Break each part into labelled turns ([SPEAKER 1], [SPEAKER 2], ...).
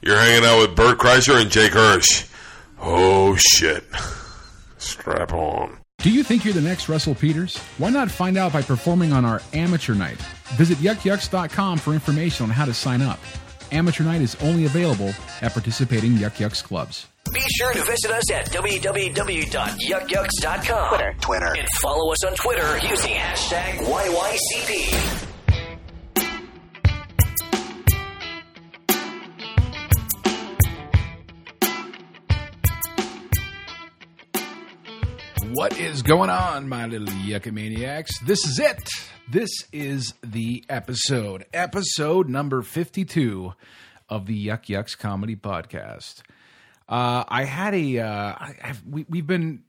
[SPEAKER 1] You're hanging out with Bert Kreischer and Jake Hirsch. Oh, shit. Strap on.
[SPEAKER 2] Do you think you're the next Russell Peters? Why not find out by performing on our amateur night? Visit yuckyucks.com for information on how to sign up. Amateur night is only available at participating Yuck Yucks clubs.
[SPEAKER 3] Be sure to visit us at www.yuckyucks.com Twitter.
[SPEAKER 4] Twitter.
[SPEAKER 3] and follow us on Twitter using hashtag YYCP.
[SPEAKER 2] What is going on, my little yuckamaniacs? This is it. This is the episode, episode number 52 of the Yuck Yucks Comedy Podcast. Uh, I had a, uh, I, I've, we, we've been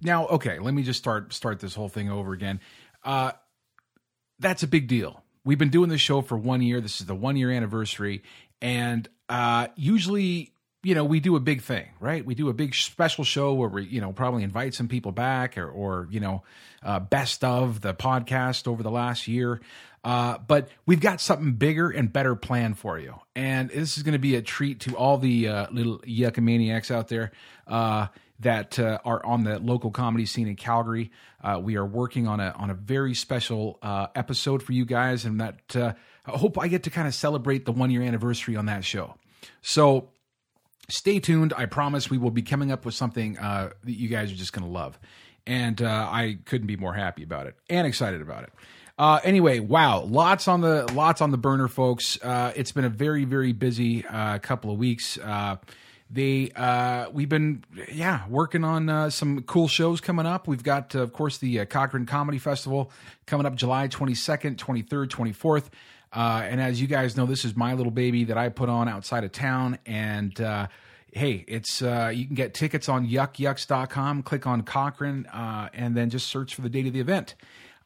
[SPEAKER 2] now. Okay, let me just start start this whole thing over again. Uh, that's a big deal. We've been doing this show for one year. This is the one year anniversary, and uh, usually, you know, we do a big thing, right? We do a big special show where we, you know, probably invite some people back or, or you know, uh, best of the podcast over the last year. Uh, but we've got something bigger and better planned for you, and this is going to be a treat to all the uh, little yuckamaniacs out there. Uh, that uh, are on the local comedy scene in Calgary. Uh, we are working on a on a very special uh, episode for you guys, and that uh, I hope I get to kind of celebrate the one year anniversary on that show. So stay tuned. I promise we will be coming up with something uh, that you guys are just going to love. And uh, I couldn't be more happy about it and excited about it. Uh, anyway, wow, lots on the lots on the burner, folks. Uh, it's been a very very busy uh, couple of weeks. Uh, they uh, we've been yeah working on uh, some cool shows coming up. We've got uh, of course the uh, Cochrane Comedy Festival coming up July twenty second, twenty third, twenty fourth. Uh, and as you guys know, this is my little baby that I put on outside of town. And uh, hey, it's uh, you can get tickets on yuckyucks.com. Click on Cochrane uh, and then just search for the date of the event.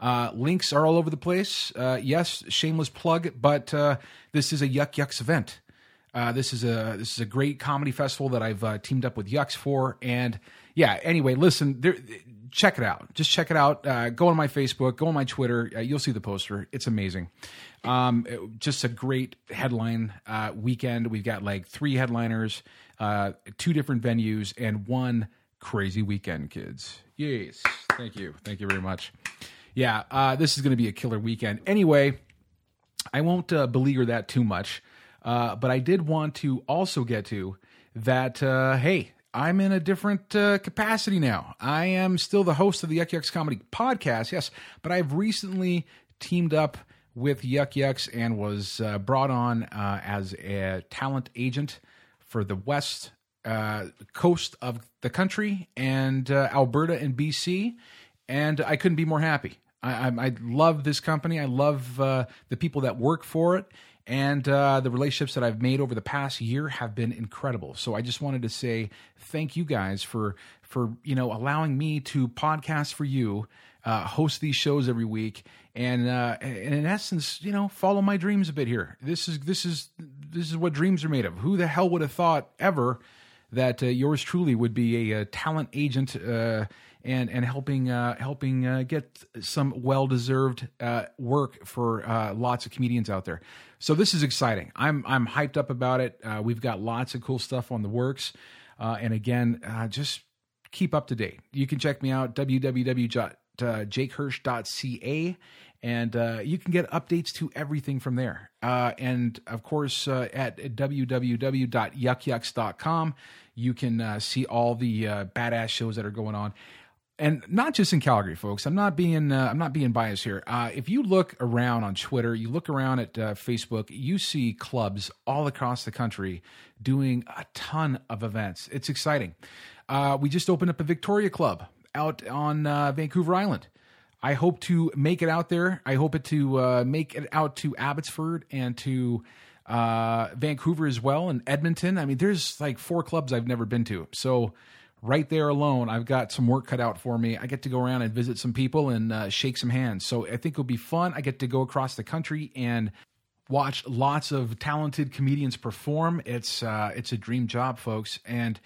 [SPEAKER 2] Uh, links are all over the place. Uh, yes, shameless plug, but uh, this is a Yuck Yucks event. Uh, this is a this is a great comedy festival that I've uh, teamed up with Yucks for, and yeah. Anyway, listen, there, check it out. Just check it out. Uh, go on my Facebook, go on my Twitter. Uh, you'll see the poster. It's amazing. Um, it- just a great headline uh, weekend. We've got like three headliners, uh, two different venues, and one crazy weekend, kids. Yes, thank you, thank you very much. Yeah, uh, this is going to be a killer weekend. Anyway. I won't uh, beleaguer that too much, uh, but I did want to also get to that. Uh, hey, I'm in a different uh, capacity now. I am still the host of the Yuck Yucks Comedy Podcast, yes, but I've recently teamed up with Yuck Yucks and was uh, brought on uh, as a talent agent for the West uh, coast of the country and uh, Alberta and BC, and I couldn't be more happy. I, I, I love this company. I love uh, the people that work for it, and uh, the relationships that I've made over the past year have been incredible. So I just wanted to say thank you guys for for you know allowing me to podcast for you, uh, host these shows every week, and uh, and in essence, you know, follow my dreams a bit here. This is this is this is what dreams are made of. Who the hell would have thought ever that uh, yours truly would be a, uh talent agent uh, and and helping uh, helping uh, get some well deserved uh, work for uh, lots of comedians out there. So this is exciting. I'm I'm hyped up about it. Uh, we've got lots of cool stuff on the works, uh, and again, uh, just keep up to date. You can check me out www.jakehirsch.ca and uh, you can get updates to everything from there. Uh, and of course, uh, at www.yuckyucks.com, you can uh, see all the uh, badass shows that are going on. And not just in Calgary, folks. I'm not being uh, I'm not being biased here. Uh, if you look around on Twitter, you look around at uh, Facebook, you see clubs all across the country doing a ton of events. It's exciting. Uh, we just opened up a Victoria Club out on uh, Vancouver Island. I hope to make it out there. I hope it to uh, make it out to Abbotsford and to uh, Vancouver as well and Edmonton. I mean, there's like four clubs I've never been to. So right there alone, I've got some work cut out for me. I get to go around and visit some people and uh, shake some hands. So I think it'll be fun. I get to go across the country and watch lots of talented comedians perform. It's uh, it's a dream job, folks, and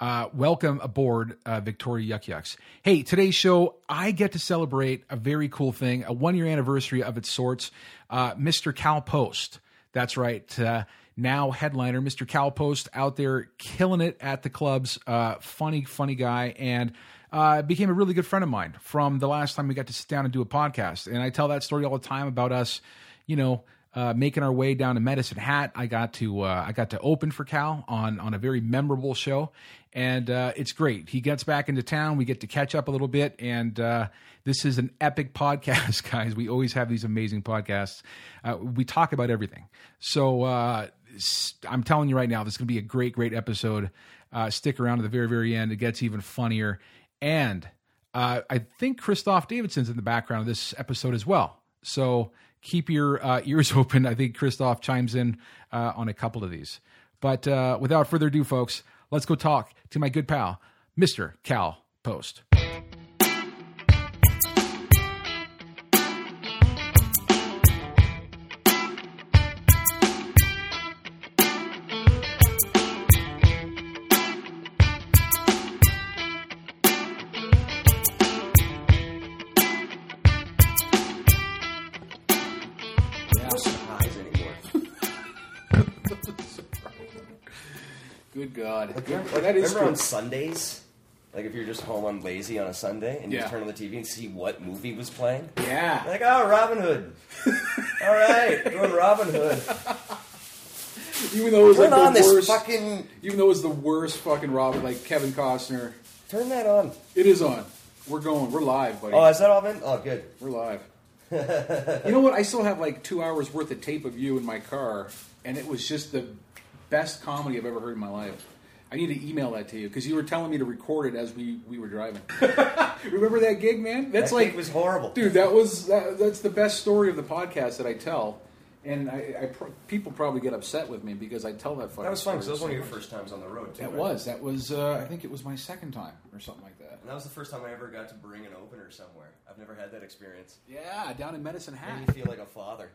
[SPEAKER 2] uh, welcome aboard uh, Victoria Yuck Yucks. Hey, today's show, I get to celebrate a very cool thing, a one year anniversary of its sorts. Uh, Mr. Cal Post, that's right. Uh, now headliner, Mr. Calpost, out there killing it at the clubs. Uh, funny, funny guy, and uh, became a really good friend of mine from the last time we got to sit down and do a podcast. And I tell that story all the time about us, you know, uh, making our way down to Medicine Hat. I got to uh, I got to open for Cal on on a very memorable show, and uh, it's great. He gets back into town. We get to catch up a little bit, and uh, this is an epic podcast, guys. We always have these amazing podcasts. Uh, we talk about everything. So uh, s- I'm telling you right now, this is going to be a great, great episode. Uh, stick around to the very, very end. It gets even funnier. And uh, I think Christoph Davidson's in the background of this episode as well. So keep your uh, ears open. I think Christoph chimes in uh, on a couple of these. But uh, without further ado, folks, let's go talk to my good pal, Mr. Cal Post.
[SPEAKER 5] No surprise anymore.
[SPEAKER 2] Good God.
[SPEAKER 5] Like, remember on Sundays? Like if you're just home on lazy on a Sunday and you
[SPEAKER 2] Yeah.
[SPEAKER 5] just turn on the TV and see what movie was playing?
[SPEAKER 2] Yeah.
[SPEAKER 5] Like, oh, Robin Hood. All right, doing Robin Hood.
[SPEAKER 2] Even though it was
[SPEAKER 5] Turn on this fucking.
[SPEAKER 2] even though it was the worst fucking Robin, like Kevin Costner.
[SPEAKER 5] Turn that on.
[SPEAKER 2] It is on. We're going. We're live, buddy.
[SPEAKER 5] Oh, has that all been? Oh, good.
[SPEAKER 2] We're live. you know what? I still have like two hours worth of tape of you in my car, and it was just the best comedy I've ever heard in my life. I need to email that to you because you were telling me to record it as we, we were driving. Remember that gig, man? That's
[SPEAKER 5] That
[SPEAKER 2] like
[SPEAKER 5] gig was horrible.
[SPEAKER 2] dude. That was that, that's the best story of the podcast that I tell, and I, I pro- people probably get upset with me because I tell that fucking.
[SPEAKER 5] That was fun because that
[SPEAKER 2] story
[SPEAKER 5] was one of
[SPEAKER 2] so
[SPEAKER 5] your
[SPEAKER 2] much.
[SPEAKER 5] first times on the road, too.
[SPEAKER 2] That
[SPEAKER 5] right?
[SPEAKER 2] was that was uh, I think it was my second time or something like that.
[SPEAKER 5] And that was the first time I ever got to bring an opener somewhere. I've never had that experience.
[SPEAKER 2] Yeah, down in Medicine Hat.
[SPEAKER 5] Made me feel like a father.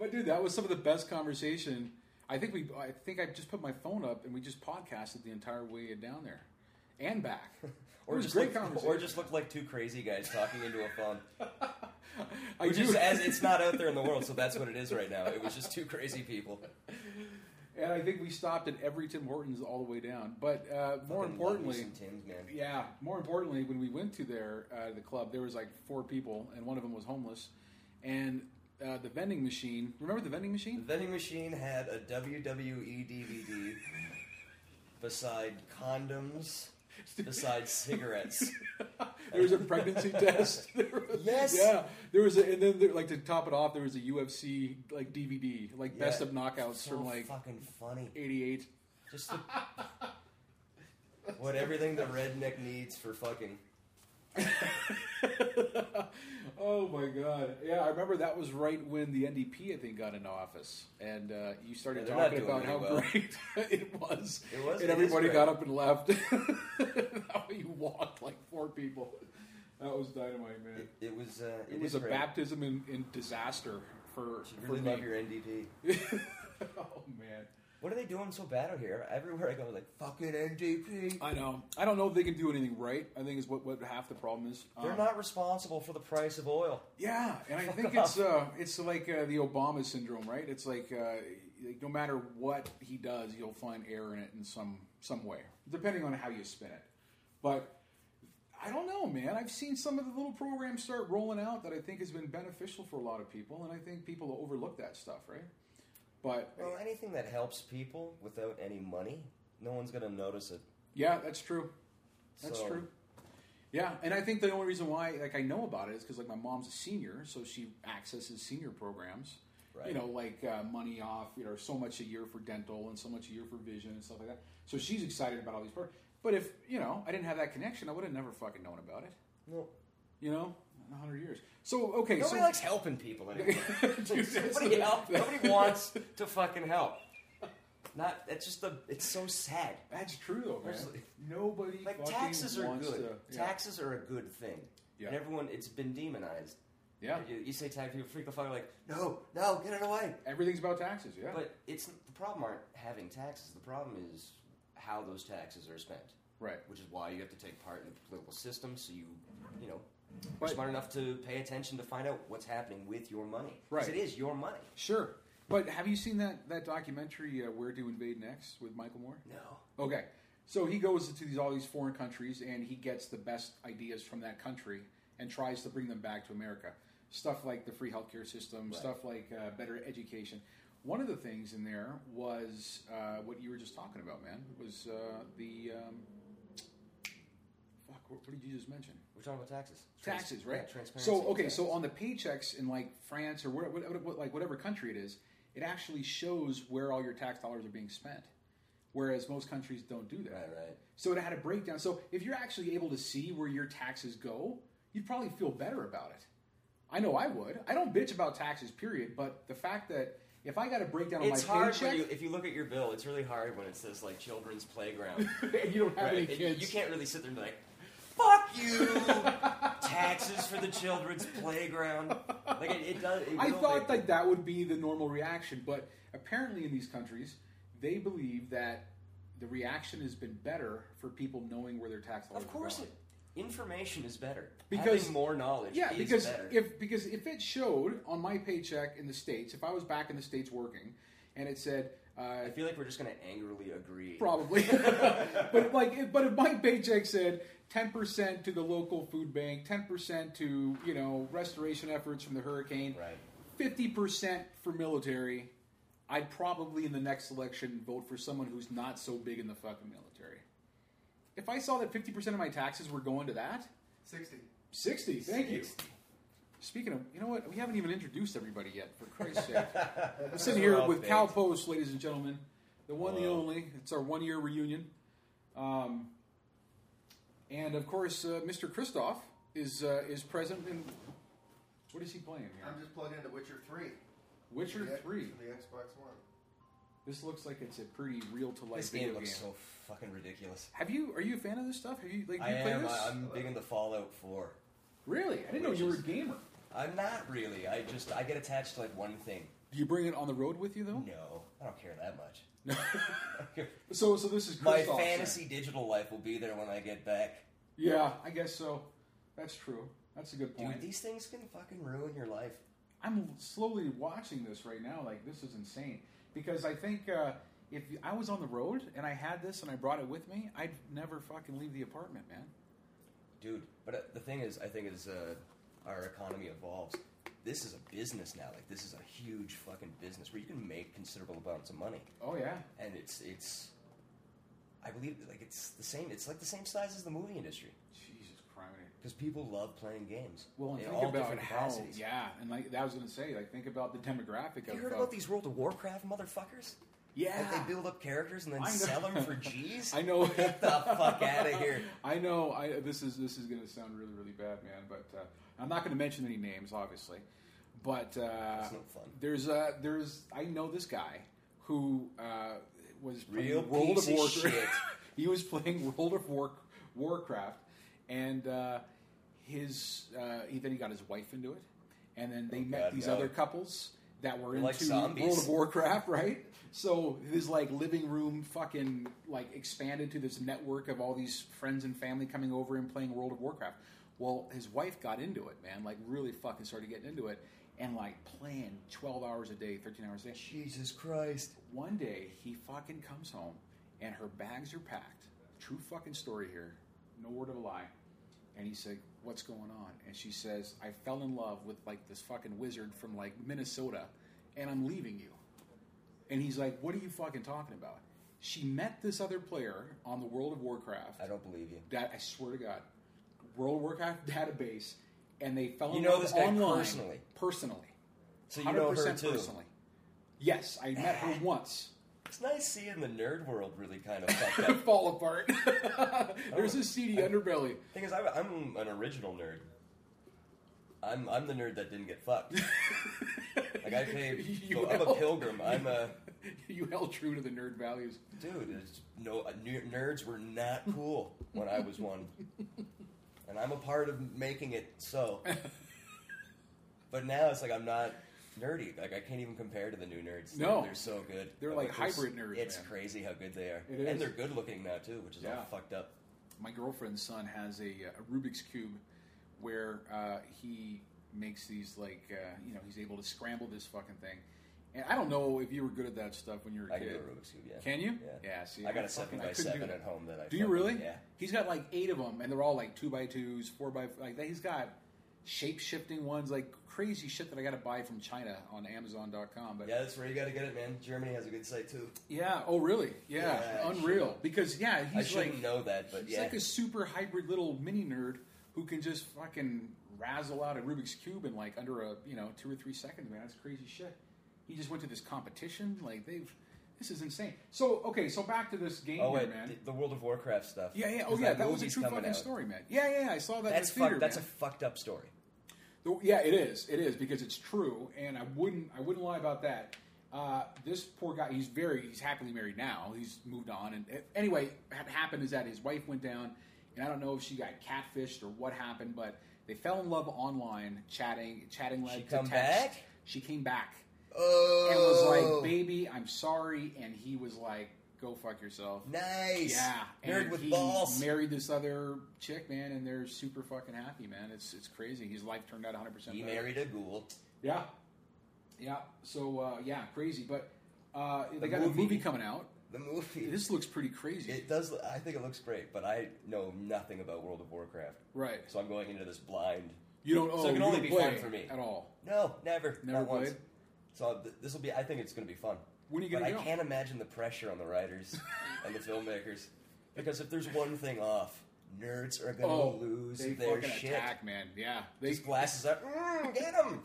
[SPEAKER 2] But dude, that was some of the best conversation. I think we, I think I just put my phone up and we just podcasted the entire way down there and back. it was
[SPEAKER 5] just
[SPEAKER 2] great
[SPEAKER 5] look-
[SPEAKER 2] conversation.
[SPEAKER 5] Or just look like two crazy guys talking into a phone.
[SPEAKER 2] I
[SPEAKER 5] Which
[SPEAKER 2] do-
[SPEAKER 5] is as it's not out there in the world, so that's what it is right now. It was just two crazy people.
[SPEAKER 2] and I think we stopped at every Tim Hortons all the way down. But uh, more
[SPEAKER 5] Fucking love me
[SPEAKER 2] importantly,
[SPEAKER 5] some Tim's, man.
[SPEAKER 2] yeah, more importantly, when we went to their uh, the club, there was like four people, and one of them was homeless, and. Uh, the vending machine. Remember the vending
[SPEAKER 5] The
[SPEAKER 2] machine?
[SPEAKER 5] vending machine had a E WWE DVD beside condoms, beside cigarettes.
[SPEAKER 2] There was a pregnancy test. There was-
[SPEAKER 5] Yes.
[SPEAKER 2] Yeah. There was, a, and then there, like to top it off, there was a UFC like DVD, like
[SPEAKER 5] Yeah.
[SPEAKER 2] best of knockouts
[SPEAKER 5] so
[SPEAKER 2] from like
[SPEAKER 5] fucking funny.
[SPEAKER 2] '88.
[SPEAKER 5] Just the, what everything the redneck needs for fucking.
[SPEAKER 2] Oh my god! Yeah, I remember that was right when the NDP I think got into office, and uh, you started
[SPEAKER 5] Yeah, they're
[SPEAKER 2] talking about
[SPEAKER 5] not doing
[SPEAKER 2] how
[SPEAKER 5] very well.
[SPEAKER 2] great it was.
[SPEAKER 5] It was-
[SPEAKER 2] and
[SPEAKER 5] it is
[SPEAKER 2] everybody
[SPEAKER 5] great.
[SPEAKER 2] got up and left. how you walked like four people. That was dynamite, man.
[SPEAKER 5] It, it was. Uh,
[SPEAKER 2] It, was
[SPEAKER 5] is
[SPEAKER 2] a
[SPEAKER 5] great.
[SPEAKER 2] baptism in, in disaster for
[SPEAKER 5] You
[SPEAKER 2] for
[SPEAKER 5] really
[SPEAKER 2] me.
[SPEAKER 5] love your NDP.
[SPEAKER 2] oh man.
[SPEAKER 5] What are they doing so bad out here? Everywhere I go, like fucking NDP.
[SPEAKER 2] I know. I don't know if they can do anything right. I think is what, what half the problem is. Um,
[SPEAKER 5] They're not responsible for the price of oil.
[SPEAKER 2] Yeah, and I think it's uh, it's like uh, the Obama syndrome, right? It's like, uh, like no matter what he does, you'll find error in it in some some way, depending on how you spin it. But I don't know, man. I've seen some of the little programs start rolling out that I think has been beneficial for a lot of people, and I think people overlook that stuff, right? But
[SPEAKER 5] Well, anything that helps people without any money, no one's gonna notice it.
[SPEAKER 2] yeah, that's true. That's
[SPEAKER 5] So-
[SPEAKER 2] true. Yeah, and I think the only reason why like I know about it is because like my mom's a senior, so she accesses senior programs. You
[SPEAKER 5] Right.
[SPEAKER 2] know, like uh, money off, you know, so much a year for dental and so much a year for vision and stuff like that. So she's excited about all these programs. But if you know, I didn't have that connection, I would have never fucking known about it.
[SPEAKER 5] No,
[SPEAKER 2] You know, in hundred years. So okay,
[SPEAKER 5] nobody
[SPEAKER 2] so
[SPEAKER 5] likes helping people anymore.
[SPEAKER 2] Dude, that's
[SPEAKER 5] nobody,
[SPEAKER 2] the-
[SPEAKER 5] help, nobody wants to fucking help. Not. That's just the. It's so sad.
[SPEAKER 2] that's true though, man.
[SPEAKER 5] Honestly.
[SPEAKER 2] Nobody
[SPEAKER 5] Like
[SPEAKER 2] fucking
[SPEAKER 5] taxes are
[SPEAKER 2] wants
[SPEAKER 5] good.
[SPEAKER 2] To, yeah.
[SPEAKER 5] Taxes are a good thing.
[SPEAKER 2] Yeah.
[SPEAKER 5] And everyone, it's been demonized.
[SPEAKER 2] Yeah.
[SPEAKER 5] You, you say tax, people freak the fuck out, like, no, no, get it away.
[SPEAKER 2] everything's about taxes. Yeah,
[SPEAKER 5] But it's the problem aren't having taxes. The problem is how those taxes are spent,
[SPEAKER 2] right.
[SPEAKER 5] which is why you have to take part in the political system. So you, you know, are
[SPEAKER 2] But-
[SPEAKER 5] smart enough to pay attention to find out what's happening with your money.
[SPEAKER 2] Right.
[SPEAKER 5] Because it is your money.
[SPEAKER 2] Sure. But have you seen that that documentary uh, Where to Invade Next with Michael Moore?
[SPEAKER 5] No.
[SPEAKER 2] Okay, so he goes to these all these foreign countries and he gets the best ideas from that country and tries to bring them back to America. Stuff like the free healthcare system, stuff like uh, better education. One of the things in there was uh, what you were just talking about, man. Was uh, the um, fuck? What, what did you just mention?
[SPEAKER 5] We're talking about taxes. Trans-
[SPEAKER 2] taxes, right?
[SPEAKER 5] yeah, transparency.
[SPEAKER 2] So okay,
[SPEAKER 5] Taxes.
[SPEAKER 2] so on the paychecks in like France or what, what, what, like whatever country it is, it actually shows where all your tax dollars are being spent. Whereas most countries don't do that.
[SPEAKER 5] Right, right.
[SPEAKER 2] So it had a breakdown. So if you're actually able to see where your taxes go, you'd probably feel better about it. I know I would. I don't bitch about taxes, period. But the fact that if I got a breakdown on
[SPEAKER 5] It's
[SPEAKER 2] my
[SPEAKER 5] hard
[SPEAKER 2] paycheck,
[SPEAKER 5] when you, if you look at your bill. It's really hard when it says like children's playground.
[SPEAKER 2] and you don't have any
[SPEAKER 5] right? And you-
[SPEAKER 2] kids,
[SPEAKER 5] you can't really sit there and be like, "Fuck you, taxes for the children's playground." Like it, it does. It
[SPEAKER 2] I
[SPEAKER 5] will
[SPEAKER 2] thought
[SPEAKER 5] make-
[SPEAKER 2] like that would be the normal reaction, but apparently in these countries, they believe that the reaction has been better for people knowing where their tax dollars
[SPEAKER 5] Of course,
[SPEAKER 2] are.
[SPEAKER 5] it, information is better.
[SPEAKER 2] Because-
[SPEAKER 5] Having more knowledge.
[SPEAKER 2] Yeah,
[SPEAKER 5] is
[SPEAKER 2] because
[SPEAKER 5] better.
[SPEAKER 2] if because if it showed on my paycheck in the states, if I was back in the states working, and it said uh,
[SPEAKER 5] I feel like we're just going to angrily agree.
[SPEAKER 2] probably, but like if, but if my paycheck said ten percent to the local food bank, ten percent to you know restoration efforts from the hurricane,
[SPEAKER 5] Right.
[SPEAKER 2] fifty percent for military, I'd probably in the next election vote for someone who's not so big in the fucking military. If I saw that fifty percent of my taxes were going to that,
[SPEAKER 6] 60.
[SPEAKER 2] sixty. Thank you.
[SPEAKER 5] 60.
[SPEAKER 2] Speaking of, you know what? We haven't even introduced everybody yet. For Christ's sake, I'm sitting here with Cal Post, ladies and gentlemen, the one, the
[SPEAKER 5] Whoa.
[SPEAKER 2] only. It's our one-year reunion, um, and of course, uh, Mr. Kristoff is uh, is present. And what is he playing here?
[SPEAKER 6] I'm just plugging into Witcher 3.
[SPEAKER 2] Witcher
[SPEAKER 6] The-
[SPEAKER 2] Three.
[SPEAKER 6] For the Xbox One.
[SPEAKER 2] This looks like it's a pretty real to life
[SPEAKER 5] This game
[SPEAKER 2] video game.
[SPEAKER 5] looks so fucking ridiculous.
[SPEAKER 2] Have you? Are you a fan of this stuff? Have you like? Do
[SPEAKER 5] I
[SPEAKER 2] you play
[SPEAKER 5] am.
[SPEAKER 2] this?
[SPEAKER 5] I, I'm big into Fallout 4.
[SPEAKER 2] really? I didn't know
[SPEAKER 5] Which
[SPEAKER 2] you were a
[SPEAKER 5] is-
[SPEAKER 2] gamer.
[SPEAKER 5] I'm not really. I just I get attached to like one thing.
[SPEAKER 2] Do you bring it on the road with you though?
[SPEAKER 5] No, I don't care that much.
[SPEAKER 2] So, so this is Kristoff.
[SPEAKER 5] My
[SPEAKER 2] then.
[SPEAKER 5] fantasy digital life will be there when I get back.
[SPEAKER 2] Yeah, I guess so. That's true. That's a good
[SPEAKER 5] Dude,
[SPEAKER 2] point.
[SPEAKER 5] these things can fucking ruin your life.
[SPEAKER 2] I'm slowly watching this right now. Like this is insane because I think uh, if I was on the road and I had this and I brought it with me, I'd never fucking leave the apartment, man.
[SPEAKER 5] Dude, but uh, the thing is, I think as uh, our economy evolves, this is a business now. Like this is a huge fucking business where you can make considerable amounts of money,
[SPEAKER 2] Oh yeah,
[SPEAKER 5] and it's it's. I believe like it's the same. It's like the same size as the movie industry
[SPEAKER 2] Jesus Christ.
[SPEAKER 5] because people love playing games.
[SPEAKER 2] Well, and
[SPEAKER 5] in
[SPEAKER 2] think
[SPEAKER 5] all
[SPEAKER 2] about
[SPEAKER 5] different
[SPEAKER 2] how.
[SPEAKER 5] capacities.
[SPEAKER 2] Yeah, and like that was gonna say, like think about the demographic
[SPEAKER 5] You
[SPEAKER 2] of.
[SPEAKER 5] heard
[SPEAKER 2] uh,
[SPEAKER 5] about these World of Warcraft motherfuckers?
[SPEAKER 2] Yeah.
[SPEAKER 5] Like they build up characters and then
[SPEAKER 2] I know.
[SPEAKER 5] sell them for G's?
[SPEAKER 2] I know.
[SPEAKER 5] Get the fuck out of here.
[SPEAKER 2] I know. I this is this is going to sound really really bad, man. But uh, I'm not going to mention any names, obviously. But uh,
[SPEAKER 5] That's no fun.
[SPEAKER 2] There's uh, there's I know this guy who uh, was playing
[SPEAKER 5] Real
[SPEAKER 2] World
[SPEAKER 5] piece
[SPEAKER 2] of
[SPEAKER 5] of
[SPEAKER 2] Warcraft.
[SPEAKER 5] shit.
[SPEAKER 2] he was playing World of War- Warcraft, and uh, his uh, he, then he got his wife into it, and then they
[SPEAKER 5] Oh,
[SPEAKER 2] met
[SPEAKER 5] God,
[SPEAKER 2] these
[SPEAKER 5] no.
[SPEAKER 2] other couples that were
[SPEAKER 5] They're like
[SPEAKER 2] into
[SPEAKER 5] zombies.
[SPEAKER 2] World of Warcraft, right? So his like living room fucking like expanded to this network of all these friends and family coming over and playing World of Warcraft. Well, his wife got into it, man. Like really fucking started getting into it and like playing 12 hours a day, 13 hours a day.
[SPEAKER 5] Jesus Christ.
[SPEAKER 2] One day he fucking comes home and her bags are packed. True fucking story here. No word of a lie. And he said, What's going on? And she says, I fell in love with like this fucking wizard from like Minnesota and I'm leaving you. And he's like, What are you fucking talking about? She met this other player on the World of Warcraft.
[SPEAKER 5] I don't believe you.
[SPEAKER 2] That I swear to God, World of Warcraft database, and they fell
[SPEAKER 5] You
[SPEAKER 2] in
[SPEAKER 5] know
[SPEAKER 2] love
[SPEAKER 5] this guy
[SPEAKER 2] online
[SPEAKER 5] personally?
[SPEAKER 2] Personally,
[SPEAKER 5] So you know her
[SPEAKER 2] 100%
[SPEAKER 5] too.
[SPEAKER 2] Personally, yes, I met her once.
[SPEAKER 5] It's nice seeing the nerd world really kind of fucked up.
[SPEAKER 2] fall apart. There's a seedy underbelly.
[SPEAKER 5] thing is, I'm, I'm an original nerd. I'm, I'm the nerd that didn't get fucked. Like I pay,
[SPEAKER 2] You
[SPEAKER 5] I'm a
[SPEAKER 2] held-
[SPEAKER 5] pilgrim. I'm a
[SPEAKER 2] You held true to the nerd values.
[SPEAKER 5] dude. It's, no, uh, ner- nerds were not cool when I was one, and I'm a part of making it so. But now it's like I'm not nerdy. Like I can't even compare to the new nerds.
[SPEAKER 2] No.
[SPEAKER 5] they're, they're so good.
[SPEAKER 2] They're like
[SPEAKER 5] there's-
[SPEAKER 2] hybrid nerds,
[SPEAKER 5] It's
[SPEAKER 2] man.
[SPEAKER 5] crazy how good they are,
[SPEAKER 2] It is.
[SPEAKER 5] and they're good looking now too, which is
[SPEAKER 2] Yeah.
[SPEAKER 5] all fucked up.
[SPEAKER 2] My girlfriend's son has a, uh, a Rubik's cube where uh, he makes these like uh, you know he's able to scramble this fucking thing, And I don't know if you were good at that stuff when you were a
[SPEAKER 5] I
[SPEAKER 2] kid.
[SPEAKER 5] can do a Rubik's cube. Yeah.
[SPEAKER 2] Can you?
[SPEAKER 5] Yeah.
[SPEAKER 2] Yeah. See,
[SPEAKER 5] I got
[SPEAKER 2] I'm
[SPEAKER 5] a seven
[SPEAKER 2] fucking- I
[SPEAKER 5] by
[SPEAKER 2] couldn't do
[SPEAKER 5] seven
[SPEAKER 2] that.
[SPEAKER 5] at home that I.
[SPEAKER 2] Do you
[SPEAKER 5] fucking-
[SPEAKER 2] really?
[SPEAKER 5] Yeah.
[SPEAKER 2] He's got like eight of them, and they're all like two by twos, four by like that. He's got shape shifting ones, like crazy shit that I got to buy from China on Amazon.com. But yeah,
[SPEAKER 5] Yeah, that's where you got to get it, man. Germany has a good site too.
[SPEAKER 2] oh really? Yeah,
[SPEAKER 5] Yeah, I
[SPEAKER 2] unreal. Because yeah,
[SPEAKER 5] I
[SPEAKER 2] he's
[SPEAKER 5] shouldn't
[SPEAKER 2] like
[SPEAKER 5] know that, but
[SPEAKER 2] he's
[SPEAKER 5] yeah.
[SPEAKER 2] like a super hybrid little mini nerd who can just fucking razzle out a Rubik's cube in like under a you know two or three seconds. Man, that's crazy shit. He just went to this competition. Like they've this is insane. So okay, so back to this game,
[SPEAKER 5] oh
[SPEAKER 2] here,
[SPEAKER 5] wait,
[SPEAKER 2] man.
[SPEAKER 5] the- the World of Warcraft stuff.
[SPEAKER 2] Yeah, yeah, oh
[SPEAKER 5] 'Cause
[SPEAKER 2] yeah, that was a
[SPEAKER 5] movie's
[SPEAKER 2] true
[SPEAKER 5] coming
[SPEAKER 2] fucking
[SPEAKER 5] out.
[SPEAKER 2] story, man. Yeah, yeah, I saw that.
[SPEAKER 5] That's
[SPEAKER 2] in the theater,
[SPEAKER 5] fuck, That's a
[SPEAKER 2] man.
[SPEAKER 5] fucked up story.
[SPEAKER 2] The- yeah, it is. It is because it's true, and I wouldn't, I wouldn't lie about that. Uh, this poor guy, he's very, he's happily married now. He's moved on, and eh, anyway, what happened is that his wife went down, and I don't know if she got catfished or what happened, but they fell in love online, chatting, chatting like
[SPEAKER 5] come
[SPEAKER 2] to text.
[SPEAKER 5] back?
[SPEAKER 2] She came back
[SPEAKER 5] Oh,
[SPEAKER 2] and was like, "Baby, I'm sorry," and he was like, "Go fuck yourself."
[SPEAKER 5] nice,
[SPEAKER 2] Yeah,
[SPEAKER 5] nerd
[SPEAKER 2] and
[SPEAKER 5] with
[SPEAKER 2] he
[SPEAKER 5] balls.
[SPEAKER 2] Married this other chick, man, and they're super fucking happy, man. It's it's crazy. His life turned out 100. percent
[SPEAKER 5] he married a ghoul.
[SPEAKER 2] Yeah, yeah. So uh, yeah, crazy. But uh, they
[SPEAKER 5] The
[SPEAKER 2] got a
[SPEAKER 5] movie.
[SPEAKER 2] movie coming out.
[SPEAKER 5] The movie.
[SPEAKER 2] This looks pretty crazy,
[SPEAKER 5] it does. I think it looks great, but I know nothing about World of Warcraft,
[SPEAKER 2] right?
[SPEAKER 5] so I'm going into this blind.
[SPEAKER 2] You don't. Oh,
[SPEAKER 5] So it can only
[SPEAKER 2] you don't
[SPEAKER 5] be fun
[SPEAKER 2] play
[SPEAKER 5] for me.
[SPEAKER 2] at all.
[SPEAKER 5] No, never,
[SPEAKER 2] Never
[SPEAKER 5] not once.
[SPEAKER 2] played?
[SPEAKER 5] So th- this will be. I think it's going to be fun.
[SPEAKER 2] When are you
[SPEAKER 5] But
[SPEAKER 2] gonna
[SPEAKER 5] I
[SPEAKER 2] go?
[SPEAKER 5] can't imagine the pressure on the writers and the filmmakers because if there's one thing off, nerds are going to
[SPEAKER 2] Oh,
[SPEAKER 5] lose
[SPEAKER 2] they
[SPEAKER 5] their
[SPEAKER 2] fucking
[SPEAKER 5] shit.
[SPEAKER 2] attack, man. Yeah, they.
[SPEAKER 5] These glasses up. Mm, get him.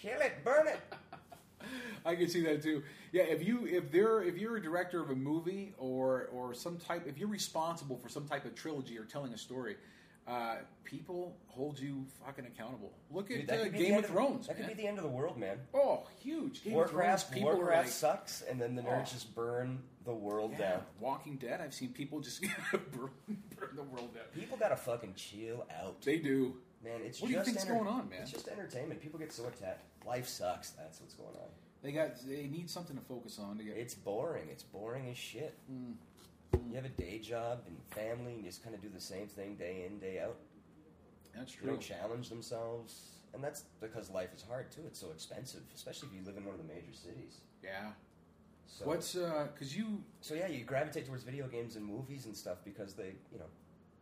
[SPEAKER 5] Kill it. Burn it.
[SPEAKER 2] I can see that too. Yeah, if you if they're if you're a director of a movie or or some type if you're responsible for some type of trilogy or telling a story, uh, people hold you fucking accountable. Look at
[SPEAKER 5] Dude, that
[SPEAKER 2] uh,
[SPEAKER 5] could be the
[SPEAKER 2] Game
[SPEAKER 5] end
[SPEAKER 2] of Thrones.
[SPEAKER 5] That could be
[SPEAKER 2] man.
[SPEAKER 5] the end of the world, man.
[SPEAKER 2] oh, huge Game of
[SPEAKER 5] Warcraft,
[SPEAKER 2] Thrones. People are
[SPEAKER 5] Warcraft
[SPEAKER 2] like,
[SPEAKER 5] sucks, and then the nerds
[SPEAKER 2] Oh.
[SPEAKER 5] just burn the world
[SPEAKER 2] yeah,
[SPEAKER 5] down.
[SPEAKER 2] Walking Dead. I've seen people just burn, burn the world down.
[SPEAKER 5] People gotta fucking chill out,
[SPEAKER 2] They do.
[SPEAKER 5] man. It's
[SPEAKER 2] What do you
[SPEAKER 5] just
[SPEAKER 2] think's
[SPEAKER 5] enter-
[SPEAKER 2] going on, man?
[SPEAKER 5] It's just entertainment. People get so attacked. Life sucks. That's what's going on.
[SPEAKER 2] They got. They need something to focus on to get.
[SPEAKER 5] It's boring. It's boring as shit.
[SPEAKER 2] Mm.
[SPEAKER 5] You have a day job and family, and you just kind of do the same thing day in, day out.
[SPEAKER 2] that's
[SPEAKER 5] They
[SPEAKER 2] true.
[SPEAKER 5] don't challenge themselves, and that's because life is hard too. It's so expensive, especially if you live in one of the major cities.
[SPEAKER 2] Yeah.
[SPEAKER 5] So,
[SPEAKER 2] What's uh? Cause you
[SPEAKER 5] so yeah, you gravitate towards video games and movies and stuff because they, you know,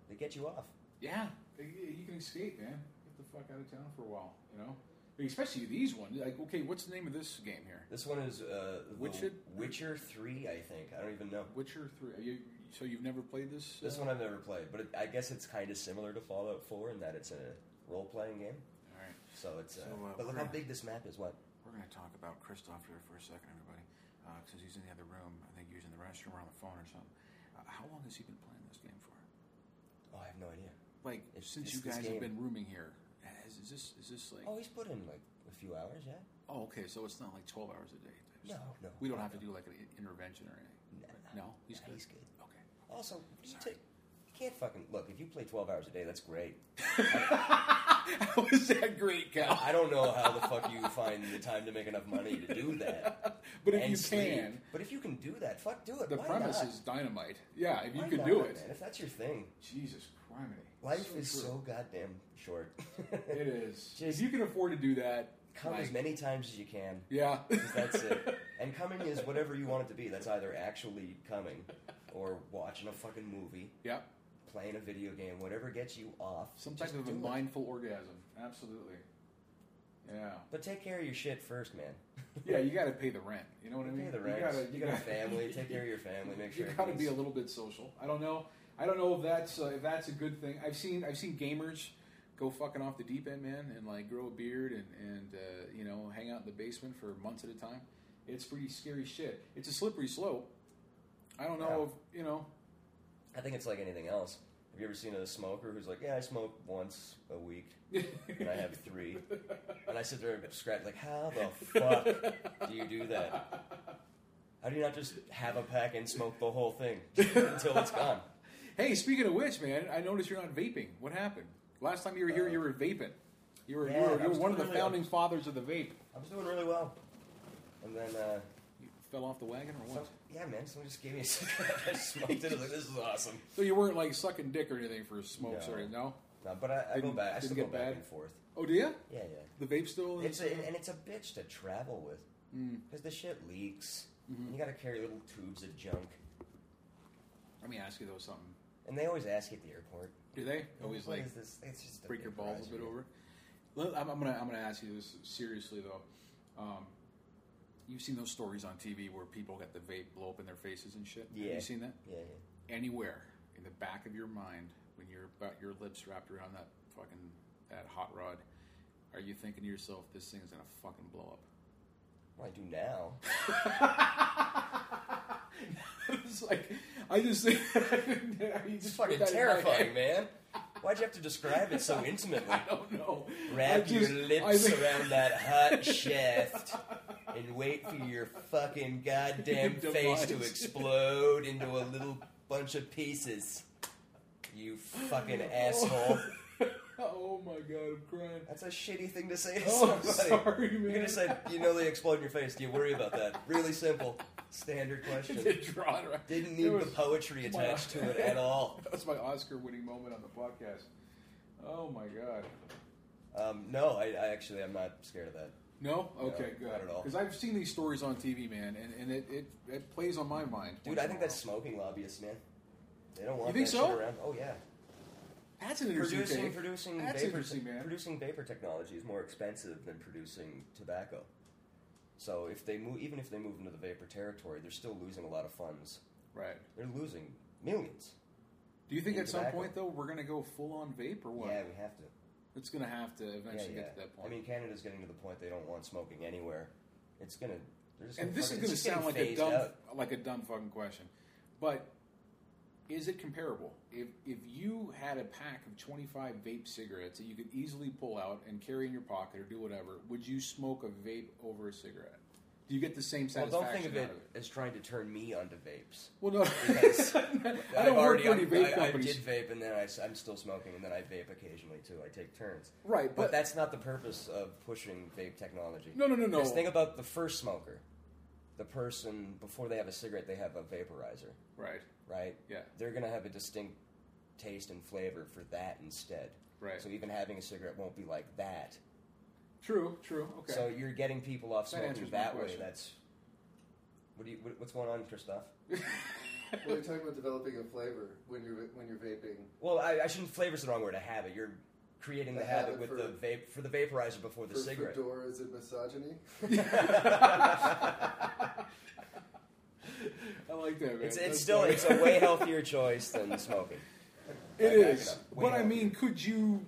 [SPEAKER 5] they get you off.
[SPEAKER 2] Yeah, you you can escape, man. Get the fuck out of town for a while, you know. Especially these ones. Like, okay, what's the name of this game here?
[SPEAKER 5] This one is uh, the
[SPEAKER 2] Witcher-
[SPEAKER 5] Witcher Three, I think. I don't even know.
[SPEAKER 2] Witcher Three. Are you, so you've never played this?
[SPEAKER 5] This
[SPEAKER 2] uh,
[SPEAKER 5] one I've never played, but it, I guess it's kind of similar to Fallout Four in that it's a role-playing game.
[SPEAKER 2] All right,
[SPEAKER 5] So it's. Uh,
[SPEAKER 2] So, uh,
[SPEAKER 5] but look
[SPEAKER 2] we're
[SPEAKER 5] how
[SPEAKER 2] gonna-
[SPEAKER 5] big this map is. What?
[SPEAKER 2] we're gonna talk about Christoph here for a second, everybody, because he's in the other room. I think he's in the restroom or on the phone or something. Uh, how long has he been playing this game for?
[SPEAKER 5] Oh, I have no idea.
[SPEAKER 2] Like
[SPEAKER 5] It's-
[SPEAKER 2] since
[SPEAKER 5] it's
[SPEAKER 2] you
[SPEAKER 5] this
[SPEAKER 2] guys
[SPEAKER 5] game.
[SPEAKER 2] have been rooming here, has, is this is this like?
[SPEAKER 5] Oh,
[SPEAKER 2] Oh,
[SPEAKER 5] he's put in like a few hours. Yeah.
[SPEAKER 2] okay, so it's not like twelve hours a day. type
[SPEAKER 5] No,
[SPEAKER 2] stuff.
[SPEAKER 5] no,
[SPEAKER 2] We don't
[SPEAKER 5] no,
[SPEAKER 2] have to
[SPEAKER 5] no.
[SPEAKER 2] do like an i- intervention or anything. right? no, he's
[SPEAKER 5] nah,
[SPEAKER 2] good.
[SPEAKER 5] he's good.
[SPEAKER 2] Okay.
[SPEAKER 5] Also, what do you
[SPEAKER 2] Sorry.
[SPEAKER 5] take? You can't fucking look. If you play twelve hours a day, that's great.
[SPEAKER 2] How is that great, Cal?
[SPEAKER 5] I don't know how the fuck you find the time to make enough money to do that.
[SPEAKER 2] But if
[SPEAKER 5] And
[SPEAKER 2] you
[SPEAKER 5] sleep.
[SPEAKER 2] can,
[SPEAKER 5] but if you can do that, fuck, do it.
[SPEAKER 2] the
[SPEAKER 5] Why
[SPEAKER 2] premise
[SPEAKER 5] not?
[SPEAKER 2] is dynamite. Yeah, if you
[SPEAKER 5] Why
[SPEAKER 2] can
[SPEAKER 5] not,
[SPEAKER 2] do it.
[SPEAKER 5] man? If that's your thing,
[SPEAKER 2] Jesus Christ.
[SPEAKER 5] life is so goddamn short.
[SPEAKER 2] It is.
[SPEAKER 5] Just-
[SPEAKER 2] if you can afford to do that,
[SPEAKER 5] Come
[SPEAKER 2] like,
[SPEAKER 5] as many times as you can.
[SPEAKER 2] Yeah.
[SPEAKER 5] 'cause That's it. And coming is whatever you want it to be. That's either actually coming, or watching a fucking movie,
[SPEAKER 2] yeah.
[SPEAKER 5] playing a video game, whatever gets you off.
[SPEAKER 2] Some
[SPEAKER 5] just
[SPEAKER 2] type of a
[SPEAKER 5] do it.
[SPEAKER 2] mindful orgasm. Absolutely. Yeah.
[SPEAKER 5] But take care of your shit first, man.
[SPEAKER 2] Yeah, you got to pay the rent. You know what I
[SPEAKER 5] Pay
[SPEAKER 2] mean?
[SPEAKER 5] the rent. You,
[SPEAKER 2] gotta-
[SPEAKER 5] got a
[SPEAKER 2] gotta-
[SPEAKER 5] family. Take care of your family. Make sure
[SPEAKER 2] you got to be a
[SPEAKER 5] everything's-
[SPEAKER 2] little bit social. I don't know. I don't know if that's uh, if that's a good thing. I've seen I've seen gamers go fucking off the deep end, man, and like grow a beard and and uh, you know hang out in the basement for months at a time. It's pretty scary shit. It's a slippery slope. I don't know if you know.
[SPEAKER 5] I think it's like anything else. Have you ever seen a smoker who's like, "Yeah, I smoke once a week, and I have three, and I sit there and scratch like, how the fuck do you do that? How do you not just have a pack and smoke the whole thing until it's gone?
[SPEAKER 2] Hey, speaking of which, man, I noticed you're not vaping. What happened? Last time you were here,
[SPEAKER 5] Uh,
[SPEAKER 2] you were vaping. You were, you
[SPEAKER 5] yeah,
[SPEAKER 2] were,
[SPEAKER 5] I
[SPEAKER 2] you were
[SPEAKER 5] was
[SPEAKER 2] one of the
[SPEAKER 5] doing it.
[SPEAKER 2] founding fathers of the vape.
[SPEAKER 5] I was doing really well, and then uh,
[SPEAKER 2] You fell off the wagon or
[SPEAKER 5] some,
[SPEAKER 2] what?
[SPEAKER 5] yeah, man, someone just gave me a cigarette. I smoked it. I was like, this is awesome.
[SPEAKER 2] So you weren't like sucking dick or anything for smokes
[SPEAKER 5] No.
[SPEAKER 2] or anything, no?
[SPEAKER 5] No, but I, I go
[SPEAKER 2] Didn't-
[SPEAKER 5] back. I
[SPEAKER 2] didn't
[SPEAKER 5] still go
[SPEAKER 2] get
[SPEAKER 5] back
[SPEAKER 2] bad?
[SPEAKER 5] and forth.
[SPEAKER 2] Oh, do you?
[SPEAKER 5] Yeah, yeah.
[SPEAKER 2] The vape still?
[SPEAKER 5] It's a, and it's a bitch to travel with
[SPEAKER 2] Mm.
[SPEAKER 5] because the shit leaks.
[SPEAKER 2] Mm-hmm.
[SPEAKER 5] And you got to carry little tubes of junk,
[SPEAKER 2] Let me ask you though something.
[SPEAKER 5] and they always ask you at the airport.
[SPEAKER 2] Do they always
[SPEAKER 5] What
[SPEAKER 2] like
[SPEAKER 5] is this? It's just a
[SPEAKER 2] break your
[SPEAKER 5] vaporizer.
[SPEAKER 2] balls a bit over? it? Let- I'm, I'm gonna I'm gonna ask you this seriously though. Um, you've seen those stories on TV where people get the vape blow up in their faces and shit. Have
[SPEAKER 5] Yeah.
[SPEAKER 2] you seen that?
[SPEAKER 5] Yeah, yeah.
[SPEAKER 2] Anywhere in the back of your mind when you're about your lips wrapped around that fucking that hot rod, are you thinking to yourself, this thing is gonna fucking blow up?
[SPEAKER 5] Well, I do now.
[SPEAKER 2] it's like I just think it's
[SPEAKER 5] It's fucking terrifying, man. Why'd you have to describe it so intimately?
[SPEAKER 2] I don't know.
[SPEAKER 5] Wrap
[SPEAKER 2] I just-
[SPEAKER 5] your
[SPEAKER 2] I
[SPEAKER 5] lips
[SPEAKER 2] think-
[SPEAKER 5] around that hot shaft and wait for your fucking goddamn
[SPEAKER 2] Your
[SPEAKER 5] face to
[SPEAKER 2] demise.
[SPEAKER 5] explode into a little bunch of pieces. You fucking asshole.
[SPEAKER 2] oh my god, I'm crying.
[SPEAKER 5] That's a shitty thing to say to
[SPEAKER 2] Oh,
[SPEAKER 5] somebody.
[SPEAKER 2] sorry, man.
[SPEAKER 5] You could have said, you know they explode in your face. Do you worry about that? Really simple. Standard question.
[SPEAKER 2] Did draw it right.
[SPEAKER 5] Didn't need
[SPEAKER 2] It was-
[SPEAKER 5] the poetry attached to it at all.
[SPEAKER 2] That was my Oscar-winning moment on the podcast. Oh my god.
[SPEAKER 5] Um, no, I, I actually, I'm not scared of that.
[SPEAKER 2] No, okay, good.
[SPEAKER 5] not at all.
[SPEAKER 2] Because I've seen these stories on TV, man, and, and it, it, it plays on my mind.
[SPEAKER 5] Dude, I think that's smoking lobbyists, man. They don't want
[SPEAKER 2] You think
[SPEAKER 5] that
[SPEAKER 2] so?
[SPEAKER 5] shit around. Oh, yeah.
[SPEAKER 2] that's an interesting
[SPEAKER 5] producing
[SPEAKER 2] take.
[SPEAKER 5] producing
[SPEAKER 2] that's
[SPEAKER 5] vapor
[SPEAKER 2] interesting, man.
[SPEAKER 5] producing vapor technology is more expensive than producing tobacco. So if they move, even if they move into the vapor territory, they're still losing a lot of funds.
[SPEAKER 2] right.
[SPEAKER 5] They're losing millions.
[SPEAKER 2] Do you think
[SPEAKER 5] In
[SPEAKER 2] at some
[SPEAKER 5] tobacco.
[SPEAKER 2] point though we're gonna go full on vape or what?
[SPEAKER 5] Yeah, we have to.
[SPEAKER 2] It's gonna have to
[SPEAKER 5] Yeah,
[SPEAKER 2] eventually
[SPEAKER 5] yeah.
[SPEAKER 2] get to that point.
[SPEAKER 5] I mean, Canada's getting to the point they don't want smoking anywhere. It's gonna. They're just
[SPEAKER 2] and this is
[SPEAKER 5] fucking-
[SPEAKER 2] going to
[SPEAKER 5] it's just
[SPEAKER 2] sound like a
[SPEAKER 5] getting
[SPEAKER 2] dumb,
[SPEAKER 5] phased out.
[SPEAKER 2] like a dumb fucking question, but is it comparable? If if you had a pack of twenty five vape cigarettes that you could easily pull out and carry in your pocket or do whatever, would you smoke a vape over a cigarette? Do you get the same
[SPEAKER 5] Well,
[SPEAKER 2] satisfaction
[SPEAKER 5] don't think of
[SPEAKER 2] out
[SPEAKER 5] it
[SPEAKER 2] of it?
[SPEAKER 5] as trying to turn me onto vapes.
[SPEAKER 2] Well, no,
[SPEAKER 5] Because
[SPEAKER 2] I don't
[SPEAKER 5] I've
[SPEAKER 2] work
[SPEAKER 5] already,
[SPEAKER 2] for any
[SPEAKER 5] I-
[SPEAKER 2] vape
[SPEAKER 5] I, I
[SPEAKER 2] companies.
[SPEAKER 5] did vape, and then I, am still smoking, and then I vape occasionally too. I take turns.
[SPEAKER 2] Right,
[SPEAKER 5] but,
[SPEAKER 2] but-
[SPEAKER 5] that's not the purpose of pushing vape technology.
[SPEAKER 2] No, no, no, no.
[SPEAKER 5] Just think about the first smoker, the person before they have a cigarette, they have a vaporizer,
[SPEAKER 2] right,
[SPEAKER 5] right?
[SPEAKER 2] Yeah.
[SPEAKER 5] they're gonna have a distinct taste and flavor for that instead.
[SPEAKER 2] Right.
[SPEAKER 5] So even having a cigarette won't be like that.
[SPEAKER 2] true, true. Okay,
[SPEAKER 5] So you're getting people off
[SPEAKER 2] That
[SPEAKER 5] smoking
[SPEAKER 2] answers my
[SPEAKER 5] that, way.
[SPEAKER 2] question.
[SPEAKER 5] That's what do you, what, what's going on, Christoph?
[SPEAKER 6] Well, you're talking about developing a flavor when you're when you're vaping.
[SPEAKER 5] Well, I, I shouldn't flavor's the wrong word. A habit. You're creating the,
[SPEAKER 6] The
[SPEAKER 5] habit,
[SPEAKER 6] habit
[SPEAKER 5] with
[SPEAKER 6] for-
[SPEAKER 5] the vape for the vaporizer before the
[SPEAKER 6] For
[SPEAKER 5] cigarette.
[SPEAKER 6] fedoras and misogyny.
[SPEAKER 2] I like that. Man.
[SPEAKER 5] It's,
[SPEAKER 2] That's
[SPEAKER 5] it's still
[SPEAKER 2] funny.
[SPEAKER 5] it's a way healthier choice than smoking.
[SPEAKER 2] It
[SPEAKER 5] Back it
[SPEAKER 2] is.
[SPEAKER 5] up. Way
[SPEAKER 2] But I
[SPEAKER 5] up.
[SPEAKER 2] mean, could you,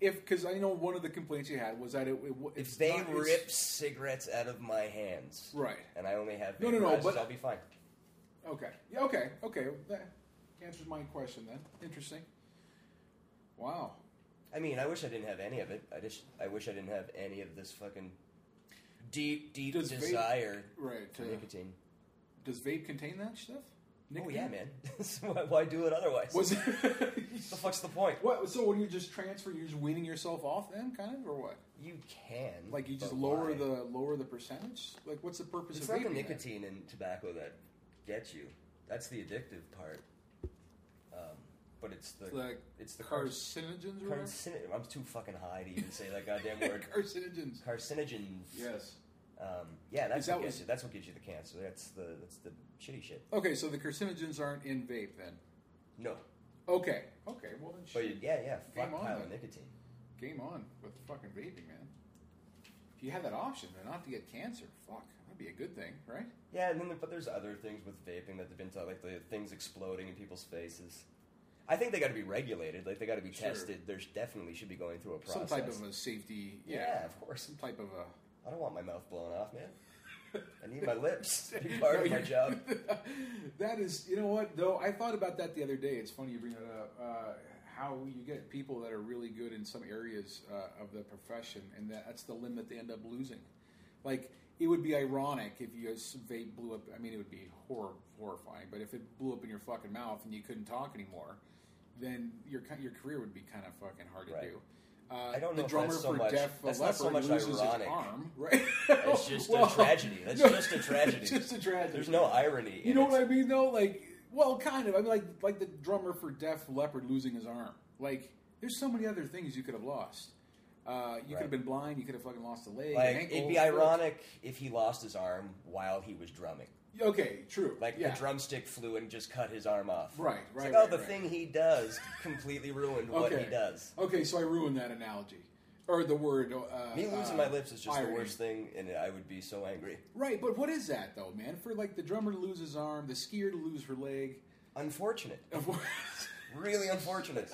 [SPEAKER 2] if because I know one of the complaints you had was that it, it it's
[SPEAKER 5] If they
[SPEAKER 2] not- it's-
[SPEAKER 5] rip cigarettes out of my hands,
[SPEAKER 2] Right.
[SPEAKER 5] and I only have vaporizers,
[SPEAKER 2] No, no, no, but-
[SPEAKER 5] I'll be fine.
[SPEAKER 2] Okay. Yeah. Okay. Okay. That answers my question then. Interesting. Wow.
[SPEAKER 5] I mean, I wish I didn't have any of it. I just I wish I didn't have any of this fucking deep deep
[SPEAKER 2] Does vape-
[SPEAKER 5] desire
[SPEAKER 2] Right.
[SPEAKER 5] for
[SPEAKER 2] uh,
[SPEAKER 5] nicotine.
[SPEAKER 2] does vape contain that stuff?
[SPEAKER 5] Oh
[SPEAKER 2] Nicotine?
[SPEAKER 5] yeah, man. So why, why do it otherwise?
[SPEAKER 2] Was it?
[SPEAKER 5] the fuck's the point?
[SPEAKER 2] what? So when you just transfer, you're just weaning yourself off them, kind of, or what?
[SPEAKER 5] You can
[SPEAKER 2] Like you just
[SPEAKER 5] but
[SPEAKER 2] lower
[SPEAKER 5] why?
[SPEAKER 2] the lower the percentage. Like what's the purpose
[SPEAKER 5] It's
[SPEAKER 2] of
[SPEAKER 5] not
[SPEAKER 2] vaping?
[SPEAKER 5] the
[SPEAKER 2] then?
[SPEAKER 5] nicotine in tobacco that gets you. That's the addictive part. Um, but it's the
[SPEAKER 2] It's Like
[SPEAKER 5] it's the car-
[SPEAKER 2] carcinogens or whatever?
[SPEAKER 5] carcin- I'm too fucking high to even say that goddamn word.
[SPEAKER 2] carcinogens.
[SPEAKER 5] Carcinogens.
[SPEAKER 2] Yes.
[SPEAKER 5] Um, yeah,
[SPEAKER 2] Is
[SPEAKER 5] that's
[SPEAKER 2] that
[SPEAKER 5] what gets
[SPEAKER 2] what-
[SPEAKER 5] you. That's what gives you the cancer. That's the that's the shitty shit.
[SPEAKER 2] Okay, so the carcinogens aren't in vape then.
[SPEAKER 5] No,
[SPEAKER 2] Okay. Okay. Well, then
[SPEAKER 5] but
[SPEAKER 2] shit.
[SPEAKER 5] you- yeah, yeah, fuck
[SPEAKER 2] Game on,
[SPEAKER 5] pile
[SPEAKER 2] then.
[SPEAKER 5] of nicotine.
[SPEAKER 2] Game on with fucking vaping, man. If you had that option and not to get cancer, fuck, that'd be a good thing, right?
[SPEAKER 5] Yeah, and then there- but there's other things with vaping that they've been taught, like the things exploding in people's faces. I think they got to be regulated. Like they got to be
[SPEAKER 2] Sure.
[SPEAKER 5] tested. There's definitely should be going through a process.
[SPEAKER 2] Some type of a safety, yeah,
[SPEAKER 5] yeah, of course.
[SPEAKER 2] some type of a.
[SPEAKER 5] I don't want my mouth blown off, man. I need my lips to be part of my job.
[SPEAKER 2] that is, you know what though? I thought about that the other day. It's funny you bring that up. Uh, how you get people that are really good in some areas uh, of the profession, and that, that's the limb that they end up losing. Like it would be ironic if you s- vape blew up. I mean, it would be horror, horrifying. But if it blew up in your fucking mouth and you couldn't talk anymore, then your ki- your career would be kind of fucking hard to
[SPEAKER 5] Right.
[SPEAKER 2] do. Uh,
[SPEAKER 5] I don't know
[SPEAKER 2] the
[SPEAKER 5] if
[SPEAKER 2] drummer
[SPEAKER 5] that's so
[SPEAKER 2] for
[SPEAKER 5] much-
[SPEAKER 2] Def
[SPEAKER 5] that's not
[SPEAKER 2] Leppard
[SPEAKER 5] so much
[SPEAKER 2] loses
[SPEAKER 5] ironic.
[SPEAKER 2] his arm, right?
[SPEAKER 5] It's just
[SPEAKER 2] Well,
[SPEAKER 5] a tragedy. That's
[SPEAKER 2] no,
[SPEAKER 5] just a tragedy.
[SPEAKER 2] it's just a tragedy.
[SPEAKER 5] There's no irony.
[SPEAKER 2] You
[SPEAKER 5] in
[SPEAKER 2] know
[SPEAKER 5] it.
[SPEAKER 2] what I mean, though? Like, well, kind of. I mean, like, like the drummer for Def Leppard losing his arm. Like, There's so many other things you could have lost. Uh, you could have
[SPEAKER 5] Right.
[SPEAKER 2] been blind. You could have fucking lost a leg. an
[SPEAKER 5] Like
[SPEAKER 2] ankle,
[SPEAKER 5] it'd be
[SPEAKER 2] foot.
[SPEAKER 5] ironic if he lost his arm while he was drumming.
[SPEAKER 2] Okay, true.
[SPEAKER 5] Like
[SPEAKER 2] yeah.
[SPEAKER 5] the drumstick flew and just cut his arm off.
[SPEAKER 2] Right,
[SPEAKER 5] It's
[SPEAKER 2] right,
[SPEAKER 5] Like, oh,
[SPEAKER 2] right,
[SPEAKER 5] the
[SPEAKER 2] right.
[SPEAKER 5] thing he does completely ruined what he does.
[SPEAKER 2] Okay, so I ruined that analogy. Or the word. Uh,
[SPEAKER 5] Me losing
[SPEAKER 2] uh,
[SPEAKER 5] my lips is just
[SPEAKER 2] irony.
[SPEAKER 5] the worst thing, and I would be so angry.
[SPEAKER 2] Right, but what is that, though, man? For, like, the drummer to lose his arm, the skier to lose her leg.
[SPEAKER 5] Unfortunate, really unfortunate.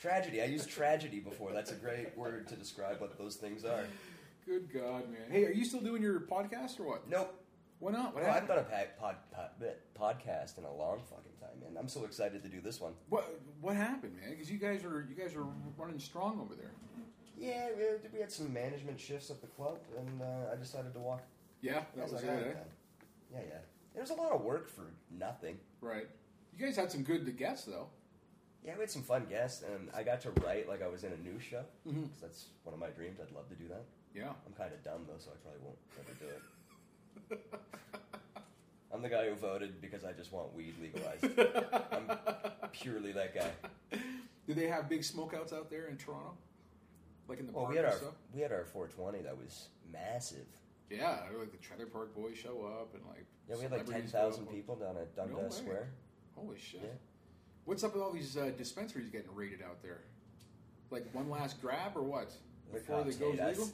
[SPEAKER 5] tragedy. I used tragedy before. That's a great word to describe what those things are.
[SPEAKER 2] Good God, man. Hey, are you still doing your podcast or what?
[SPEAKER 5] Nope.
[SPEAKER 2] Why not? What
[SPEAKER 5] Well, I've
[SPEAKER 2] happened?
[SPEAKER 5] done a pa- pod, pod, bleh, podcast in a long fucking time, and I'm so excited to do this one.
[SPEAKER 2] What, what happened, man? Because you guys are you guys are running strong over there.
[SPEAKER 5] Yeah, we- we had some management shifts at the club, and uh, I decided to walk.
[SPEAKER 2] Yeah,
[SPEAKER 5] I
[SPEAKER 2] that was
[SPEAKER 5] was
[SPEAKER 2] it.
[SPEAKER 5] like, "All right,
[SPEAKER 2] eh?
[SPEAKER 5] then." Yeah, yeah. It was a lot of work for nothing.
[SPEAKER 2] Right. You guys had some good to guess though.
[SPEAKER 5] Yeah, we had some fun guests, and I got to write like I was in a new show.
[SPEAKER 2] Mm-hmm.
[SPEAKER 5] 'cause that's one of my dreams. I'd love to do that.
[SPEAKER 2] Yeah.
[SPEAKER 5] I'm kind of dumb though, so I probably won't ever do it. I'm the guy who voted because I just want weed legalized. I'm purely that guy.
[SPEAKER 2] Do they have big smokeouts out there in Toronto? Like in the
[SPEAKER 5] Well,
[SPEAKER 2] park
[SPEAKER 5] we had
[SPEAKER 2] and
[SPEAKER 5] our
[SPEAKER 2] stuff?
[SPEAKER 5] we had our 420 that was massive.
[SPEAKER 2] Yeah, like the Trailer Park Boys show up and like
[SPEAKER 5] Yeah, we had like
[SPEAKER 2] celebrities
[SPEAKER 5] 10,000
[SPEAKER 2] go up.
[SPEAKER 5] people down at Dundas
[SPEAKER 2] way.
[SPEAKER 5] Square.
[SPEAKER 2] Holy shit!
[SPEAKER 5] Yeah.
[SPEAKER 2] What's up with all these uh, dispensaries getting raided out there? Like one last grab or what?
[SPEAKER 5] The
[SPEAKER 2] Before they
[SPEAKER 5] cops
[SPEAKER 2] go
[SPEAKER 5] hate us.
[SPEAKER 2] legal?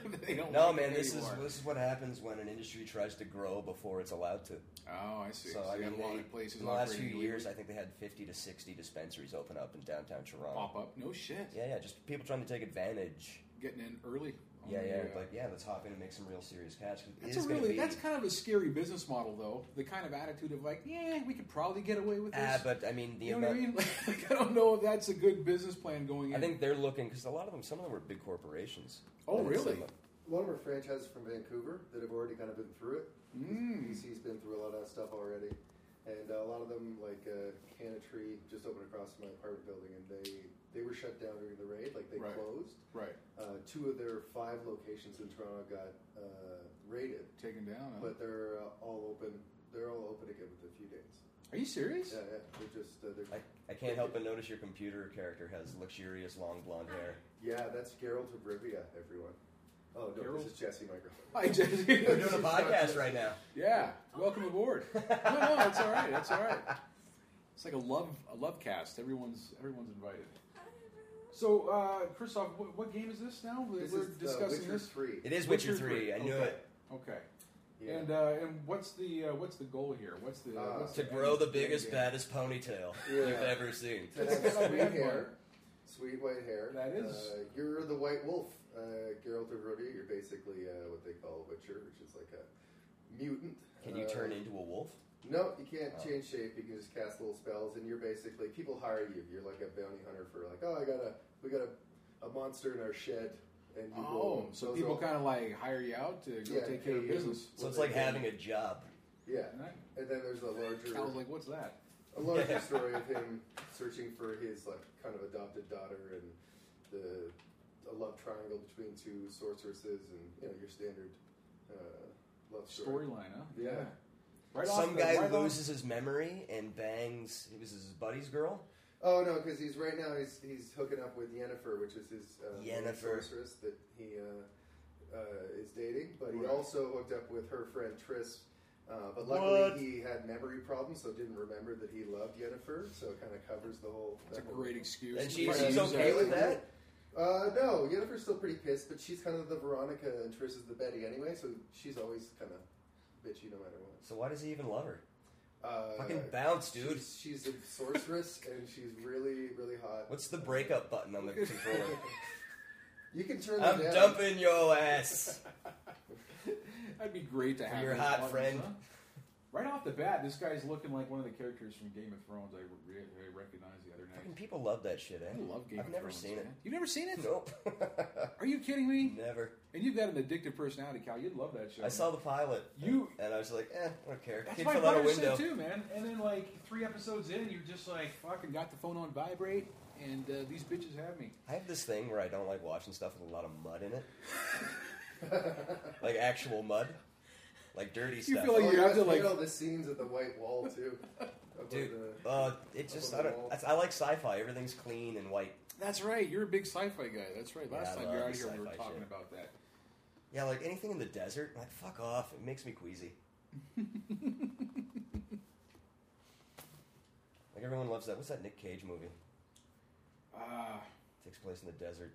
[SPEAKER 2] they don't
[SPEAKER 5] No,
[SPEAKER 2] like it
[SPEAKER 5] man, this is
[SPEAKER 2] anymore.
[SPEAKER 5] this is what happens when an industry tries to grow before it's allowed to.
[SPEAKER 2] oh, I see.
[SPEAKER 5] So
[SPEAKER 2] So,
[SPEAKER 5] I
[SPEAKER 2] you
[SPEAKER 5] mean,
[SPEAKER 2] got a lot
[SPEAKER 5] they-
[SPEAKER 2] of places
[SPEAKER 5] in the last few
[SPEAKER 2] operating
[SPEAKER 5] years, I
[SPEAKER 2] illegally.
[SPEAKER 5] think they had 50 to 60 dispensaries open up in downtown Toronto.
[SPEAKER 2] pop up. No shit.
[SPEAKER 5] Yeah, yeah, just people trying to take advantage.
[SPEAKER 2] Getting in early. on
[SPEAKER 5] yeah,
[SPEAKER 2] the,
[SPEAKER 5] yeah,
[SPEAKER 2] uh,
[SPEAKER 5] like yeah, let's hop in and make some real serious cash. 'cause it
[SPEAKER 2] That's a
[SPEAKER 5] is gonna
[SPEAKER 2] really
[SPEAKER 5] be-
[SPEAKER 2] that's kind of a scary business model though. The kind of attitude of like, yeah, we could probably get away with
[SPEAKER 5] ah,
[SPEAKER 2] this.
[SPEAKER 5] but I mean, the
[SPEAKER 2] you know what I
[SPEAKER 5] amount-
[SPEAKER 2] mean? Like, I don't know if that's a good business plan going in.
[SPEAKER 5] I think they're looking because a lot of them, some of them were big corporations.
[SPEAKER 2] Oh,
[SPEAKER 5] And it's
[SPEAKER 2] really?
[SPEAKER 5] like-
[SPEAKER 6] One of our franchises from Vancouver that have already kind of been through it.
[SPEAKER 2] Hmm.
[SPEAKER 6] DC's been through a lot of that stuff already. And uh, a lot of them, like uh, Canna Tree, just opened across my apartment building, and they, they were shut down during the raid. Like, they
[SPEAKER 2] Right.
[SPEAKER 6] closed.
[SPEAKER 2] right.
[SPEAKER 6] Uh, two of their five locations in Toronto got uh, raided,
[SPEAKER 2] Taken down. huh?
[SPEAKER 6] but they're uh, all open. They're all open again within a few days.
[SPEAKER 2] Are you serious?
[SPEAKER 6] Yeah, yeah. They're just, uh, they're,
[SPEAKER 5] I, I can't help but notice your computer character has luxurious long blonde hair.
[SPEAKER 6] yeah, that's Geralt of Rivia, everyone. Oh, no,
[SPEAKER 2] Geralt?
[SPEAKER 6] this is Jesse, my girlfriend.
[SPEAKER 2] I just
[SPEAKER 5] We're doing a podcast right now.
[SPEAKER 2] Yeah. Welcome aboard. No, no, it's all right. It's all right. It's like a love a love cast. Everyone's everyone's invited. So, uh, Christoph, what, what game is this now?
[SPEAKER 6] This
[SPEAKER 2] We're
[SPEAKER 6] is uh,
[SPEAKER 2] discussing
[SPEAKER 6] Witcher
[SPEAKER 2] this.
[SPEAKER 6] 3.
[SPEAKER 5] It is Witcher,
[SPEAKER 2] Witcher
[SPEAKER 5] 3. I knew
[SPEAKER 2] Okay.
[SPEAKER 5] it.
[SPEAKER 2] Okay.
[SPEAKER 6] Yeah.
[SPEAKER 2] And uh, and what's the uh, what's the goal here? What's the
[SPEAKER 6] Uh,
[SPEAKER 2] what's
[SPEAKER 5] To
[SPEAKER 2] the
[SPEAKER 5] grow
[SPEAKER 2] end-
[SPEAKER 5] the biggest,
[SPEAKER 2] end game?
[SPEAKER 5] baddest ponytail
[SPEAKER 6] Yeah.
[SPEAKER 5] you've ever seen.
[SPEAKER 6] To have
[SPEAKER 2] That's
[SPEAKER 6] sweet
[SPEAKER 2] not bad,
[SPEAKER 6] hair.
[SPEAKER 2] Mark.
[SPEAKER 6] Sweet white hair.
[SPEAKER 2] That is-
[SPEAKER 6] Uh, you're the white wolf, uh, Geralt of Rivia. You're basically uh, what they call a witcher, which is like a mutant.
[SPEAKER 5] Can you
[SPEAKER 6] Uh,
[SPEAKER 5] turn into a wolf?
[SPEAKER 6] No, you can't
[SPEAKER 5] Oh.
[SPEAKER 6] change shape. You can just cast little spells, and you're basically people hire you. You're like a bounty hunter for like, oh, I got a, we got a, a monster in our shed, and you
[SPEAKER 2] Oh,
[SPEAKER 6] roll.
[SPEAKER 2] so
[SPEAKER 6] those
[SPEAKER 2] people
[SPEAKER 6] are all-
[SPEAKER 2] kind of like hire you out to go
[SPEAKER 6] Yeah,
[SPEAKER 2] take care of
[SPEAKER 6] pay you.
[SPEAKER 2] business.
[SPEAKER 5] So
[SPEAKER 6] Well,
[SPEAKER 5] it's
[SPEAKER 6] they
[SPEAKER 5] like
[SPEAKER 6] can-
[SPEAKER 5] having a job.
[SPEAKER 6] yeah.
[SPEAKER 2] And I,
[SPEAKER 6] And then there's a larger.
[SPEAKER 2] I was like, what's that?
[SPEAKER 6] a larger story of him searching for his like kind of adopted daughter and the a love triangle between two sorceresses and you know your standard uh, love story.
[SPEAKER 2] Storyline, huh?
[SPEAKER 6] Yeah.
[SPEAKER 2] Right off
[SPEAKER 5] Some
[SPEAKER 2] the-
[SPEAKER 5] guy
[SPEAKER 2] right off-
[SPEAKER 5] loses his memory and bangs. It was his buddy's girl.
[SPEAKER 6] Oh no, because he's right now he's he's hooking up with Yennefer, which is his uh, main
[SPEAKER 5] Yennefer.
[SPEAKER 6] sorceress that he uh, uh, is dating. But he
[SPEAKER 2] Right.
[SPEAKER 6] also hooked up with her friend Triss. Uh, but luckily
[SPEAKER 5] What?
[SPEAKER 6] he had memory problems, so didn't remember that he loved Yennefer. So it kind of covers the whole.
[SPEAKER 2] That's a
[SPEAKER 6] that whole-
[SPEAKER 2] great excuse.
[SPEAKER 5] And
[SPEAKER 2] You
[SPEAKER 5] she,
[SPEAKER 2] might
[SPEAKER 5] she's
[SPEAKER 2] use
[SPEAKER 5] okay
[SPEAKER 2] that.
[SPEAKER 5] with that?
[SPEAKER 6] Uh, no, Yennefer's still pretty pissed, but she's kind of the Veronica and Triss is the Betty anyway, so she's always kind of bitchy no matter what.
[SPEAKER 5] So why does he even love her?
[SPEAKER 6] Uh,
[SPEAKER 5] Fucking bounce, dude.
[SPEAKER 6] She's, she's a sorceress and she's really, really hot.
[SPEAKER 5] What's the breakup button on the controller?
[SPEAKER 6] You can turn
[SPEAKER 5] I'm
[SPEAKER 6] them down.
[SPEAKER 5] dumping yo ass.
[SPEAKER 2] That'd be great to have.
[SPEAKER 5] your
[SPEAKER 2] those
[SPEAKER 5] hot
[SPEAKER 2] buttons,
[SPEAKER 5] friend.
[SPEAKER 2] huh? Right off the bat, this guy's looking like one of the characters from Game of Thrones. I, re- I recognized the other
[SPEAKER 5] Fucking
[SPEAKER 2] night.
[SPEAKER 5] people love that shit, eh?
[SPEAKER 2] I love Game
[SPEAKER 5] I've
[SPEAKER 2] of
[SPEAKER 5] never
[SPEAKER 2] Thrones.
[SPEAKER 5] seen it.
[SPEAKER 2] man. You've never seen it?
[SPEAKER 5] Nope.
[SPEAKER 2] Are you kidding me?
[SPEAKER 5] never.
[SPEAKER 2] And you've got an addictive personality, Cal. You'd love that show.
[SPEAKER 5] I saw the pilot.
[SPEAKER 2] You-
[SPEAKER 5] and I was like, eh, I don't care.
[SPEAKER 2] That's
[SPEAKER 5] Kid
[SPEAKER 2] my
[SPEAKER 5] fell out a
[SPEAKER 2] brother said
[SPEAKER 5] window.
[SPEAKER 2] too, man. And then like three episodes in, you're just like, fucking got the phone on vibrate, and uh, these bitches have me.
[SPEAKER 5] I have this thing where I don't like watching stuff with a lot of mud in it, like actual mud, like dirty
[SPEAKER 2] You
[SPEAKER 5] stuff.
[SPEAKER 2] feel like-
[SPEAKER 6] Oh,
[SPEAKER 2] You
[SPEAKER 6] you
[SPEAKER 2] have to,
[SPEAKER 6] have
[SPEAKER 2] like-
[SPEAKER 6] all the scenes at the white wall too. Of Up
[SPEAKER 5] Dude,
[SPEAKER 6] on the,
[SPEAKER 5] uh, it just I
[SPEAKER 6] on the
[SPEAKER 5] don't.
[SPEAKER 6] wall.
[SPEAKER 5] that's- I like sci-fi. Everything's clean and white.
[SPEAKER 2] That's right. You're a big sci-fi guy. That's right.
[SPEAKER 5] Yeah, I
[SPEAKER 2] Last time
[SPEAKER 5] love
[SPEAKER 2] you were out
[SPEAKER 5] the
[SPEAKER 2] here, we were
[SPEAKER 5] sci-fi
[SPEAKER 2] talking
[SPEAKER 5] shit.
[SPEAKER 2] about that.
[SPEAKER 5] Yeah, like anything in the desert, like fuck off. It makes me queasy. like everyone loves that. What's that Nick Cage movie?
[SPEAKER 2] Uh,
[SPEAKER 5] takes place in the desert.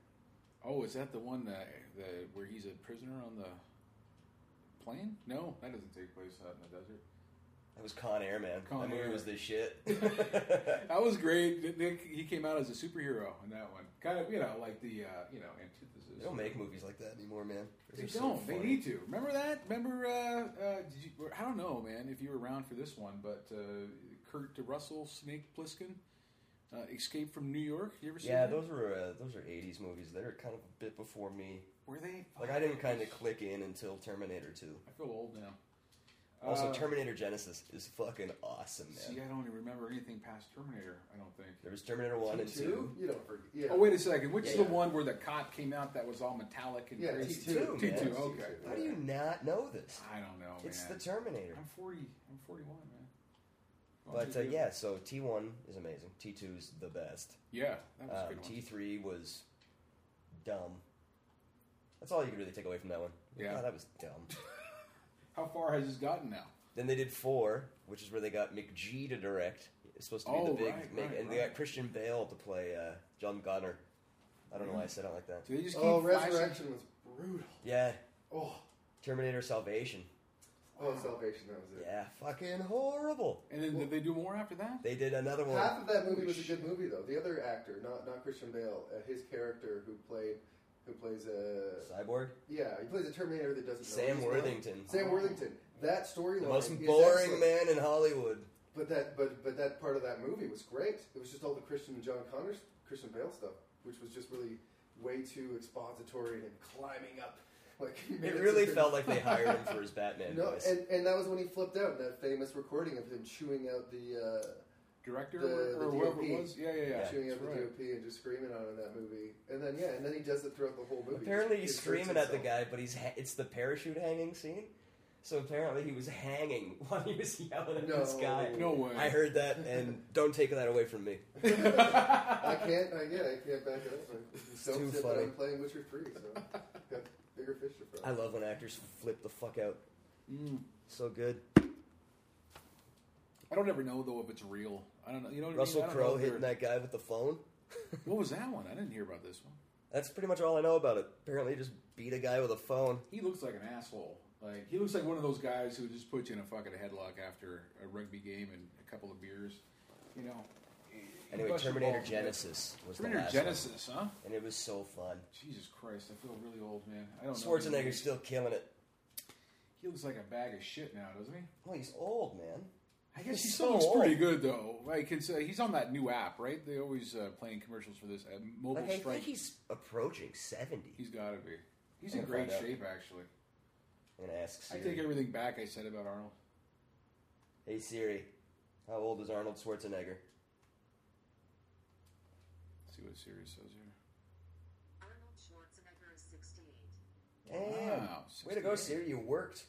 [SPEAKER 2] oh, is that the one that, that where he's a prisoner on the plane? No, that doesn't take place out in the desert.
[SPEAKER 5] That was Con Air, man.
[SPEAKER 2] Con
[SPEAKER 5] that movie
[SPEAKER 2] Air.
[SPEAKER 5] was the shit.
[SPEAKER 2] That was great. Nick, he came out as a superhero in that one. Kind of, you know, like the uh, you know antithesis.
[SPEAKER 5] they don't make movies like that anymore, man.
[SPEAKER 2] They
[SPEAKER 5] They're so
[SPEAKER 2] don't. They
[SPEAKER 5] funny.
[SPEAKER 2] need to. Remember that? Remember? Uh, uh, did you, I don't know, man. If you were around for this one, but uh, Kurt Russell, Snake Plissken, uh, Escape from New York. You ever seen?
[SPEAKER 5] Yeah,
[SPEAKER 2] that?
[SPEAKER 5] those were uh, those are '80s movies. They were kind of a bit before me.
[SPEAKER 2] were they?
[SPEAKER 5] Like I didn't kind of click in until Terminator 2.
[SPEAKER 2] I feel old now.
[SPEAKER 5] Also,
[SPEAKER 2] Uh,
[SPEAKER 5] Terminator Genesis is fucking awesome, man.
[SPEAKER 2] See, I don't even remember anything past Terminator. I don't think.
[SPEAKER 5] There was Terminator One and
[SPEAKER 6] T2?
[SPEAKER 5] Two.
[SPEAKER 6] You don't forget. Yeah.
[SPEAKER 2] Oh wait a second. Which is the
[SPEAKER 5] Yeah.
[SPEAKER 2] one where the cop came out that was all metallic and
[SPEAKER 6] Yeah,
[SPEAKER 2] crazy?
[SPEAKER 6] T2.
[SPEAKER 2] T two.
[SPEAKER 5] man.
[SPEAKER 2] Okay.
[SPEAKER 5] How do you not know this?
[SPEAKER 2] I don't know,
[SPEAKER 5] It's the
[SPEAKER 2] man.
[SPEAKER 5] Terminator.
[SPEAKER 2] I'm forty. I'm forty one, man. Well,
[SPEAKER 5] But
[SPEAKER 2] it's
[SPEAKER 5] uh,
[SPEAKER 2] a good-
[SPEAKER 5] yeah, so T1 is amazing. T2 is the best.
[SPEAKER 2] yeah, that was a
[SPEAKER 5] Um,
[SPEAKER 2] good one.
[SPEAKER 5] T3 was dumb. That's all you could really take away from that one.
[SPEAKER 2] Yeah.
[SPEAKER 5] God, that was dumb.
[SPEAKER 2] How far has this gotten now?
[SPEAKER 5] Then they did four, which is where they got McGee to direct. It's supposed to be
[SPEAKER 2] Oh,
[SPEAKER 5] the big,
[SPEAKER 2] right,
[SPEAKER 5] make,
[SPEAKER 2] right,
[SPEAKER 5] and they got
[SPEAKER 2] right.
[SPEAKER 5] Christian Bale to play uh, John Gunner. I don't know why I said it like that.
[SPEAKER 2] Do they just keep
[SPEAKER 6] Oh,
[SPEAKER 2] flashing-
[SPEAKER 6] Resurrection was brutal.
[SPEAKER 5] Yeah,
[SPEAKER 6] Oh,
[SPEAKER 5] Terminator Salvation.
[SPEAKER 6] oh, Salvation. That was it.
[SPEAKER 5] Yeah, fucking horrible.
[SPEAKER 2] And then did they do more after that?
[SPEAKER 5] They did another one.
[SPEAKER 6] Half of that movie
[SPEAKER 5] Holy
[SPEAKER 6] was a
[SPEAKER 5] shit.
[SPEAKER 6] good movie though. The other actor, not not Christian Bale, uh, his character who played who plays a
[SPEAKER 5] Cyborg.
[SPEAKER 6] yeah he plays a Terminator that doesn't. know
[SPEAKER 5] Sam
[SPEAKER 6] he's not.
[SPEAKER 5] Worthington.
[SPEAKER 6] Sam Worthington. That storyline.
[SPEAKER 5] The most
[SPEAKER 6] is
[SPEAKER 5] boring
[SPEAKER 6] excellent.
[SPEAKER 5] man in Hollywood.
[SPEAKER 6] But that but but that part of that movie was great. It was just all the Christian and John Connor Christian Bale stuff, which was just really way too expository and climbing up. Like
[SPEAKER 5] It
[SPEAKER 6] minutes
[SPEAKER 5] really
[SPEAKER 6] of him-
[SPEAKER 5] felt like they hired him for his Batman
[SPEAKER 6] No,
[SPEAKER 5] voice.
[SPEAKER 6] and, and that was when he flipped out. That famous recording of him chewing out the. Uh,
[SPEAKER 2] Director
[SPEAKER 6] The-
[SPEAKER 2] or,
[SPEAKER 6] the
[SPEAKER 2] or whoever
[SPEAKER 6] DOP.
[SPEAKER 2] it was? Yeah, yeah, yeah.
[SPEAKER 6] chewing
[SPEAKER 2] That's
[SPEAKER 6] up the
[SPEAKER 2] right.
[SPEAKER 6] DOP and just screaming on him in that movie. And then yeah, and then he does it throughout the whole movie.
[SPEAKER 5] Apparently,
[SPEAKER 6] He
[SPEAKER 5] he's
[SPEAKER 6] just hurts
[SPEAKER 5] screaming at the
[SPEAKER 6] himself.
[SPEAKER 5] guy, but he's ha- it's the parachute hanging scene. So apparently, he was hanging while he was yelling at this
[SPEAKER 6] No.
[SPEAKER 5] guy.
[SPEAKER 2] No way.
[SPEAKER 5] I heard that, and don't take that away from me.
[SPEAKER 6] I can't. I, yeah, I can't back it up. It's
[SPEAKER 5] too funny.
[SPEAKER 6] I'm playing Witcher Three, so got bigger fish to fry.
[SPEAKER 5] I love when actors flip the fuck out.
[SPEAKER 2] Mm.
[SPEAKER 5] So good.
[SPEAKER 2] I don't ever know though if it's real. I don't know. You know what
[SPEAKER 5] Russell
[SPEAKER 2] I mean? I don't know
[SPEAKER 5] Crowe
[SPEAKER 2] if they're-
[SPEAKER 5] hitting that guy with the phone.
[SPEAKER 2] What was that one? I didn't hear about this one.
[SPEAKER 5] That's pretty much all I know about it. Apparently, he just beat a guy with a phone.
[SPEAKER 2] He looks like an asshole. Like he looks like one of those guys who just puts you in a fucking headlock after a rugby game and a couple of beers. You know.
[SPEAKER 5] Anyway,
[SPEAKER 2] Bust your
[SPEAKER 5] Terminator
[SPEAKER 2] balls.
[SPEAKER 5] Genesis was the
[SPEAKER 2] Terminator
[SPEAKER 5] last
[SPEAKER 2] Genesis, huh?
[SPEAKER 5] one, and it was so fun.
[SPEAKER 2] Jesus Christ, I feel really old, man. I don't know.
[SPEAKER 5] Schwarzenegger's still killing it.
[SPEAKER 2] He looks like a bag of shit now, doesn't he?
[SPEAKER 5] Well, he's old, man.
[SPEAKER 2] I guess
[SPEAKER 5] He's
[SPEAKER 2] he
[SPEAKER 5] so
[SPEAKER 2] still looks
[SPEAKER 5] old.
[SPEAKER 2] pretty good though. Like it's, uh, he's on that new app, right? They always uh, playing commercials for this uh, mobile
[SPEAKER 5] Like, I
[SPEAKER 2] strike.
[SPEAKER 5] think he's approaching seventy.
[SPEAKER 2] he's got to be. He's
[SPEAKER 5] I'm
[SPEAKER 2] in
[SPEAKER 5] gonna
[SPEAKER 2] great
[SPEAKER 5] find out.
[SPEAKER 2] shape, actually.
[SPEAKER 5] I'm gonna ask.
[SPEAKER 2] I
[SPEAKER 5] Siri.
[SPEAKER 2] take everything back I said about Arnold.
[SPEAKER 5] Hey Siri, how old is Arnold Schwarzenegger?
[SPEAKER 2] Let's see what Siri says here.
[SPEAKER 7] Arnold Schwarzenegger is 68.
[SPEAKER 5] Damn.
[SPEAKER 2] Wow,
[SPEAKER 5] Way to go,
[SPEAKER 2] 68.
[SPEAKER 5] Siri. You worked.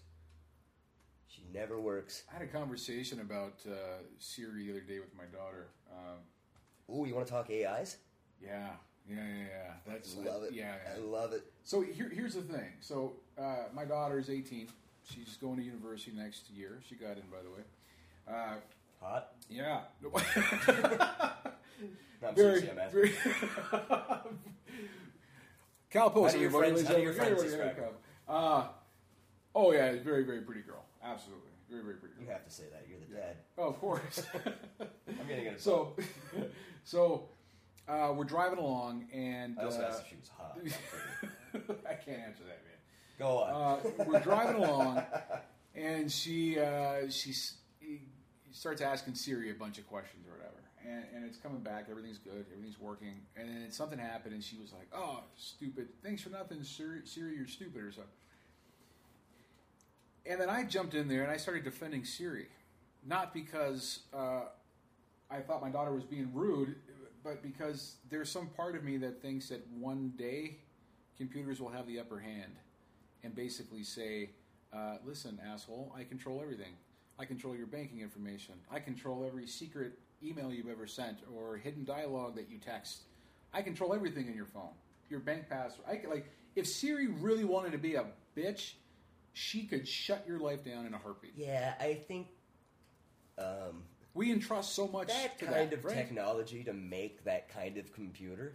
[SPEAKER 5] She never works.
[SPEAKER 2] I had a conversation about uh, Siri the other day with my daughter. Um,
[SPEAKER 5] Ooh, you want to talk AIs?
[SPEAKER 2] yeah, yeah, yeah, yeah. That's
[SPEAKER 5] Love it.
[SPEAKER 2] Yeah, yeah.
[SPEAKER 5] I love it.
[SPEAKER 2] So here, here's the thing. So uh, my daughter's 18. She's going to university next year. She got in, by the way. Uh,
[SPEAKER 5] Hot?
[SPEAKER 2] yeah.
[SPEAKER 5] No, I'm
[SPEAKER 2] very,
[SPEAKER 5] seriously, I'm asking.
[SPEAKER 2] very Calpos,
[SPEAKER 5] How do your
[SPEAKER 2] everybody,
[SPEAKER 5] friends-
[SPEAKER 2] ladies
[SPEAKER 5] how do your
[SPEAKER 2] and
[SPEAKER 5] friends
[SPEAKER 2] gentlemen. Here we
[SPEAKER 5] describe her?
[SPEAKER 2] go. Uh, oh yeah, very very pretty girl. Absolutely, very very pretty girl.
[SPEAKER 5] You have to say that. You're the dad.
[SPEAKER 2] Oh, of course.
[SPEAKER 5] I'm getting it.
[SPEAKER 2] so, so uh, we're driving along, and
[SPEAKER 5] I also
[SPEAKER 2] uh,
[SPEAKER 5] asked if she was hot.
[SPEAKER 2] I can't answer that, man
[SPEAKER 5] Go on.
[SPEAKER 2] uh, we're driving along, and she uh, she s- he starts asking Siri a bunch of questions or whatever, and, and it's coming back. Everything's good. Everything's working. And then something happened, and she was like, "Oh, stupid! Thanks for nothing, Siri. Siri you're stupid," or something. And then I jumped in there and I started defending Siri, not because uh, I thought my daughter was being rude, but because there's some part of me that thinks that one day computers will have the upper hand and basically say, uh, "Listen, asshole, I control everything. I control your banking information. I control every secret email you've ever sent or hidden dialogue that you text. I control everything in your phone. Your bank password. I could, like if Siri really wanted to be a bitch, she could shut your life down in a heartbeat.
[SPEAKER 5] Yeah, I think um,
[SPEAKER 2] We entrust so much
[SPEAKER 5] that
[SPEAKER 2] to
[SPEAKER 5] kind
[SPEAKER 2] that,
[SPEAKER 5] of
[SPEAKER 2] right?
[SPEAKER 5] technology to make that kind of computer.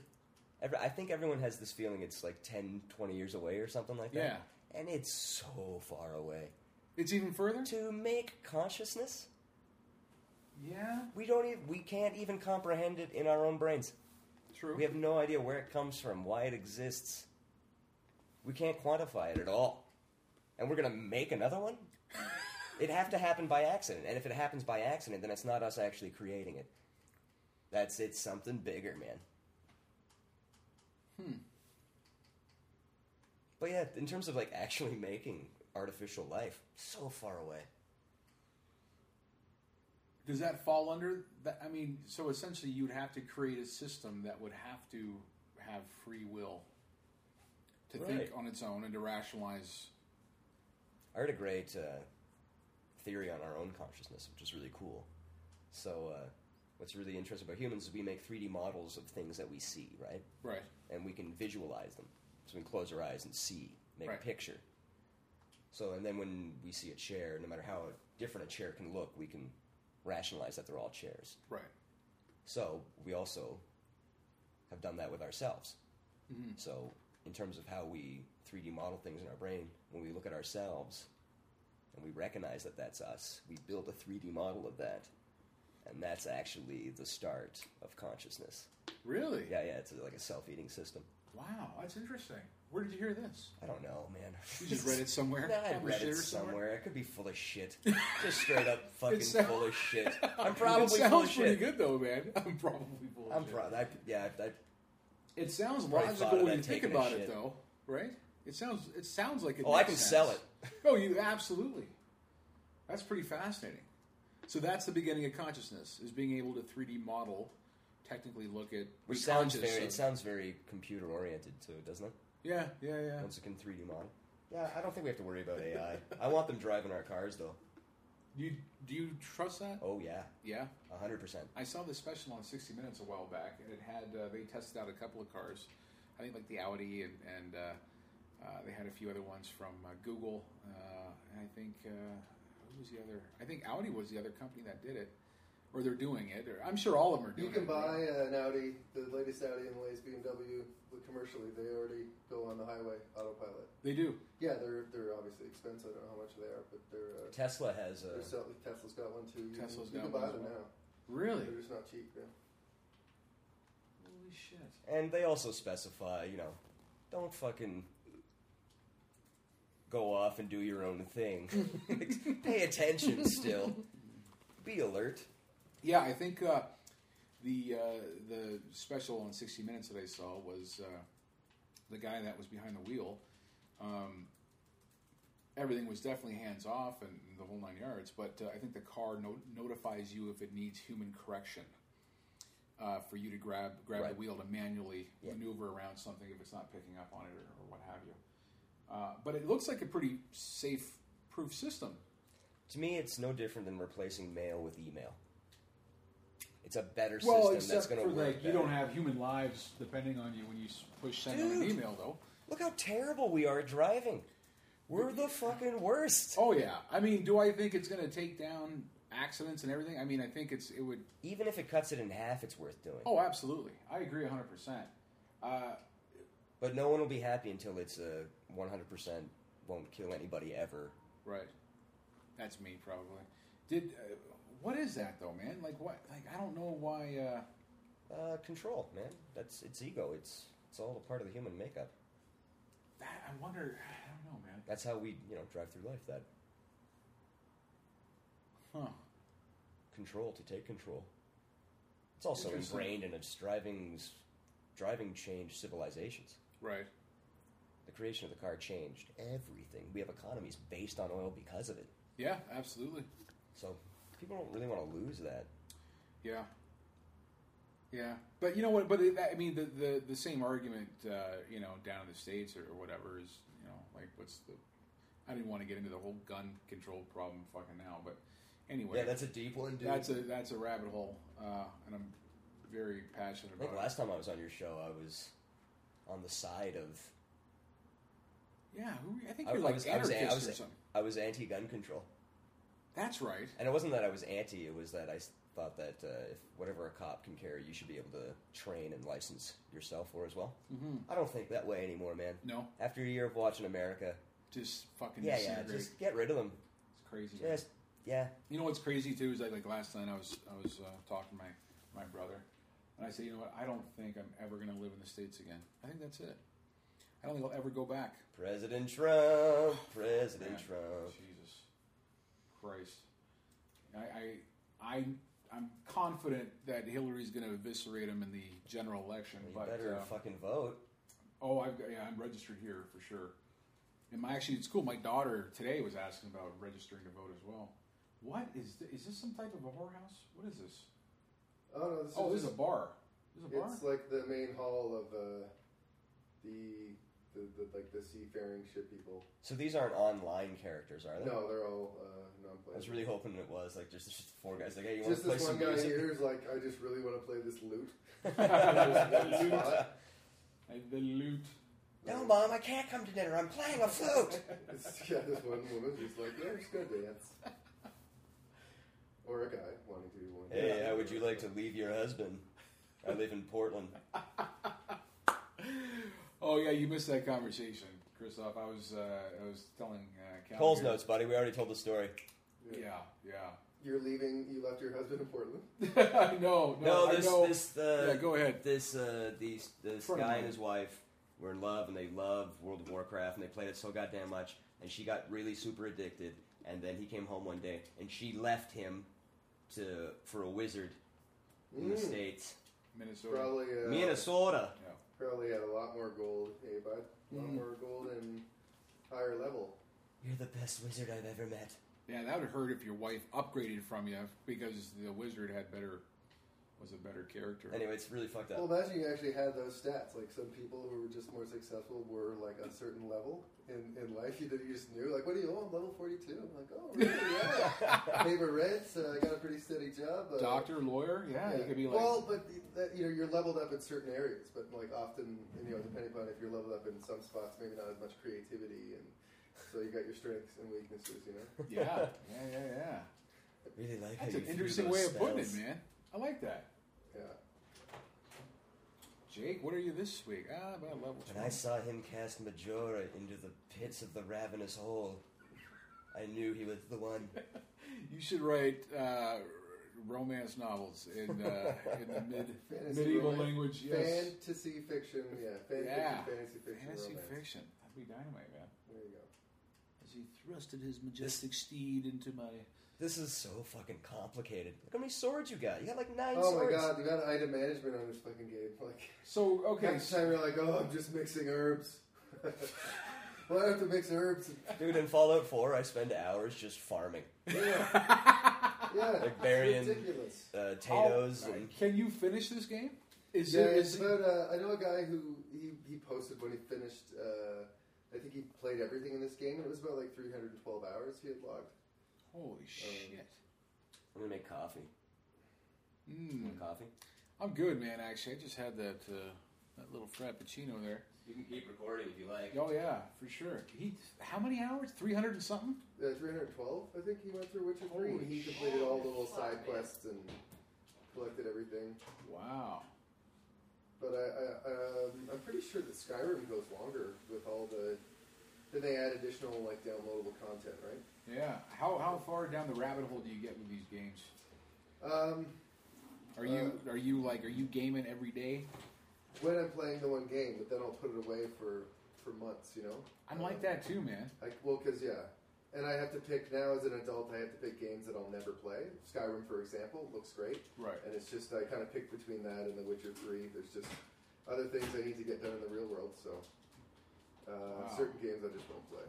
[SPEAKER 5] Every, I think everyone has this feeling it's like 10, 20 years away or something like that. Yeah. And it's so far away.
[SPEAKER 2] It's even further.
[SPEAKER 5] To make consciousness,
[SPEAKER 2] Yeah,
[SPEAKER 5] we don't even, we can't even comprehend it in our own brains.
[SPEAKER 2] true.
[SPEAKER 5] We have no idea where it comes from, why it exists. We can't quantify it at all. And we're going to make another one? It'd have to happen by accident. And if it happens by accident, then it's not us actually creating it. That's it's something bigger, man. Hmm. But yeah, in terms of like actually making artificial life, so far away.
[SPEAKER 2] Does that fall under that? I mean, so essentially, you'd have to create a system that would have to have free will to think
[SPEAKER 5] Right.
[SPEAKER 2] on its own and to rationalize.
[SPEAKER 5] I heard a great uh, theory on our own consciousness, which is really cool. So, uh, what's really interesting about humans is we make 3D models of things that we see, right?
[SPEAKER 2] Right.
[SPEAKER 5] And we can visualize them. So, we can close our eyes and see, make
[SPEAKER 2] Right.
[SPEAKER 5] a picture. So, and then when we see a chair, no matter how different a chair can look, we can rationalize that they're all chairs.
[SPEAKER 2] Right.
[SPEAKER 5] So we also have done that with ourselves.
[SPEAKER 2] Mm-hmm.
[SPEAKER 5] So in terms of how we 3D model things in our brain, when we look at ourselves and we recognize that that's us, we build a 3D model of that, and that's actually the start of consciousness.
[SPEAKER 2] Really?
[SPEAKER 5] Yeah, yeah, it's like a self-eating system.
[SPEAKER 2] Wow, that's interesting. Where did you hear this?
[SPEAKER 5] I don't know, man.
[SPEAKER 2] You just read it somewhere?
[SPEAKER 5] Nah, I
[SPEAKER 2] Have a
[SPEAKER 5] read
[SPEAKER 2] share
[SPEAKER 5] it
[SPEAKER 2] somewhere?
[SPEAKER 5] somewhere. It could be full of shit. Just straight up fucking
[SPEAKER 2] sou-
[SPEAKER 5] full of shit. I'm
[SPEAKER 2] it
[SPEAKER 5] probably
[SPEAKER 2] sounds
[SPEAKER 5] full of
[SPEAKER 2] pretty
[SPEAKER 5] shit.
[SPEAKER 2] good though, man. I'm probably bullshit.
[SPEAKER 5] I'm pro- I, yeah, I, oh,
[SPEAKER 2] It sounds
[SPEAKER 5] Probably thought
[SPEAKER 2] logical
[SPEAKER 5] of
[SPEAKER 2] when
[SPEAKER 5] that
[SPEAKER 2] you think
[SPEAKER 5] taking a
[SPEAKER 2] about it,
[SPEAKER 5] shit.
[SPEAKER 2] though, right? It sounds it sounds like it.
[SPEAKER 5] Oh, I
[SPEAKER 2] makes
[SPEAKER 5] can
[SPEAKER 2] sense.
[SPEAKER 5] sell it.
[SPEAKER 2] Oh, you absolutely. That's pretty fascinating. So that's the beginning of consciousness is being able to 3D model, technically look at
[SPEAKER 5] Which
[SPEAKER 2] be
[SPEAKER 5] sounds
[SPEAKER 2] conscious
[SPEAKER 5] very,
[SPEAKER 2] of-
[SPEAKER 5] it sounds very computer oriented too, doesn't it?
[SPEAKER 2] yeah, yeah, yeah.
[SPEAKER 5] Once it can 3D model. Yeah, I don't think we have to worry about AI. I want them driving our cars though.
[SPEAKER 2] You do you trust that?
[SPEAKER 5] Oh yeah,
[SPEAKER 2] Yeah.
[SPEAKER 5] hundred percent.
[SPEAKER 2] I saw this special on 60 Minutes a while back, and it had uh, they tested out a couple of cars. I think like the Audi, and, and uh, uh, they had a few other ones from uh, Google. Uh, and I think uh, who was the other? I think Audi was the other company that did it, or they're doing it. Or I'm sure all of them are doing
[SPEAKER 6] You can
[SPEAKER 2] it.
[SPEAKER 6] buy uh, an Audi, the latest Audi and the latest BMW, but commercially they already go on the highway autopilot.
[SPEAKER 2] They do.
[SPEAKER 6] Yeah, they're they're obviously expensive. I don't know how much they are, but they're uh,
[SPEAKER 5] Tesla has a.
[SPEAKER 6] they're sell- Tesla's got one too. You can-
[SPEAKER 2] Tesla's
[SPEAKER 6] you
[SPEAKER 2] got
[SPEAKER 6] can
[SPEAKER 2] one
[SPEAKER 6] buy
[SPEAKER 2] as
[SPEAKER 6] them
[SPEAKER 2] well.
[SPEAKER 6] now.
[SPEAKER 2] Really?
[SPEAKER 6] They're just not cheap. Yeah.
[SPEAKER 2] Holy shit!
[SPEAKER 5] and they also specify, you know, don't fucking go off and do your own thing. Pay attention still. Be alert.
[SPEAKER 2] Yeah, I think uh, the uh, the special on 60 Minutes that I saw was uh, the guy that was behind the wheel. Um, everything was definitely hands off and the whole nine yards, but uh, I think the car no- notifies you if it needs human correction uh, for you to grab grab the
[SPEAKER 5] Right.
[SPEAKER 2] wheel to manually
[SPEAKER 5] Yeah.
[SPEAKER 2] maneuver around something if it's not picking up on it or, or what have you. Uh, but it looks like a pretty safe proof system.
[SPEAKER 5] To me, it's no different than replacing mail with email. It's a better
[SPEAKER 2] Well,
[SPEAKER 5] system that's
[SPEAKER 2] except
[SPEAKER 5] going
[SPEAKER 2] for
[SPEAKER 5] to work.
[SPEAKER 2] like you
[SPEAKER 5] better.
[SPEAKER 2] don't have human lives depending on you when you s- push send on an
[SPEAKER 5] Dude.
[SPEAKER 2] email, though.
[SPEAKER 5] Look how terrible we are at driving. We're the fucking worst.
[SPEAKER 2] Oh yeah, I mean, do I think it's going to take down accidents and everything? I mean, I think it's it would.
[SPEAKER 5] Even if it cuts it in half, it's worth doing.
[SPEAKER 2] Oh, absolutely, I agree hundred percent. Uh,
[SPEAKER 5] But no one will be happy until it's uh, a 100% won't kill anybody ever.
[SPEAKER 2] right, that's me probably. Did uh, what is that though, man? Like what? Like I don't know why. Uh,
[SPEAKER 5] Uh, control, man. That's it's ego. It's it's all a part of the human makeup.
[SPEAKER 2] that, I wonder. I don't know, man.
[SPEAKER 5] That's how we you know drive through life. That
[SPEAKER 2] Huh?
[SPEAKER 5] control to take control. It's also
[SPEAKER 2] Interesting.
[SPEAKER 5] ingrained in its driving's driving change civilizations.
[SPEAKER 2] Right.
[SPEAKER 5] The creation of the car changed everything. We have economies based on oil because of it.
[SPEAKER 2] Yeah, absolutely.
[SPEAKER 5] So people don't really want to lose that.
[SPEAKER 2] Yeah. Yeah, but you know what? But it, I mean, the, the the same argument, uh, you know, down in the states or whatever is, you know, like what's the? I didn't want to get into the whole gun control problem, fucking now, but Anyway,
[SPEAKER 5] Yeah, that's a deep one, dude.
[SPEAKER 2] that's a that's a rabbit hole, uh, and I'm very passionate
[SPEAKER 5] I think
[SPEAKER 2] about. it.
[SPEAKER 5] last time I was on your show, I was on the side of.
[SPEAKER 2] Yeah, who, I think
[SPEAKER 5] I,
[SPEAKER 2] you're
[SPEAKER 5] I
[SPEAKER 2] like
[SPEAKER 5] was, I was,
[SPEAKER 2] anarchist
[SPEAKER 5] I was,
[SPEAKER 2] or something.
[SPEAKER 5] I was anti-gun control,
[SPEAKER 2] That's right.
[SPEAKER 5] and it wasn't that I was anti. It was that I s- thought that uh, if whatever a cop can carry, you should be able to train and license yourself for as well.
[SPEAKER 2] Mm-hmm.
[SPEAKER 5] I don't think that way anymore, man.
[SPEAKER 2] No,
[SPEAKER 5] After a year of watching America,
[SPEAKER 2] just fucking
[SPEAKER 5] yeah, yeah,
[SPEAKER 2] disintegrate.
[SPEAKER 5] just get rid of them.
[SPEAKER 2] it's crazy.
[SPEAKER 5] Just yeah,
[SPEAKER 2] You know what's crazy too is like, like last night I was I was uh, talking to my my brother, and I said, you know what? I don't think I'm ever going to live in the states again. I think that's it. I don't think I'll ever go back.
[SPEAKER 5] President Trump, President
[SPEAKER 2] Man,
[SPEAKER 5] Trump.
[SPEAKER 2] Jesus Christ. I, I I I'm confident that Hillary's going to eviscerate him in the general election.
[SPEAKER 5] You
[SPEAKER 2] but
[SPEAKER 5] better
[SPEAKER 2] uh,
[SPEAKER 5] fucking vote.
[SPEAKER 2] Oh, I've got, yeah, I'm registered here for sure. And my actually, it's cool. My daughter today was asking about registering to vote as well. What is th- is this? Some type of a whorehouse? What is this?
[SPEAKER 6] Oh no, this
[SPEAKER 2] Oh,
[SPEAKER 6] is
[SPEAKER 2] this is a
[SPEAKER 6] just,
[SPEAKER 2] bar. This is a bar.
[SPEAKER 6] it's like the main hall of uh, the, the the like the seafaring ship people.
[SPEAKER 5] So these aren't online characters, are they?
[SPEAKER 6] No, they're all uh, non-players.
[SPEAKER 5] I was really hoping it was like just, just four guys. Like, hey, you want to
[SPEAKER 6] just
[SPEAKER 5] play
[SPEAKER 6] this
[SPEAKER 5] some
[SPEAKER 6] one guy
[SPEAKER 5] music?
[SPEAKER 6] here is like, I just really want to play this loot.
[SPEAKER 2] Like the loot.
[SPEAKER 5] no, mom, I can't come to dinner. I'm playing a flute.
[SPEAKER 6] It's- yeah, this one woman just like, yeah, I'm just gonna dance. Or a guy wanting to do one.
[SPEAKER 5] hey, how would you like to leave your husband? I live in Portland.
[SPEAKER 2] Oh yeah, you missed that conversation, Christoph. I was uh, I was telling uh, Cal
[SPEAKER 5] Cole's
[SPEAKER 2] here-
[SPEAKER 5] notes, buddy. We already told the story.
[SPEAKER 2] Yeah, yeah.
[SPEAKER 6] You're leaving. You left your husband in Portland.
[SPEAKER 2] no, no,
[SPEAKER 5] No,
[SPEAKER 2] I
[SPEAKER 5] this
[SPEAKER 2] know.
[SPEAKER 5] this uh,
[SPEAKER 2] yeah, go ahead.
[SPEAKER 5] This uh, these this
[SPEAKER 2] Friend of
[SPEAKER 5] guy
[SPEAKER 2] mine.
[SPEAKER 5] and his wife were in love, and they loved World of Warcraft, and they played it so goddamn much. And she got really super addicted. And then he came home one day, and she left him to for a wizard in the
[SPEAKER 6] Mm.
[SPEAKER 5] states,
[SPEAKER 2] Minnesota.
[SPEAKER 6] Probably. Uh,
[SPEAKER 5] Minnesota.
[SPEAKER 6] Probably had a lot more gold, hey bud. A
[SPEAKER 5] Hmm.
[SPEAKER 6] lot more gold and higher level.
[SPEAKER 5] You're the best wizard I've ever met.
[SPEAKER 2] Yeah, that would hurt if your wife upgraded from you because the wizard had better was a better character.
[SPEAKER 5] Anyway, it's really fucked up.
[SPEAKER 6] Well, imagine you actually had those stats. Like some people who were just more successful were like a certain level in, in life. You, you just knew, like, what do you? Oh, I'm level 42. I'm like, oh, really? Yeah. Paper rent. Uh, I got a pretty steady job. Uh,
[SPEAKER 2] Doctor, lawyer, yeah, you
[SPEAKER 6] yeah.
[SPEAKER 2] could be like
[SPEAKER 6] well, but that, you know, you're leveled up in certain areas, but like often, you know, depending upon if you're leveled up in some spots, maybe not as much creativity, and so you got your strengths and weaknesses. You know,
[SPEAKER 2] yeah, yeah, yeah, yeah.
[SPEAKER 5] really
[SPEAKER 2] That's
[SPEAKER 5] like how
[SPEAKER 2] an
[SPEAKER 5] you threw
[SPEAKER 2] interesting
[SPEAKER 5] those
[SPEAKER 2] way of putting it,
[SPEAKER 5] spells.
[SPEAKER 2] man. I like that.
[SPEAKER 6] yeah.
[SPEAKER 2] Jake, what are you this week? Ah, about level
[SPEAKER 5] When I
[SPEAKER 2] twenty.
[SPEAKER 5] saw him cast Majora into the pits of the ravenous hole, I knew he was the one.
[SPEAKER 2] You should write uh, romance novels in uh, in the mid
[SPEAKER 6] Fantasy
[SPEAKER 2] medieval
[SPEAKER 6] romance.
[SPEAKER 2] language. Yes,
[SPEAKER 6] Fantasy fiction, yeah, fan
[SPEAKER 2] Yeah.
[SPEAKER 6] fiction, fantasy fiction,
[SPEAKER 2] fantasy
[SPEAKER 6] romance.
[SPEAKER 2] fiction. That'd be dynamite, man.
[SPEAKER 6] There you go.
[SPEAKER 2] As he thrusted his majestic steed into my.
[SPEAKER 5] This is so fucking complicated. Look how many swords you got. You got like nine
[SPEAKER 6] Oh
[SPEAKER 5] swords.
[SPEAKER 6] my god, you got item management on this fucking game. Like
[SPEAKER 2] So okay,
[SPEAKER 6] next
[SPEAKER 2] so,
[SPEAKER 6] time you're like, oh, I'm just mixing herbs. well, I have to mix herbs.
[SPEAKER 5] Dude, in Fallout 4, I spend hours just farming.
[SPEAKER 6] Yeah, yeah.
[SPEAKER 5] Like burying-
[SPEAKER 6] It's ridiculous.
[SPEAKER 5] Uh, potatoes
[SPEAKER 2] How-
[SPEAKER 5] and.
[SPEAKER 2] Can you finish this game? Is
[SPEAKER 6] Yeah,
[SPEAKER 2] it? Is it
[SPEAKER 6] but uh, I know a guy who he, he posted when he finished. Uh, I think he played everything in this game. It was about like 312 hours he had logged.
[SPEAKER 2] holy shit!
[SPEAKER 5] I'm gonna make coffee. You
[SPEAKER 2] Mm,
[SPEAKER 5] want coffee?
[SPEAKER 2] I'm good, man. Actually, I just had that uh, that little frappuccino there.
[SPEAKER 5] You can keep recording if you like.
[SPEAKER 2] Oh yeah, for sure. He, how many hours? Three hundred and something.
[SPEAKER 6] Uh, 312, I think he went through Witcher 3. and
[SPEAKER 2] Holy
[SPEAKER 6] he completed all the little side quests and collected everything.
[SPEAKER 2] Wow.
[SPEAKER 6] But I, I um, I'm pretty sure that Skyrim goes longer with all the. Then they add additional like downloadable content, right?
[SPEAKER 2] Yeah. How how far down the rabbit hole do you get with these games?
[SPEAKER 6] Um,
[SPEAKER 2] Are you are you like are you gaming every day?
[SPEAKER 6] when I'm playing the one game, but then I'll put it away for for months, you know.
[SPEAKER 2] I'm like
[SPEAKER 6] Um,
[SPEAKER 2] that too, man.
[SPEAKER 6] Like, well, because yeah, and I have to pick now as an adult. I have to pick games that I'll never play. Skyrim, for example, looks great,
[SPEAKER 2] Right.
[SPEAKER 6] and it's just I kind of pick between that and The Witcher Three. There's just other things I need to get done in the real world, so uh,
[SPEAKER 2] Wow.
[SPEAKER 6] certain games I just won't play.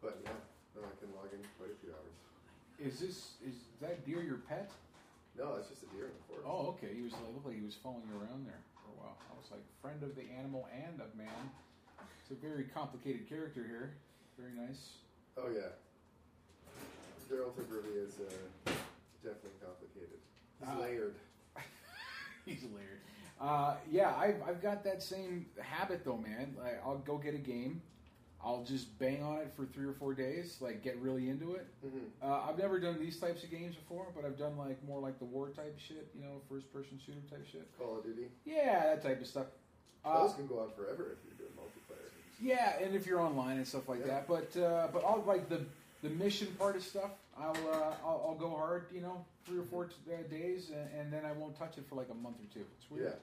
[SPEAKER 6] But yeah, no, I can log in quite a few hours.
[SPEAKER 2] Is this is that deer your pet?
[SPEAKER 6] No, it's just a deer in the forest.
[SPEAKER 2] Oh, okay. He was like, looked like he was following you around there for a while. I was like, friend of the animal and of man. It's a very complicated character here. Very nice.
[SPEAKER 6] Oh yeah, Daryl Tiberly is uh, definitely complicated. He's
[SPEAKER 2] Ah.
[SPEAKER 6] layered.
[SPEAKER 2] He's layered. Uh, yeah, I've, I've got that same habit though, man. Like, I'll go get a game. I'll just bang on it for three or four days, like get really into it.
[SPEAKER 6] Mm-hmm.
[SPEAKER 2] Uh, I've never done these types of games before, but I've done like more like the war type shit, you know, first person shooter type shit.
[SPEAKER 6] Call of Duty.
[SPEAKER 2] Yeah, that type of stuff. Uh,
[SPEAKER 6] Those can go on forever if you're doing multiplayer.
[SPEAKER 2] yeah, and if you're online and stuff like
[SPEAKER 6] Yeah.
[SPEAKER 2] that. But uh, but all like the the mission part of stuff, I'll uh, I'll, I'll go hard, you know, three or four t- uh, days, and, and then I won't touch it for like a month or two. It's weird.
[SPEAKER 6] Yeah.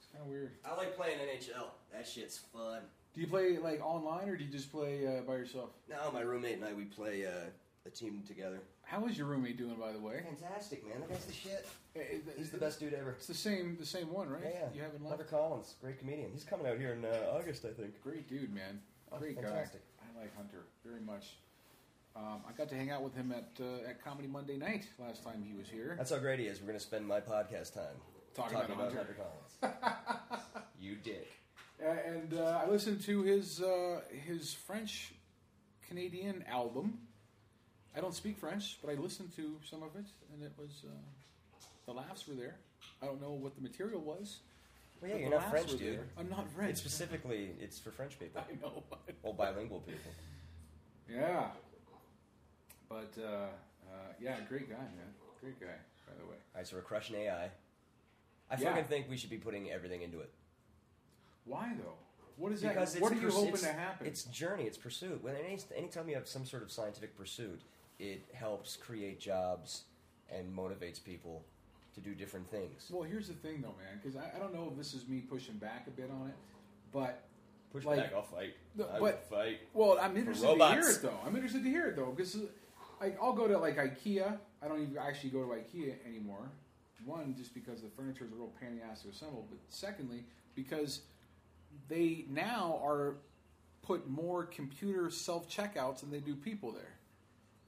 [SPEAKER 2] It's kind of weird.
[SPEAKER 5] I like playing NHL. That shit's fun.
[SPEAKER 2] Do you play like online or do you just play uh, by yourself?
[SPEAKER 5] Now my roommate and I we play uh, a team together.
[SPEAKER 2] How is your roommate doing, by the way?
[SPEAKER 5] Fantastic, man. That guy's the shit.
[SPEAKER 2] Eh, eh,
[SPEAKER 5] He's the best dude ever.
[SPEAKER 2] It's the same, the same one, right?
[SPEAKER 5] Yeah, yeah.
[SPEAKER 2] You haven't
[SPEAKER 5] Hunter
[SPEAKER 2] left.
[SPEAKER 5] Collins, great comedian. He's coming out here in uh, August, I think.
[SPEAKER 2] Great dude, man.
[SPEAKER 5] Oh,
[SPEAKER 2] Great
[SPEAKER 5] fantastic.
[SPEAKER 2] guy. I like Hunter very much. Um, I got to hang out with him at uh, at Comedy Monday night last time he was here.
[SPEAKER 5] That's how great he is. We're going to spend my podcast time
[SPEAKER 2] Talking about Hunter.
[SPEAKER 5] Hunter Collins. you dick.
[SPEAKER 2] Uh, and uh, I listened to his uh, his French Canadian album. I don't speak French, but I listened to some of it, and it was uh, the laughs were there. I don't know what the material was.
[SPEAKER 5] Well, yeah,
[SPEAKER 2] but
[SPEAKER 5] you're
[SPEAKER 2] the
[SPEAKER 5] not
[SPEAKER 2] laughs
[SPEAKER 5] French,
[SPEAKER 2] were
[SPEAKER 5] dude.
[SPEAKER 2] there. I'm not French.
[SPEAKER 5] It's specifically, it's for French people.
[SPEAKER 2] I know. but-
[SPEAKER 5] Well, bilingual people.
[SPEAKER 2] yeah. But uh, uh, yeah, great guy, man. Great guy, by the way.
[SPEAKER 5] All right, so we're crushing AI. I
[SPEAKER 2] Yeah.
[SPEAKER 5] fucking think we should be putting everything into it.
[SPEAKER 2] Why though? What is
[SPEAKER 5] Because
[SPEAKER 2] that?
[SPEAKER 5] it's
[SPEAKER 2] What are you
[SPEAKER 5] pers-
[SPEAKER 2] hoping
[SPEAKER 5] it's-
[SPEAKER 2] to happen?
[SPEAKER 5] It's journey, it's pursuit. When any, anytime you have some sort of scientific pursuit, it helps create jobs and motivates people to do different things.
[SPEAKER 2] well, here's the thing, though, man. Because I, I don't know if this is me pushing back a bit on it, but
[SPEAKER 5] Push
[SPEAKER 2] like-
[SPEAKER 5] back, I'll fight.
[SPEAKER 2] No,
[SPEAKER 5] I
[SPEAKER 2] but-
[SPEAKER 5] will fight.
[SPEAKER 2] Well, I'm interested to hear
[SPEAKER 5] robots.
[SPEAKER 2] it though. I'm interested to hear it though because like I'll go to like IKEA. I don't even actually go to IKEA anymore. One, just because the furniture is a real pain in the ass to assemble, but secondly, because they now are put more computer self checkouts than they do people there.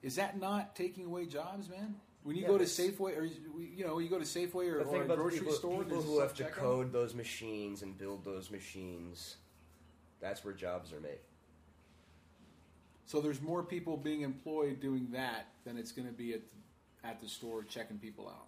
[SPEAKER 2] Is that not taking away jobs, man? When you
[SPEAKER 5] Yeah,
[SPEAKER 2] go to
[SPEAKER 5] but-
[SPEAKER 2] Safeway, or you know, you go to Safeway or,
[SPEAKER 5] But think
[SPEAKER 2] or a
[SPEAKER 5] about the
[SPEAKER 2] grocery
[SPEAKER 5] people,
[SPEAKER 2] store,
[SPEAKER 5] people
[SPEAKER 2] there's a
[SPEAKER 5] who have to
[SPEAKER 2] self-checkout.
[SPEAKER 5] code those machines and build those machines. That's where jobs are made.
[SPEAKER 2] So there's more people being employed doing that than it's going to be at at the store checking people out.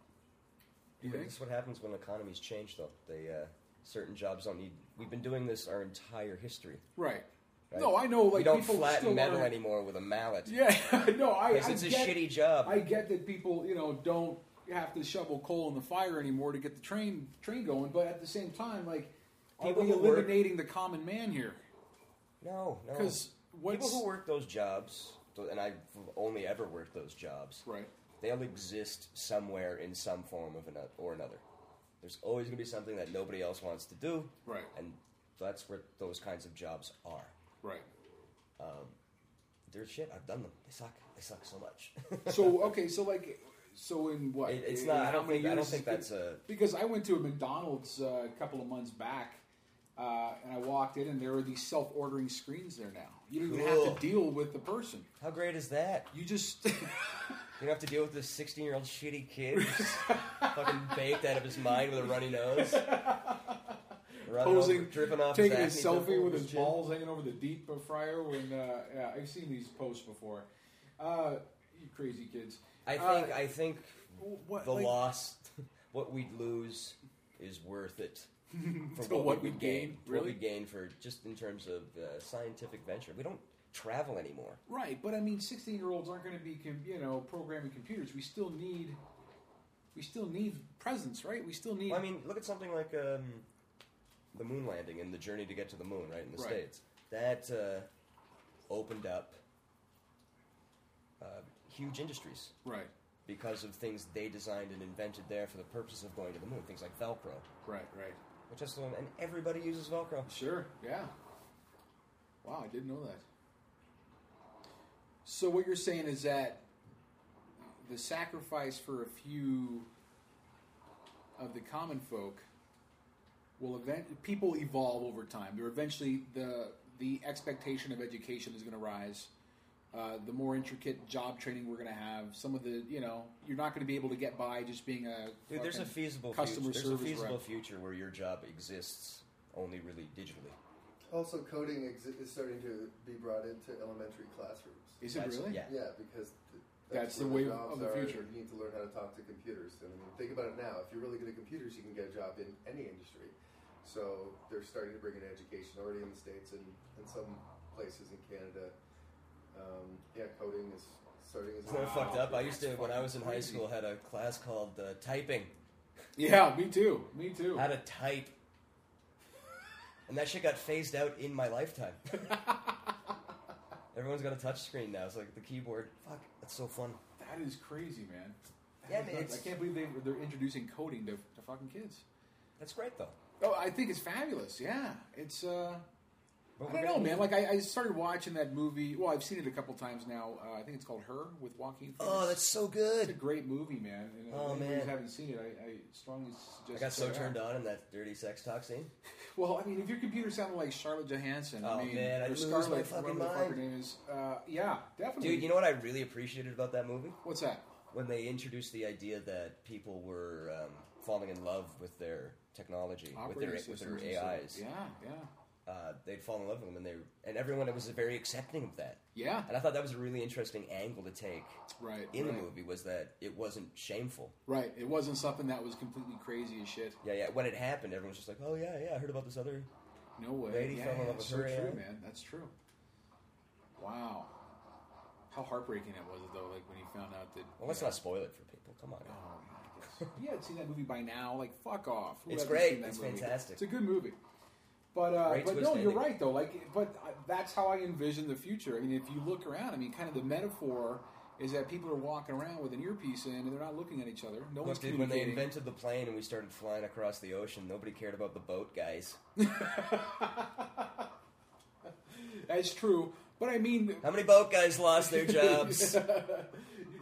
[SPEAKER 2] Do you
[SPEAKER 5] But
[SPEAKER 2] think?
[SPEAKER 5] This is what happens when economies change, though. They uh, certain jobs don't need. We've been doing this our entire history.
[SPEAKER 2] Right.
[SPEAKER 5] right?
[SPEAKER 2] No, I know. Like
[SPEAKER 5] we don't
[SPEAKER 2] people
[SPEAKER 5] flatten
[SPEAKER 2] still
[SPEAKER 5] metal
[SPEAKER 2] are-
[SPEAKER 5] anymore with a mallet.
[SPEAKER 2] Yeah. no, I.
[SPEAKER 5] Because
[SPEAKER 2] I
[SPEAKER 5] it's a
[SPEAKER 2] get,
[SPEAKER 5] shitty job.
[SPEAKER 2] I get that people, you know, don't have to shovel coal in the fire anymore to get the train train going. But at the same time, like, are
[SPEAKER 5] People
[SPEAKER 2] we
[SPEAKER 5] who work-
[SPEAKER 2] eliminating the common man here?
[SPEAKER 5] no, no.
[SPEAKER 2] 'Cause
[SPEAKER 5] people
[SPEAKER 2] what's-
[SPEAKER 5] who work those jobs, th- and I've only ever worked those jobs.
[SPEAKER 2] Right.
[SPEAKER 5] They'll exist somewhere in some form of another or another. There's always going to be something that nobody else wants to do.
[SPEAKER 2] Right.
[SPEAKER 5] And that's where those kinds of jobs are.
[SPEAKER 2] Right.
[SPEAKER 5] They're shit. I've done them. They suck. They suck so much.
[SPEAKER 2] So okay. So like. So in what?
[SPEAKER 5] It- it's
[SPEAKER 2] in
[SPEAKER 5] not- I
[SPEAKER 2] how
[SPEAKER 5] don't
[SPEAKER 2] many
[SPEAKER 5] think- I don't
[SPEAKER 2] years
[SPEAKER 5] think
[SPEAKER 2] it's been-
[SPEAKER 5] that's a-
[SPEAKER 2] Because I went to a McDonald's uh, a couple of months back, uh, and I walked in, and there were these self-ordering screens there now. You don't even
[SPEAKER 5] Cool.
[SPEAKER 2] have to deal with the person.
[SPEAKER 5] How great is that?
[SPEAKER 2] You just
[SPEAKER 5] You don't have to deal with this 16 year old shitty kid who's fucking baked out of his mind with a runny nose. Running
[SPEAKER 2] posing,
[SPEAKER 5] over- dripping off
[SPEAKER 2] taking
[SPEAKER 5] his
[SPEAKER 2] a
[SPEAKER 5] acne
[SPEAKER 2] selfie
[SPEAKER 5] before
[SPEAKER 2] with
[SPEAKER 5] his
[SPEAKER 2] his
[SPEAKER 5] gym.
[SPEAKER 2] balls hanging over the deep fryer. When uh, yeah, I've seen these posts before. Uh, you crazy kids.
[SPEAKER 5] I
[SPEAKER 2] Uh,
[SPEAKER 5] think, I think
[SPEAKER 2] what,
[SPEAKER 5] the
[SPEAKER 2] like-
[SPEAKER 5] loss, what we'd lose is worth it. For
[SPEAKER 2] To what we
[SPEAKER 5] would
[SPEAKER 2] gain,
[SPEAKER 5] What
[SPEAKER 2] really?
[SPEAKER 5] we gain for just in terms of uh, scientific venture. We don't travel anymore.
[SPEAKER 2] Right, but I mean, sixteen-year-olds aren't going to be, com- you know, programming computers. We still need, we still need presence, right? We still need.
[SPEAKER 5] Well, I mean, look at something like um, the moon landing and the journey to get to the moon, right, in the
[SPEAKER 2] Right.
[SPEAKER 5] States. That uh, opened up uh, huge industries
[SPEAKER 2] right,
[SPEAKER 5] because of things they designed and invented there for the purpose of going to the moon. Things like Velcro,
[SPEAKER 2] right, right.
[SPEAKER 5] which is the one, and everybody uses Velcro.
[SPEAKER 2] Sure. Yeah. Wow, I didn't know that. So what you're saying is that the sacrifice for a few of the common folk will event people evolve over time. They're eventually the the expectation of education is going to rise. Uh, the more intricate job training we're going to have, some of the you know you're not going to be able to get by just being a
[SPEAKER 5] Dude, there's a
[SPEAKER 2] fucking
[SPEAKER 5] feasible
[SPEAKER 2] customer
[SPEAKER 5] future. There's a
[SPEAKER 2] service
[SPEAKER 5] feasible
[SPEAKER 2] rep.
[SPEAKER 5] future where your job exists only really digitally.
[SPEAKER 6] Also, coding exi- is starting to be brought into elementary classrooms.
[SPEAKER 2] Is it
[SPEAKER 5] That's-
[SPEAKER 2] really?
[SPEAKER 5] yeah.
[SPEAKER 6] Yeah, because th-
[SPEAKER 2] That's the way
[SPEAKER 6] where
[SPEAKER 2] of the
[SPEAKER 6] jobs are.
[SPEAKER 2] future.
[SPEAKER 6] You need to learn how to talk to computers. And I mean, think about it now. If you're really good at computers, you can get a job in any industry. So they're starting to bring in education already in the states and in some places in Canada. Um, yeah, coding is starting as.
[SPEAKER 5] Isn't that fucked up? I used to,
[SPEAKER 2] that's
[SPEAKER 5] when I was in high
[SPEAKER 2] crazy.
[SPEAKER 5] school, had a class called uh, typing.
[SPEAKER 2] Yeah, me too. Me too.
[SPEAKER 5] How to type. And that shit got phased out in my lifetime. Everyone's got a touch screen now. It's like the keyboard. Fuck, that's so fun.
[SPEAKER 2] That is crazy, man. That
[SPEAKER 5] Yeah,
[SPEAKER 2] is
[SPEAKER 5] man,
[SPEAKER 2] nuts.
[SPEAKER 5] it's-
[SPEAKER 2] I can't believe they, they're introducing coding to, to fucking kids.
[SPEAKER 5] That's great though.
[SPEAKER 2] Oh, I think it's fabulous. Yeah, it's. uh
[SPEAKER 5] But
[SPEAKER 2] I
[SPEAKER 5] we're
[SPEAKER 2] don't know,
[SPEAKER 5] gonna-
[SPEAKER 2] man. Like I, I started watching that movie. Well, I've seen it a couple times now. Uh, I think it's called Her with Joaquin. Phoenix.
[SPEAKER 5] Oh, that's so
[SPEAKER 2] It's a
[SPEAKER 5] good.
[SPEAKER 2] great movie, man. And,
[SPEAKER 5] Oh,
[SPEAKER 2] if anyone
[SPEAKER 5] man.
[SPEAKER 2] haven't seen it, I, I strongly
[SPEAKER 5] I
[SPEAKER 2] suggest.
[SPEAKER 5] got so
[SPEAKER 2] check it out.
[SPEAKER 5] turned on in that dirty sex talk scene.
[SPEAKER 2] Well, I mean, if your computer sounded like Charlotte Johansson,
[SPEAKER 5] Oh,
[SPEAKER 2] I mean,
[SPEAKER 5] man, I'd
[SPEAKER 2] or
[SPEAKER 5] lose my
[SPEAKER 2] Scarlett,
[SPEAKER 5] fucking
[SPEAKER 2] whatever the fuck her
[SPEAKER 5] mind.
[SPEAKER 2] name is. Uh, yeah, definitely.
[SPEAKER 5] Dude, you know what I really appreciated about that movie?
[SPEAKER 2] what's that?
[SPEAKER 5] When they introduced the idea that people were um, falling in love with their technology, with their,
[SPEAKER 2] Operating
[SPEAKER 5] with their
[SPEAKER 2] systems and stuff.
[SPEAKER 5] AIs.
[SPEAKER 2] Yeah, yeah,
[SPEAKER 5] Uh, they'd fall in love with them, and, they, and everyone was very accepting of that.
[SPEAKER 2] yeah.
[SPEAKER 5] And I thought that was a really interesting angle to take
[SPEAKER 2] Right
[SPEAKER 5] in
[SPEAKER 2] right.
[SPEAKER 5] the movie was that it wasn't shameful.
[SPEAKER 2] Right, it wasn't something that was completely crazy as shit.
[SPEAKER 5] Yeah, yeah. When it happened, everyone was just like, "Oh yeah, yeah, I heard about this other."
[SPEAKER 2] No way.
[SPEAKER 5] Lady
[SPEAKER 2] yeah,
[SPEAKER 5] fell in
[SPEAKER 2] yeah,
[SPEAKER 5] love
[SPEAKER 2] that's
[SPEAKER 5] with her
[SPEAKER 2] so true,
[SPEAKER 5] AI.
[SPEAKER 2] man. That's true. Wow, how heartbreaking it was though. Like when he found out that.
[SPEAKER 5] Well, let's
[SPEAKER 2] you know,
[SPEAKER 5] not spoil it for people. Come on.
[SPEAKER 2] Oh, my goodness. you haven't seen that movie by now. Like, fuck off. Who
[SPEAKER 5] It's
[SPEAKER 2] hasn't
[SPEAKER 5] great.
[SPEAKER 2] seen that
[SPEAKER 5] It's
[SPEAKER 2] movie?
[SPEAKER 5] fantastic.
[SPEAKER 2] It's a good movie. But uh,
[SPEAKER 5] Great
[SPEAKER 2] but
[SPEAKER 5] twist
[SPEAKER 2] no, you're
[SPEAKER 5] ending.
[SPEAKER 2] right though. Like, but uh, that's how I envision the future. I mean, if you look around, I mean, kind of the metaphor is that people are walking around with an earpiece in and they're not looking at each other. No one's
[SPEAKER 5] Look, dude, when they
[SPEAKER 2] communicating.
[SPEAKER 5] invented the plane and we started flying across the ocean, nobody cared about the boat guys.
[SPEAKER 2] that's true. But I mean,
[SPEAKER 5] How many boat guys lost their jobs?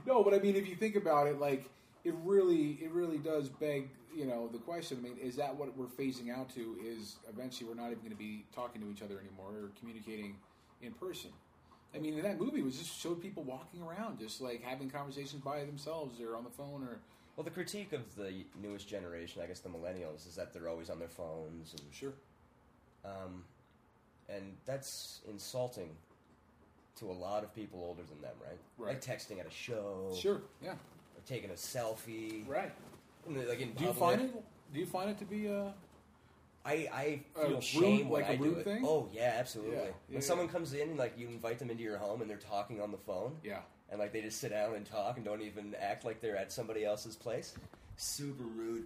[SPEAKER 2] no, but I mean, if you think about it, like it really, it really does beg, you know, the question. I mean, is that what we're phasing out to? Is eventually we're not even going to be talking to each other anymore or communicating in person? I mean, that movie was just showed people walking around, just like having conversations by themselves or on the phone or
[SPEAKER 5] Well, the critique of the newest generation, I guess the millennials, is that they're always on their phones, and
[SPEAKER 2] sure.
[SPEAKER 5] um, and that's insulting to a lot of people older than them, right?
[SPEAKER 2] Right.
[SPEAKER 5] Like texting at a show,
[SPEAKER 2] Sure, yeah,
[SPEAKER 5] or taking a selfie,
[SPEAKER 2] right.
[SPEAKER 5] In the- like in
[SPEAKER 2] Do you
[SPEAKER 5] public.
[SPEAKER 2] find it? Do you find it to be? Uh,
[SPEAKER 5] I, I
[SPEAKER 2] A
[SPEAKER 5] feel
[SPEAKER 2] rude-
[SPEAKER 5] shame when
[SPEAKER 2] like a
[SPEAKER 5] I do
[SPEAKER 2] rude
[SPEAKER 5] it.
[SPEAKER 2] thing?
[SPEAKER 5] Oh yeah, absolutely.
[SPEAKER 2] Yeah, yeah,
[SPEAKER 5] when someone comes in, like you invite them into your home and they're talking on the phone,
[SPEAKER 2] yeah,
[SPEAKER 5] and like they just sit down and talk and don't even act like they're at somebody else's place. Super rude,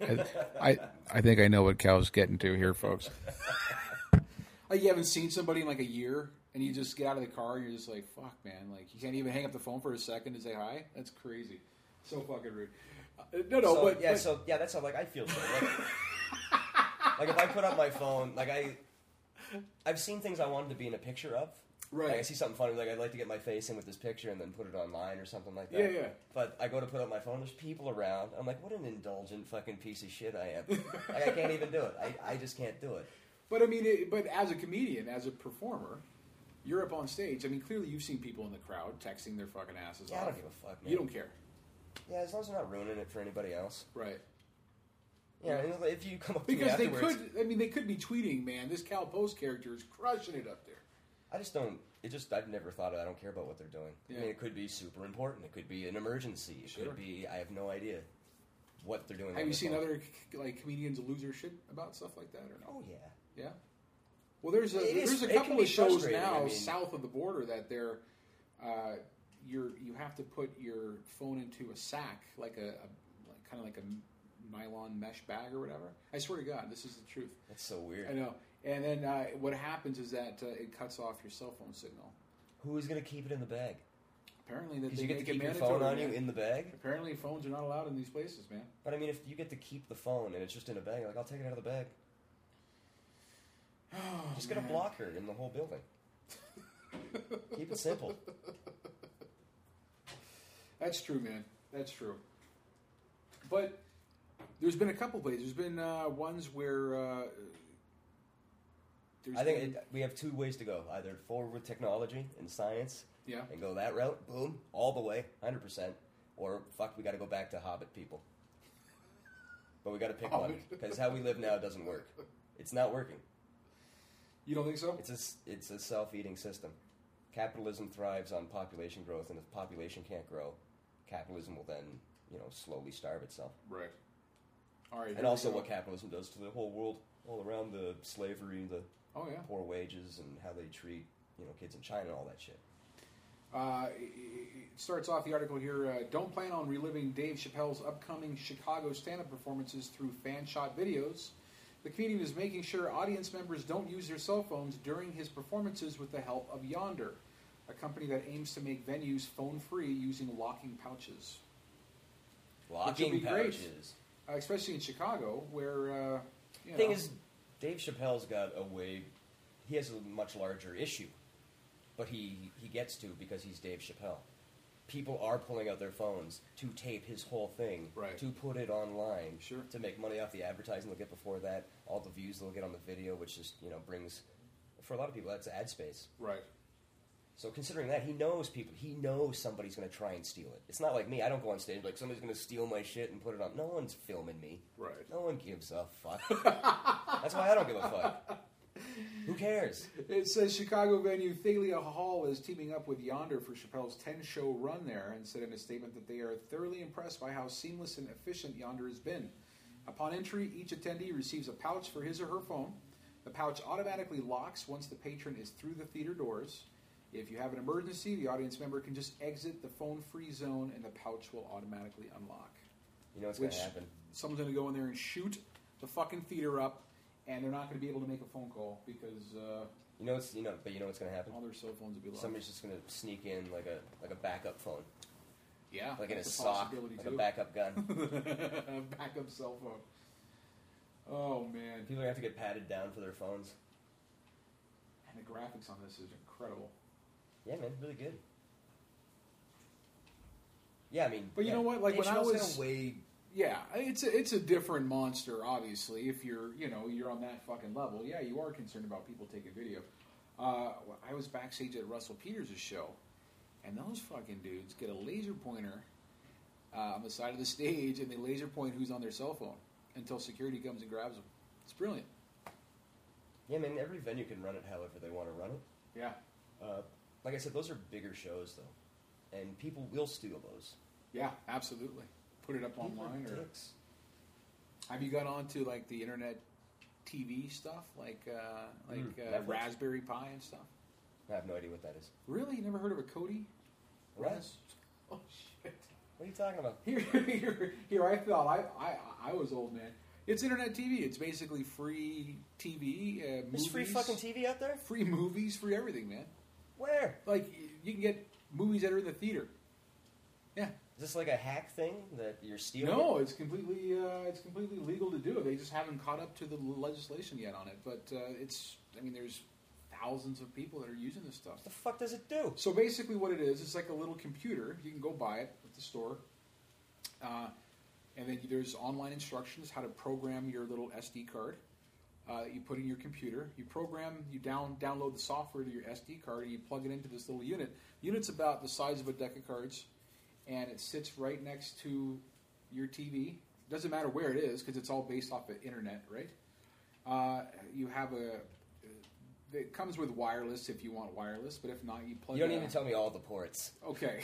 [SPEAKER 5] man.
[SPEAKER 8] I, I think I know what Cal's getting to here, folks.
[SPEAKER 2] like you haven't seen somebody in like a year. And you just get out of the car and you're just like, fuck, man. Like, you can't even hang up the phone for a second to say hi. That's crazy. So fucking rude. Uh, no, no,
[SPEAKER 5] so,
[SPEAKER 2] but.
[SPEAKER 5] yeah,
[SPEAKER 2] but-
[SPEAKER 5] so yeah, that's how like I feel. So, like, like if I put up my phone, like I, I've seen things I wanted to be in a picture of.
[SPEAKER 2] Right.
[SPEAKER 5] Like I see something funny, like I'd like to get my face in with this picture and then put it online or something like that.
[SPEAKER 2] Yeah, yeah.
[SPEAKER 5] But I go to put up my phone, there's people around. I'm like, what an indulgent fucking piece of shit I am. like I can't even do it. I, I just can't do it.
[SPEAKER 2] But I mean, it, but as a comedian, as a performer, you're up on stage. I mean, clearly you've seen people in the crowd texting their fucking asses
[SPEAKER 5] Yeah, I
[SPEAKER 2] off.
[SPEAKER 5] don't give a fuck, man.
[SPEAKER 2] You don't care,
[SPEAKER 5] Yeah, as long as I'm not ruining it for anybody else.
[SPEAKER 2] right?
[SPEAKER 5] Yeah, and if you come up to me
[SPEAKER 2] Because they
[SPEAKER 5] afterwards,
[SPEAKER 2] could. I mean, they could be tweeting, man. This Cal Post character is crushing it up there.
[SPEAKER 5] I just don't. It just I've never thought of. I don't care about what they're doing. I
[SPEAKER 2] Yeah.
[SPEAKER 5] mean, it could be super important. It could be an emergency. It
[SPEAKER 2] Sure.
[SPEAKER 5] could be. I have no idea what they're doing. on
[SPEAKER 2] Have you
[SPEAKER 5] their
[SPEAKER 2] seen
[SPEAKER 5] phone.
[SPEAKER 2] other c- like comedians lose their shit about stuff like that or no?
[SPEAKER 5] Oh yeah.
[SPEAKER 2] Yeah. Well, there's a
[SPEAKER 5] It is-
[SPEAKER 2] there's a
[SPEAKER 5] it can
[SPEAKER 2] couple
[SPEAKER 5] be
[SPEAKER 2] of shows
[SPEAKER 5] frustrating,
[SPEAKER 2] now
[SPEAKER 5] I mean-
[SPEAKER 2] south of the border that they're uh, you're you have to put your phone into a sack like a, a like, kind of like a nylon mesh bag or whatever. I swear to God, this is the truth.
[SPEAKER 5] That's so
[SPEAKER 2] I
[SPEAKER 5] weird.
[SPEAKER 2] know. And then uh, what happens is that uh, it cuts off your cell phone signal.
[SPEAKER 5] Who is gonna keep it in the bag?
[SPEAKER 2] Apparently, that
[SPEAKER 5] Because
[SPEAKER 2] they
[SPEAKER 5] you get to
[SPEAKER 2] make it
[SPEAKER 5] keep your
[SPEAKER 2] mandatory.
[SPEAKER 5] phone on you
[SPEAKER 2] man.
[SPEAKER 5] in the bag.
[SPEAKER 2] Apparently, phones are not allowed in these places, man.
[SPEAKER 5] But I mean, if you get to keep the phone and it's just in a bag, like I'll take it out of the bag. just get a blocker in the whole building. keep it simple.
[SPEAKER 2] That's true, man. That's true. But there's been a couple plays. There's been uh, ones where uh, there's
[SPEAKER 5] I think
[SPEAKER 2] been-
[SPEAKER 5] it, we have two ways to go: either forward with technology and science,
[SPEAKER 2] Yeah.
[SPEAKER 5] and go that route, boom, all the way, hundred percent, or fuck, we got to go back to Hobbit people. But we got to pick one
[SPEAKER 2] Hobbit.
[SPEAKER 5] because how we live now doesn't work. It's not working.
[SPEAKER 2] you don't think so?
[SPEAKER 5] It's a s- it's a self eating system. capitalism thrives on population growth, and if population can't grow, capitalism will then, you know, slowly starve itself.
[SPEAKER 2] Right. All right. here
[SPEAKER 5] And also
[SPEAKER 2] we go.
[SPEAKER 5] what capitalism does to the whole world, all around the slavery, the
[SPEAKER 2] Oh yeah.
[SPEAKER 5] poor wages, and how they treat, you know, kids in China and all that shit.
[SPEAKER 2] Uh, it- it it starts off the article here. Uh, Don't plan on reliving Dave Chappelle's upcoming Chicago stand-up performances through fan shot videos. The comedian is making sure audience members don't use their cell phones during his performances with the help of Yonder, a company that aims to make venues phone-free using locking pouches.
[SPEAKER 5] Locking
[SPEAKER 2] be great.
[SPEAKER 5] pouches.
[SPEAKER 2] Uh, especially in Chicago, where uh, you
[SPEAKER 5] Thing
[SPEAKER 2] know,
[SPEAKER 5] is, Dave Chappelle's got a way. He has a much larger issue, but he he gets to because he's Dave Chappelle. People are pulling out their phones to tape his whole thing,
[SPEAKER 2] Right.
[SPEAKER 5] to put it online,
[SPEAKER 2] Sure.
[SPEAKER 5] to make money off the advertising they'll get before that, all the views they'll get on the video, which just you know brings for a lot of people that's ad space.
[SPEAKER 2] right?
[SPEAKER 5] So considering that, he knows people. He knows somebody's going to try and steal it. It's not like me. I don't go on stage like somebody's going to steal my shit and put it on. No one's filming me.
[SPEAKER 2] Right.
[SPEAKER 5] No one gives a fuck. That's why I don't give a fuck. Who cares?
[SPEAKER 2] It says Chicago venue Thalia Hall is teaming up with Yonder for Chappelle's 10 show run there and said in a statement that they are thoroughly impressed by how seamless and efficient Yonder has been. Upon entry, each attendee receives a pouch for his or her phone. The pouch automatically locks once the patron is through the theater doors. If you have an emergency, the audience member can just exit the phone free zone and the pouch will automatically unlock.
[SPEAKER 5] You know what's going
[SPEAKER 2] Which
[SPEAKER 5] to happen.
[SPEAKER 2] someone's going to go in there and shoot the fucking theater up and they're not going to be able to make a phone call because. Uh,
[SPEAKER 5] You know what's you know, but you know what's going to happen.
[SPEAKER 2] all their cell phones would be locked.
[SPEAKER 5] Somebody's just going to sneak in like a like a backup phone,
[SPEAKER 2] yeah,
[SPEAKER 5] like in a
[SPEAKER 2] that's
[SPEAKER 5] sock,
[SPEAKER 2] possibility,
[SPEAKER 5] like a
[SPEAKER 2] too.
[SPEAKER 5] backup gun.
[SPEAKER 2] backup cell phone. Oh man,
[SPEAKER 5] People are going to have to get patted down for their phones.
[SPEAKER 2] and the graphics on this is incredible.
[SPEAKER 5] Yeah, man, really good. Yeah, I mean,
[SPEAKER 2] But you
[SPEAKER 5] yeah.
[SPEAKER 2] know what, like,
[SPEAKER 5] Dave
[SPEAKER 2] when I
[SPEAKER 5] Chappelle's got
[SPEAKER 2] was-
[SPEAKER 5] a way
[SPEAKER 2] Yeah, it's a, it's a different monster, obviously. If you're you know you're on that fucking level, yeah, you are concerned about people taking video. Uh, I was backstage at Russell Peters' show, and those fucking dudes get a laser pointer uh, on the side of the stage, and they laser point who's on their cell phone until security comes and grabs them. It's brilliant.
[SPEAKER 5] yeah, man, every venue can run it however they want to run it.
[SPEAKER 2] Yeah,
[SPEAKER 5] Uh, like I said, those are bigger shows though, and people will steal those.
[SPEAKER 2] Yeah, absolutely. Put it up
[SPEAKER 5] People are
[SPEAKER 2] online, or
[SPEAKER 5] dicks.
[SPEAKER 2] have you got onto like the internet TV stuff, like uh, like
[SPEAKER 5] Mm,
[SPEAKER 2] uh,
[SPEAKER 5] Netflix.
[SPEAKER 2] Raspberry Pi and stuff?
[SPEAKER 5] I have no idea what that is.
[SPEAKER 2] Really, you never heard of a Cody?
[SPEAKER 5] What?
[SPEAKER 2] Oh shit!
[SPEAKER 5] What are you talking about?
[SPEAKER 2] Here, here, here! I thought I, I, I was old man. It's internet TV. It's basically free TV. Uh,
[SPEAKER 5] There's
[SPEAKER 2] movies,
[SPEAKER 5] free fucking TV out there?
[SPEAKER 2] Free movies, free everything, man.
[SPEAKER 5] Where?
[SPEAKER 2] Like you can get movies that are in the theater. Yeah,
[SPEAKER 5] Is this like a hack thing that you're stealing?
[SPEAKER 2] No, it's completely uh, it's completely legal to do. They just haven't caught up to the legislation yet on it. But uh, it's I mean, there's thousands of people that are using this stuff.
[SPEAKER 5] What the fuck does it do?
[SPEAKER 2] So basically, what it is, it's like a little computer. You can go buy it at the store, uh, and then there's online instructions how to program your little SD card. Uh, that you put in your computer. You program. You down download the software to your SD card, and you plug it into this little unit. unit's about the size of a deck of cards, and it sits right next to your TV. Doesn't matter where it is because it's all based off the internet, right? Uh, you have a. It comes with wireless if you want wireless, but if not, you plug.
[SPEAKER 5] You don't
[SPEAKER 2] it
[SPEAKER 5] need to
[SPEAKER 2] out.
[SPEAKER 5] tell me all the ports.
[SPEAKER 2] Okay.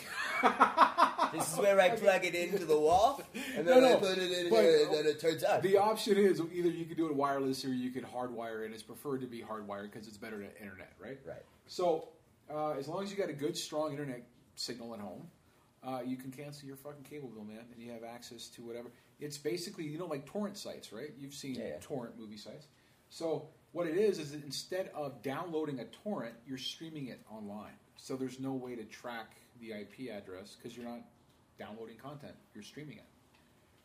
[SPEAKER 5] This is where I plug it into the wall, and
[SPEAKER 2] No,
[SPEAKER 5] then I
[SPEAKER 2] no,
[SPEAKER 5] put it in
[SPEAKER 2] but-
[SPEAKER 5] here, and then it turns out.
[SPEAKER 2] The option is either you could do it wireless or you could hardwire it. It's preferred to be hardwired because it's better than internet, right?
[SPEAKER 5] Right.
[SPEAKER 2] So uh, as long as you got a good, strong internet signal at home, uh, you can cancel your fucking cable bill, man, and you have access to whatever. It's basically you know like torrent sites, right? You've seen
[SPEAKER 5] Yeah, yeah.
[SPEAKER 2] torrent movie sites. So what it is is that instead of downloading a torrent, you're streaming it online. So there's no way to track the IP address because you're not downloading content; you're streaming it.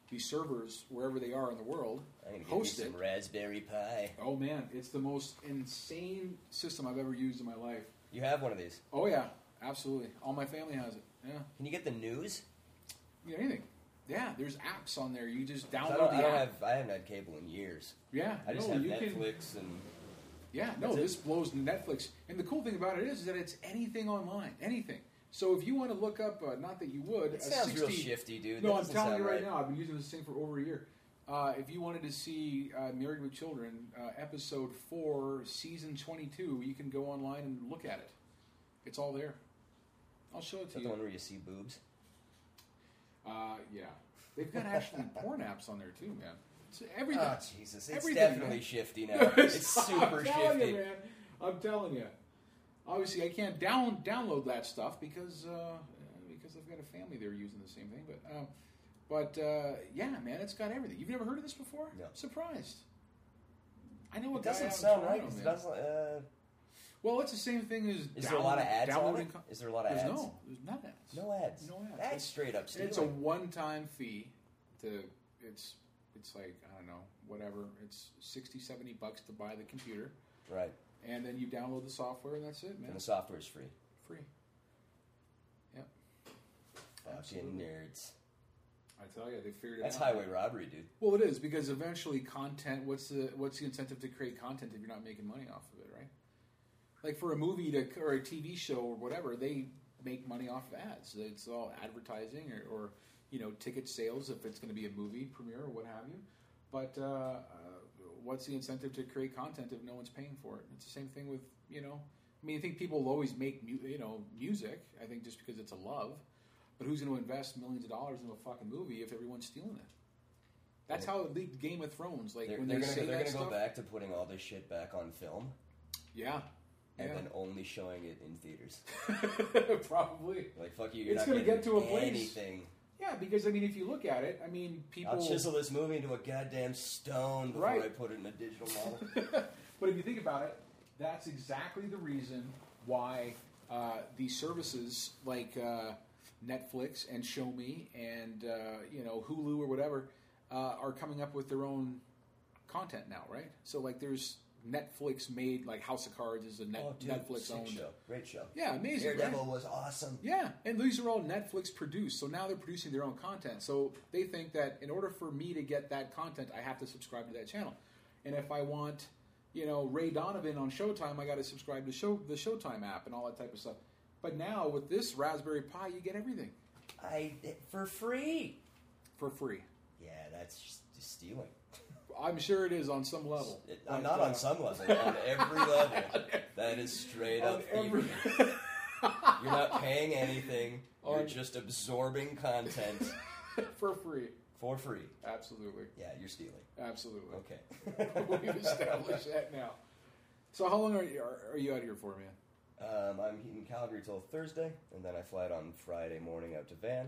[SPEAKER 2] These servers, wherever they are in the world,
[SPEAKER 5] I'm gonna give you
[SPEAKER 2] host
[SPEAKER 5] some
[SPEAKER 2] it.
[SPEAKER 5] Raspberry Pi.
[SPEAKER 2] Oh man, it's the most insane system I've ever used in my life.
[SPEAKER 5] You have one of these.
[SPEAKER 2] Oh yeah, absolutely. All my family has it. Yeah,
[SPEAKER 5] Can you get the news?
[SPEAKER 2] you know, anything. Yeah, there's apps on there. You just
[SPEAKER 5] 'Cause
[SPEAKER 2] download
[SPEAKER 5] I don't,
[SPEAKER 2] the
[SPEAKER 5] I don't
[SPEAKER 2] app.
[SPEAKER 5] have. I haven't had cable in years.
[SPEAKER 2] yeah,
[SPEAKER 5] I just
[SPEAKER 2] no,
[SPEAKER 5] have
[SPEAKER 2] you Can,
[SPEAKER 5] Netflix and
[SPEAKER 2] yeah, no,
[SPEAKER 5] That's it.
[SPEAKER 2] this blows Netflix. And the cool thing about it is that it's anything online, anything. So if you want to look up, uh, not that you would,
[SPEAKER 5] It
[SPEAKER 2] a
[SPEAKER 5] sounds
[SPEAKER 2] 60,
[SPEAKER 5] real shifty, dude.
[SPEAKER 2] No,
[SPEAKER 5] That
[SPEAKER 2] I'm
[SPEAKER 5] doesn't
[SPEAKER 2] telling
[SPEAKER 5] sound
[SPEAKER 2] you right,
[SPEAKER 5] right.
[SPEAKER 2] now, I've been using this thing for over a year. Uh, if you wanted to see uh, Married with Children, uh, episode four, season 22, you can go online and look at it. It's all there. I'll show it
[SPEAKER 5] Is
[SPEAKER 2] to
[SPEAKER 5] that
[SPEAKER 2] you.
[SPEAKER 5] the one where you see boobs?
[SPEAKER 2] Uh, yeah, they've got actually porn apps on there too, man. It's everything.
[SPEAKER 5] Oh, Jesus. It's
[SPEAKER 2] Everything,
[SPEAKER 5] definitely
[SPEAKER 2] man.
[SPEAKER 5] shifty now. It's super
[SPEAKER 2] I'm telling
[SPEAKER 5] shifty.
[SPEAKER 2] You, man. I'm telling you. Obviously, I can't down download that stuff because uh, uh, because I've got a family there using the same thing. But um, but uh, yeah, man, it's got everything. You've never heard of this before?
[SPEAKER 5] No.
[SPEAKER 2] Surprised. I know a
[SPEAKER 5] It
[SPEAKER 2] guy out in
[SPEAKER 5] doesn't sound
[SPEAKER 2] Toronto,
[SPEAKER 5] right. 'cause It
[SPEAKER 2] man.
[SPEAKER 5] doesn't, uh,
[SPEAKER 2] Well, it's the same thing as
[SPEAKER 5] is there a lot of ads on
[SPEAKER 2] downloading
[SPEAKER 5] it?
[SPEAKER 2] co-
[SPEAKER 5] Is there a lot of
[SPEAKER 2] There's
[SPEAKER 5] ads?
[SPEAKER 2] no, there's not ads.
[SPEAKER 5] No ads.
[SPEAKER 2] No ads.
[SPEAKER 5] That's
[SPEAKER 2] It's-
[SPEAKER 5] straight up stealing.
[SPEAKER 2] It's a one-time fee to it's it's like I don't know whatever it's 60 70 bucks to buy the computer
[SPEAKER 5] right.
[SPEAKER 2] and then you download the software and that's it man
[SPEAKER 5] And the software is free.
[SPEAKER 2] free yep
[SPEAKER 5] Fucking
[SPEAKER 2] Absolutely.
[SPEAKER 5] nerds.
[SPEAKER 2] I tell you they figured it
[SPEAKER 5] That's
[SPEAKER 2] out
[SPEAKER 5] highway robbery, dude.
[SPEAKER 2] well it is because eventually content what's the what's the incentive to create content if you're not making money off of it right like for a movie to or a TV show or whatever they make money off of ads it's all advertising or, or you know ticket sales if it's going to be a movie premiere or what have you But uh, uh, what's the incentive to create content if no one's paying for it? It's the same thing with you know. I mean, I think people will always make mu- you know music. I think just because it's a love, but who's going to invest millions of dollars into a fucking movie if everyone's stealing it? That's how it leaked Game of Thrones. Like
[SPEAKER 5] They're,
[SPEAKER 2] when
[SPEAKER 5] they're
[SPEAKER 2] they
[SPEAKER 5] gonna,
[SPEAKER 2] say
[SPEAKER 5] they're
[SPEAKER 2] that
[SPEAKER 5] gonna
[SPEAKER 2] stuff,
[SPEAKER 5] go back to putting all this shit back on film
[SPEAKER 2] yeah,
[SPEAKER 5] and
[SPEAKER 2] yeah,
[SPEAKER 5] then only showing it in theaters.
[SPEAKER 2] probably.
[SPEAKER 5] Like fuck you. You're
[SPEAKER 2] It's
[SPEAKER 5] not
[SPEAKER 2] gonna get
[SPEAKER 5] getting
[SPEAKER 2] to a place-
[SPEAKER 5] anything.
[SPEAKER 2] Yeah, because I mean, if you look at it, I mean, people.
[SPEAKER 5] I'll chisel this movie into a goddamn stone before
[SPEAKER 2] Right.
[SPEAKER 5] I put it in a digital model.
[SPEAKER 2] but if you think about it, that's exactly the reason why uh, these services like uh, Netflix and Show Me and uh, you know Hulu or whatever uh, are coming up with their own content now, right? So like, there's Netflix made like House of Cards is a Net-
[SPEAKER 5] oh, dude,
[SPEAKER 2] Netflix
[SPEAKER 5] sick
[SPEAKER 2] owned.
[SPEAKER 5] show. Great show.
[SPEAKER 2] Yeah, amazing. right?
[SPEAKER 5] Daredevil was awesome.
[SPEAKER 2] Yeah, and these are all Netflix produced, so now they're producing their own content. So they think that in order for me to get that content, I have to subscribe to that channel. And if I want, you know, Ray Donovan on Showtime, I got to subscribe to show the Showtime app and all that type of stuff. But now with this Raspberry Pi, you get everything
[SPEAKER 5] I for free.
[SPEAKER 2] for free.
[SPEAKER 5] Yeah, that's just just stealing.
[SPEAKER 2] I'm sure it is on some level.
[SPEAKER 5] It- I'm
[SPEAKER 2] But,
[SPEAKER 5] not
[SPEAKER 2] uh,
[SPEAKER 5] on some level. On every level, that is straight
[SPEAKER 2] on
[SPEAKER 5] up
[SPEAKER 2] every-
[SPEAKER 5] thievery. You're not paying anything. You're
[SPEAKER 2] On-
[SPEAKER 5] just absorbing content
[SPEAKER 2] for free.
[SPEAKER 5] for free.
[SPEAKER 2] Absolutely,
[SPEAKER 5] Yeah, you're stealing.
[SPEAKER 2] absolutely.
[SPEAKER 5] Okay.
[SPEAKER 2] We've established that now. So how long are you are, are you out here for, man?
[SPEAKER 5] um, I'm in Calgary till Thursday, and then I fly out on Friday morning out to Van.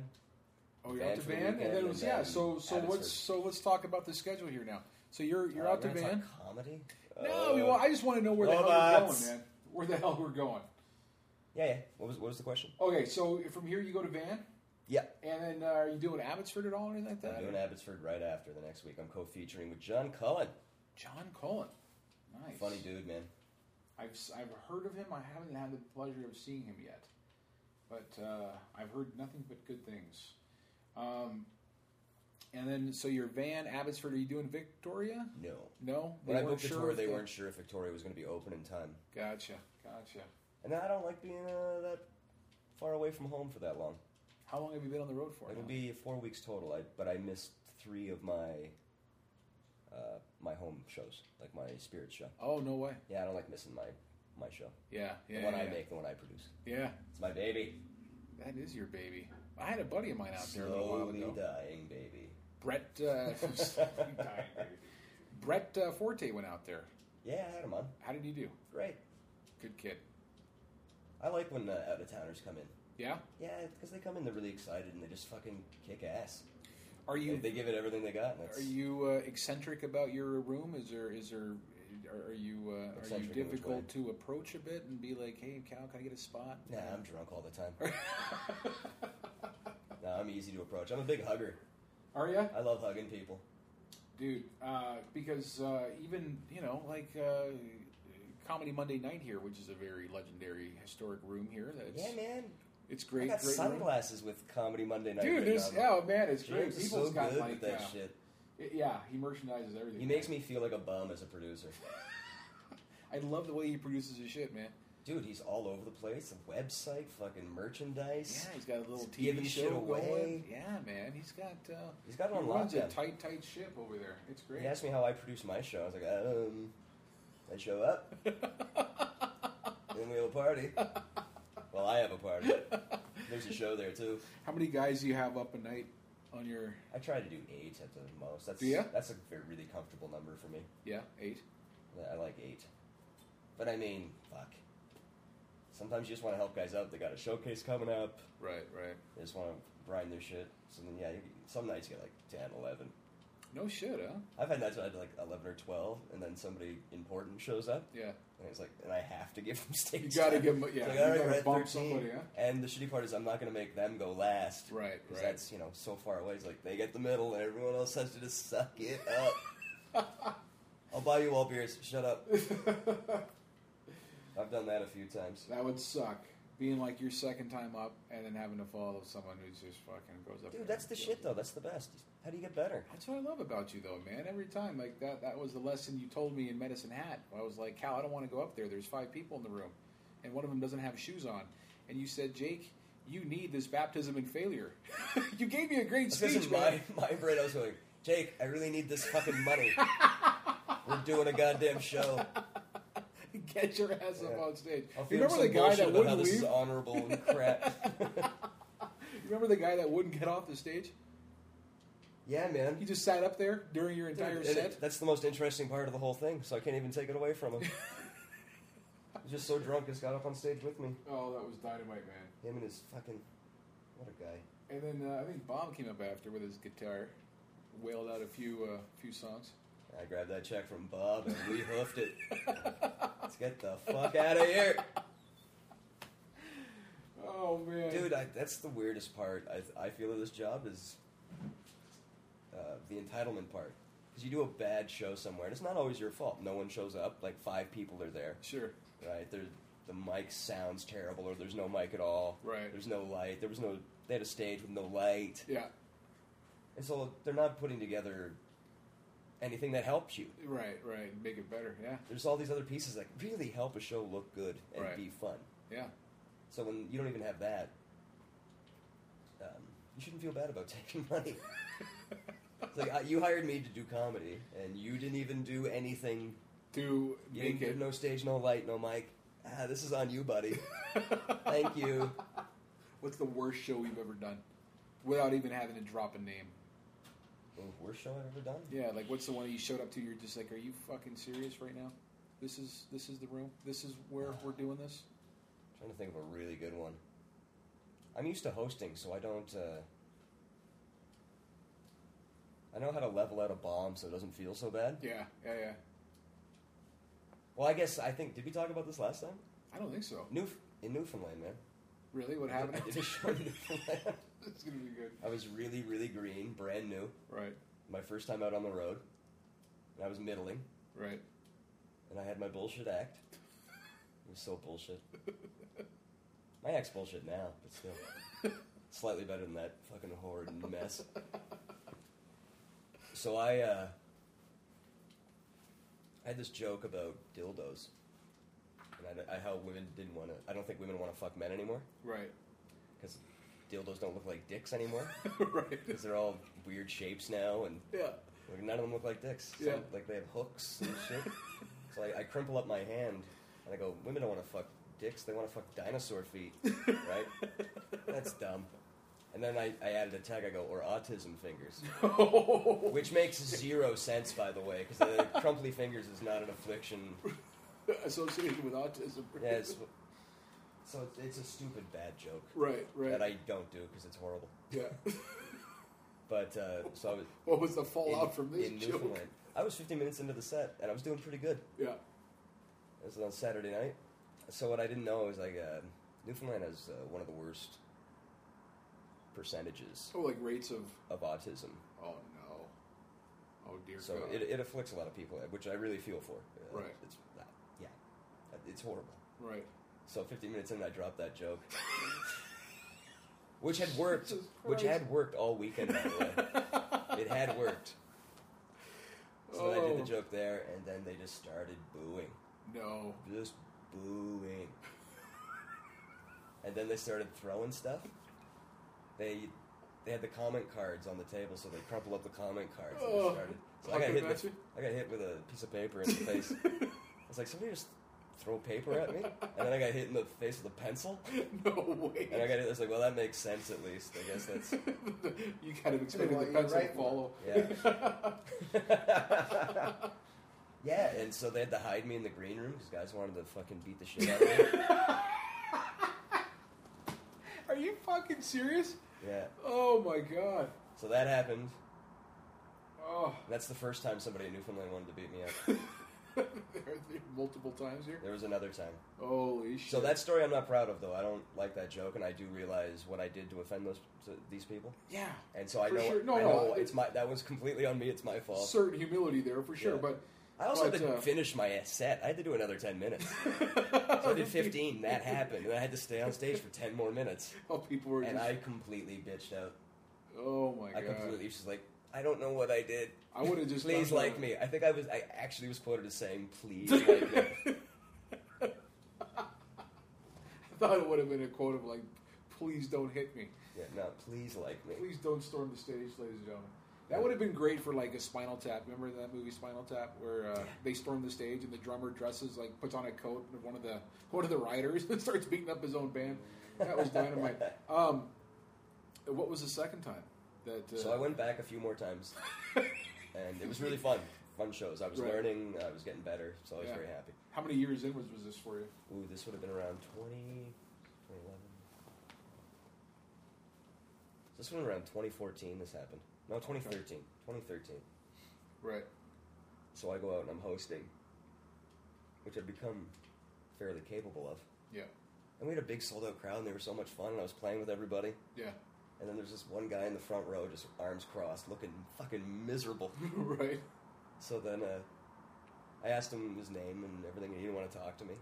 [SPEAKER 2] Oh, you're out
[SPEAKER 5] Van
[SPEAKER 2] to
[SPEAKER 5] for the
[SPEAKER 2] van, and
[SPEAKER 5] weekend,
[SPEAKER 2] then it was
[SPEAKER 5] and
[SPEAKER 2] yeah.
[SPEAKER 5] then
[SPEAKER 2] So so
[SPEAKER 5] Abbotsford.
[SPEAKER 2] what's so let's talk about the schedule here now. So you're you're
[SPEAKER 5] Uh,
[SPEAKER 2] out to
[SPEAKER 5] we're gonna
[SPEAKER 2] van.
[SPEAKER 5] talk comedy.
[SPEAKER 2] No, we
[SPEAKER 5] Uh,
[SPEAKER 2] want, I just want to know where the hell we're
[SPEAKER 5] robots.
[SPEAKER 2] going, man. Where the hell we're going?
[SPEAKER 5] yeah, yeah. What was what was the question?
[SPEAKER 2] Okay, so from here you go to van,
[SPEAKER 5] Yeah,
[SPEAKER 2] and then uh, are you doing Abbotsford at all or anything like that?
[SPEAKER 5] I'm doing Uh, Abbotsford right after the next week. I'm co-featuring with John Cullen.
[SPEAKER 2] John Cullen, nice,
[SPEAKER 5] Funny dude, man.
[SPEAKER 2] I've s- I've heard of him. I haven't had the pleasure of seeing him yet, but uh, I've heard nothing but good things. Um, and then so your van Abbotsford. Are you doing Victoria?
[SPEAKER 5] No.
[SPEAKER 2] No,
[SPEAKER 5] When I
[SPEAKER 2] weren't
[SPEAKER 5] booked the tour,
[SPEAKER 2] if
[SPEAKER 5] they weren't sure if Victoria was going to be open in time.
[SPEAKER 2] Gotcha, gotcha.
[SPEAKER 5] And I don't like being uh, that far away from home for that long.
[SPEAKER 2] How long have you been on the road for?
[SPEAKER 5] It'll
[SPEAKER 2] now?
[SPEAKER 5] be four weeks total, I, but I missed three of my uh, my home shows, like my spirit show.
[SPEAKER 2] Oh no way!
[SPEAKER 5] Yeah, I don't like missing my my show,
[SPEAKER 2] Yeah, yeah.
[SPEAKER 5] the one
[SPEAKER 2] yeah,
[SPEAKER 5] I make, the one I produce.
[SPEAKER 2] Yeah,
[SPEAKER 5] It's my baby,
[SPEAKER 2] that is your baby. I had a buddy of mine out there a little while
[SPEAKER 5] slowly
[SPEAKER 2] ago.
[SPEAKER 5] dying baby.
[SPEAKER 2] Brett, uh, dying, baby. Brett uh, Forte went out there.
[SPEAKER 5] Yeah, I had him on.
[SPEAKER 2] How did he do?
[SPEAKER 5] Great.
[SPEAKER 2] Good kid.
[SPEAKER 5] I like when uh, out of towners come in.
[SPEAKER 2] Yeah.
[SPEAKER 5] Yeah, because they come in, they're really excited and they just fucking kick ass.
[SPEAKER 2] Are you
[SPEAKER 5] they give it everything they got. And that's
[SPEAKER 2] are you uh, eccentric about your room? Is there is there are, are you uh, are you
[SPEAKER 5] Eccentric in which
[SPEAKER 2] difficult
[SPEAKER 5] way?
[SPEAKER 2] to approach a bit and be like, hey, Cal, can I get a spot?
[SPEAKER 5] Nah, I'm drunk all the time. nah, I'm easy to approach. I'm a big hugger.
[SPEAKER 2] Are you?
[SPEAKER 5] I love hugging people.
[SPEAKER 2] dude. Uh, because uh, even you know, like uh, comedy Monday night here, which is a very legendary historic room here. That's
[SPEAKER 5] Yeah, man.
[SPEAKER 2] it's
[SPEAKER 5] I
[SPEAKER 2] great.
[SPEAKER 5] got
[SPEAKER 2] great room.
[SPEAKER 5] sunglasses with Comedy Monday Night.
[SPEAKER 2] Dude,
[SPEAKER 5] written
[SPEAKER 2] there's
[SPEAKER 5] on them.
[SPEAKER 2] oh man, it's great.
[SPEAKER 5] James is
[SPEAKER 2] People's
[SPEAKER 5] so
[SPEAKER 2] got
[SPEAKER 5] good
[SPEAKER 2] like
[SPEAKER 5] with that
[SPEAKER 2] uh,
[SPEAKER 5] shit.
[SPEAKER 2] it- yeah, he merchandises everything.
[SPEAKER 5] He makes me feel like a bum as a producer.
[SPEAKER 2] I love the way he produces his shit, man.
[SPEAKER 5] Dude, he's all over the place. A website, fucking
[SPEAKER 2] Yeah,
[SPEAKER 5] merchandise.
[SPEAKER 2] he's got a little
[SPEAKER 5] He's
[SPEAKER 2] TV
[SPEAKER 5] giving
[SPEAKER 2] show
[SPEAKER 5] shit
[SPEAKER 2] going.
[SPEAKER 5] away.
[SPEAKER 2] Yeah, man, he's got uh,
[SPEAKER 5] He's got it
[SPEAKER 2] he
[SPEAKER 5] on
[SPEAKER 2] runs a
[SPEAKER 5] lockdown.
[SPEAKER 2] tight, tight ship over there. It's great.
[SPEAKER 5] He asked me how I produce my show. I was like, um, I show up, then we have a party. Well, I have a party. There's a show there too.
[SPEAKER 2] How many guys do you have up a night on your?
[SPEAKER 5] I try to do eight at the most. That's
[SPEAKER 2] Do ya?
[SPEAKER 5] that's a very, really comfortable number for me.
[SPEAKER 2] Yeah, eight.
[SPEAKER 5] I like eight, but I mean, fuck. Sometimes you just want to help guys out. They got a showcase coming up.
[SPEAKER 2] Right, right.
[SPEAKER 5] They just want to grind their shit. So then, yeah, you, some nights you get like 10, 11.
[SPEAKER 2] No shit, huh?
[SPEAKER 5] I've had nights where I had like 11 or 12, and then somebody important shows up,
[SPEAKER 2] Yeah.
[SPEAKER 5] and it's like, and I have to give them stage.
[SPEAKER 2] You gotta
[SPEAKER 5] time.
[SPEAKER 2] give 'em-
[SPEAKER 5] It's
[SPEAKER 2] yeah,
[SPEAKER 5] like,
[SPEAKER 2] you
[SPEAKER 5] all right,
[SPEAKER 2] gotta
[SPEAKER 5] we're at
[SPEAKER 2] bump
[SPEAKER 5] 13,
[SPEAKER 2] somebody, huh?
[SPEAKER 5] And the shitty part is, I'm not gonna make them go last,
[SPEAKER 2] Right,
[SPEAKER 5] 'Cause
[SPEAKER 2] right.
[SPEAKER 5] That's you know so far away. It's like they get the middle, and everyone else has to just suck it up. I'll buy you all beers. Shut up. I've done that a few times.
[SPEAKER 2] That would suck. Being like your second time up and then having to follow someone who's just fucking goes up. there
[SPEAKER 5] Dude, that's
[SPEAKER 2] and
[SPEAKER 5] the
[SPEAKER 2] kills
[SPEAKER 5] shit
[SPEAKER 2] it.
[SPEAKER 5] though. That's the best. How do you get better?
[SPEAKER 2] That's what I love about you, though, man. Every time, like that, that was the lesson you told me in Medicine Hat. I was like, Cal, I don't want to go up there. There's five people in the room, and one of them doesn't have shoes on. And you said, Jake, you need this baptism in failure. you gave me a great
[SPEAKER 5] This
[SPEAKER 2] speech,
[SPEAKER 5] is
[SPEAKER 2] man.
[SPEAKER 5] my my brain. I was going, Jake, I really need this fucking money. We're doing a goddamn show.
[SPEAKER 2] Get your ass up
[SPEAKER 5] Yeah.
[SPEAKER 2] on stage.
[SPEAKER 5] I'll
[SPEAKER 2] You
[SPEAKER 5] feel
[SPEAKER 2] remember the
[SPEAKER 5] some
[SPEAKER 2] guy
[SPEAKER 5] bullshit
[SPEAKER 2] that
[SPEAKER 5] about how
[SPEAKER 2] wouldn't
[SPEAKER 5] this
[SPEAKER 2] leave?
[SPEAKER 5] is honorable and crap.
[SPEAKER 2] You remember the guy that wouldn't get off the stage?
[SPEAKER 5] yeah, man.
[SPEAKER 2] He just sat up there during your
[SPEAKER 5] Dude,
[SPEAKER 2] entire
[SPEAKER 5] and
[SPEAKER 2] set.
[SPEAKER 5] it- that's the most interesting part of the whole thing, so I can't even take it away from him. He's just so drunk, he's got up on stage with me.
[SPEAKER 2] Oh, that was dynamite, man.
[SPEAKER 5] Him and his fucking. What a guy.
[SPEAKER 2] And then uh, I think Bob came up after with his guitar, wailed out a few uh, few songs.
[SPEAKER 5] I grabbed that check from Bob and we hoofed it. Let's get the fuck out of here.
[SPEAKER 2] Oh man,
[SPEAKER 5] Dude, I, that's the weirdest part, I, I feel, of this job is uh, the entitlement part. Because you do a bad show somewhere, and it's not always your fault. No one shows up, like five people are there.
[SPEAKER 2] Sure.
[SPEAKER 5] right? There, the mic sounds terrible, or there's no mic at all.
[SPEAKER 2] Right.
[SPEAKER 5] There's no light. There was no. They had a stage with no light,
[SPEAKER 2] Yeah.
[SPEAKER 5] and so they're not putting together anything that helps you.
[SPEAKER 2] Right. Right. Make it better. Yeah.
[SPEAKER 5] There's all these other pieces that really help a show look good and
[SPEAKER 2] Right.
[SPEAKER 5] be fun.
[SPEAKER 2] Yeah.
[SPEAKER 5] So when you don't even have that, um, you shouldn't feel bad about taking money. it's like I, you hired me to do comedy, and you didn't even do anything.
[SPEAKER 2] To
[SPEAKER 5] You
[SPEAKER 2] make
[SPEAKER 5] didn't
[SPEAKER 2] it.
[SPEAKER 5] give no stage, no light, no mic. Ah, this is on you, buddy. Thank you.
[SPEAKER 2] What's the worst show we've ever done, without even having to drop a name?
[SPEAKER 5] The worst show I've ever done.
[SPEAKER 2] Yeah. Like, what's the one you showed up to? You're just like, are you fucking serious right now? This is this is the room. This is where we're doing this.
[SPEAKER 5] trying to think of a really good one. I'm used to hosting, so I don't. Uh, I know how to level out a bomb so it doesn't feel so bad.
[SPEAKER 2] Yeah. Yeah. Yeah.
[SPEAKER 5] Well, I guess I think did we talk about this last time?
[SPEAKER 2] I don't think so.
[SPEAKER 5] New in Newfoundland, man.
[SPEAKER 2] Really? What
[SPEAKER 5] I
[SPEAKER 2] happened?
[SPEAKER 5] did a show in Newfoundland.
[SPEAKER 2] it's gonna be good.
[SPEAKER 5] I was really, really green, brand new,
[SPEAKER 2] Right.
[SPEAKER 5] my first time out on the road, and I was middling,
[SPEAKER 2] Right.
[SPEAKER 5] and I had my bullshit act. It was so bullshit. My act's bullshit now, but still, slightly better than that fucking horrid mess. So I, uh, I had this joke about dildos, and I, I- how women didn't want to. I don't think women want to fuck men anymore
[SPEAKER 2] Right.
[SPEAKER 5] because dildos don't look like dicks anymore
[SPEAKER 2] right.
[SPEAKER 5] because they're all weird shapes now, and
[SPEAKER 2] Yeah.
[SPEAKER 5] like, none of them look like dicks. Some-
[SPEAKER 2] Yeah.
[SPEAKER 5] like they have hooks and shit. so I, I crimple up my hand and I go, women don't want to fuck dicks, they want to fuck dinosaur feet, right? That's dumb. And then I, I added a tag, I go, or autism fingers. Which makes zero sense, by the way, because the crumply fingers is not an affliction.
[SPEAKER 2] Associated with autism.
[SPEAKER 5] Yeah, it's, so it's, it's a stupid bad joke
[SPEAKER 2] Right. Right.
[SPEAKER 5] that I don't do because it's horrible.
[SPEAKER 2] yeah.
[SPEAKER 5] But uh, so I was
[SPEAKER 2] What was the
[SPEAKER 5] in,
[SPEAKER 2] fallout from this
[SPEAKER 5] in
[SPEAKER 2] joke?
[SPEAKER 5] Newfoundland. I was 15 minutes into the set and I was doing pretty good.
[SPEAKER 2] Yeah.
[SPEAKER 5] It was on Saturday night. So what I didn't know is like uh, Newfoundland has uh, one of the worst percentages
[SPEAKER 2] Oh, like rates of.
[SPEAKER 5] of autism.
[SPEAKER 2] Oh no. Oh dear
[SPEAKER 5] So
[SPEAKER 2] God.
[SPEAKER 5] it, it afflicts a lot of people, which I really feel for. Uh,
[SPEAKER 2] Right.
[SPEAKER 5] It's yeah, it's horrible.
[SPEAKER 2] right.
[SPEAKER 5] So 15 minutes in, I dropped that joke, which had worked,
[SPEAKER 2] Jesus
[SPEAKER 5] which
[SPEAKER 2] Christ.
[SPEAKER 5] had worked all weekend. By the way, it had worked. So then I did
[SPEAKER 2] Oh.
[SPEAKER 5] the joke there, and then they just started booing.
[SPEAKER 2] No.
[SPEAKER 5] just booing. and then they started throwing stuff. They they had the comment cards on the table, so they crumpled up the comment cards. and
[SPEAKER 2] Oh,
[SPEAKER 5] they started. So I got
[SPEAKER 2] fucking
[SPEAKER 5] hit. With,
[SPEAKER 2] imagine.
[SPEAKER 5] I got hit with a piece of paper in the face. I was like, somebody just throw paper at me, and then I got hit in the face with a pencil.
[SPEAKER 2] No way.
[SPEAKER 5] And I got it. I was like, well, that makes sense at least. I guess that's.
[SPEAKER 2] you kind of expected
[SPEAKER 6] Well,
[SPEAKER 2] the
[SPEAKER 6] you're
[SPEAKER 2] pencil
[SPEAKER 6] right.
[SPEAKER 2] to follow.
[SPEAKER 5] yeah, and so they had to hide me in the green room because guys wanted to fucking beat the shit out of me.
[SPEAKER 2] Are you fucking serious?
[SPEAKER 5] Yeah.
[SPEAKER 2] Oh my god.
[SPEAKER 5] So that happened.
[SPEAKER 2] Oh,
[SPEAKER 5] That's the first time somebody in Newfoundland wanted to beat me up.
[SPEAKER 2] There are multiple times here.
[SPEAKER 5] There was another time.
[SPEAKER 2] Holy shit.
[SPEAKER 5] So that story I'm not proud of though. I don't like that joke, and I do realize what I did to offend those to these people.
[SPEAKER 2] yeah,
[SPEAKER 5] And so I
[SPEAKER 2] For
[SPEAKER 5] know,
[SPEAKER 2] sure. No,
[SPEAKER 5] I know
[SPEAKER 2] no,
[SPEAKER 5] it's
[SPEAKER 2] it-
[SPEAKER 5] my that was completely on me. It's my fault.
[SPEAKER 2] certain humility there for sure.
[SPEAKER 5] Yeah.
[SPEAKER 2] But
[SPEAKER 5] I also
[SPEAKER 2] but,
[SPEAKER 5] had to
[SPEAKER 2] uh,
[SPEAKER 5] finish my set. I had to do another ten minutes. so I did fifteen. That happened, and I had to stay on stage for ten more minutes.
[SPEAKER 2] oh, people were
[SPEAKER 5] And
[SPEAKER 2] just,
[SPEAKER 5] I completely bitched out.
[SPEAKER 2] oh my
[SPEAKER 5] I
[SPEAKER 2] god,
[SPEAKER 5] completely she's like, I don't know what I did.
[SPEAKER 2] I would've just
[SPEAKER 5] please
[SPEAKER 2] done
[SPEAKER 5] like
[SPEAKER 2] that.
[SPEAKER 5] me. I think I was I actually was quoted as saying please like me.
[SPEAKER 2] I thought it would have been a quote of like, "Please don't hit me.
[SPEAKER 5] Yeah, no, please like me.
[SPEAKER 2] Please don't storm the stage, ladies and gentlemen." That would have been great for like a Spinal Tap. Remember that movie Spinal Tap, where uh, they storm the stage and the drummer dresses like puts on a coat of one of the one of the riders and starts beating up his own band. That was dynamite. um, what was the second time that? Uh,
[SPEAKER 5] So I went back a few more times, and it was really fun. Fun shows. I was
[SPEAKER 2] Right.
[SPEAKER 5] learning. I was getting better. So I was
[SPEAKER 2] Yeah.
[SPEAKER 5] very happy.
[SPEAKER 2] How many years in was, was this for you?
[SPEAKER 5] Ooh, this would have been around 20, 2011. This one around 2014. This happened. No, 2013. 2013.
[SPEAKER 2] Right.
[SPEAKER 5] So I go out and I'm hosting, which I've become fairly capable of.
[SPEAKER 2] Yeah.
[SPEAKER 5] And we had a big sold out crowd, and they were so much fun. And I was playing with everybody.
[SPEAKER 2] Yeah.
[SPEAKER 5] And then there's this one guy in the front row, just arms crossed, looking fucking miserable.
[SPEAKER 2] right.
[SPEAKER 5] So then uh, I asked him his name and everything, and he didn't want to talk to me.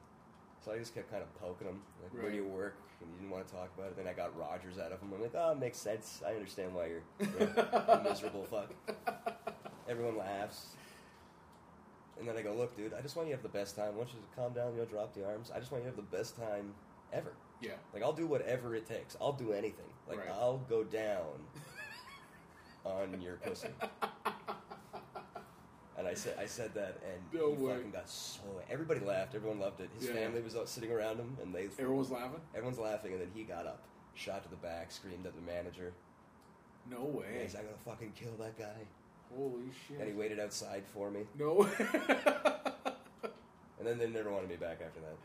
[SPEAKER 5] So I just kept kind of poking him, like, where do you
[SPEAKER 2] Right.
[SPEAKER 5] work? And he didn't want to talk about it. Then I got Rogers out of him. I'm like, oh, makes sense. I understand why you're you know, a miserable fuck. Everyone laughs. And then I go, look, dude, I just want you to have the best time. I want you to calm down, you know, drop the arms. I just want you to have the best time ever.
[SPEAKER 2] Yeah.
[SPEAKER 5] Like, I'll do whatever it takes. I'll do anything. Like,
[SPEAKER 2] Right.
[SPEAKER 5] I'll go down on your pussy. And I said, I said that, and
[SPEAKER 2] No
[SPEAKER 5] he
[SPEAKER 2] way.
[SPEAKER 5] fucking got so. Everybody laughed. Everyone loved it. His
[SPEAKER 2] Yeah.
[SPEAKER 5] family was out sitting around him, and they
[SPEAKER 2] Everyone's laughing.
[SPEAKER 5] everyone's laughing. And then he got up, shot to the back, screamed at the manager.
[SPEAKER 2] No way.
[SPEAKER 5] He's like, I'm gonna fucking kill that guy.
[SPEAKER 2] Holy shit.
[SPEAKER 5] And he waited outside for me.
[SPEAKER 2] No.
[SPEAKER 5] And then they never wanted me back after that.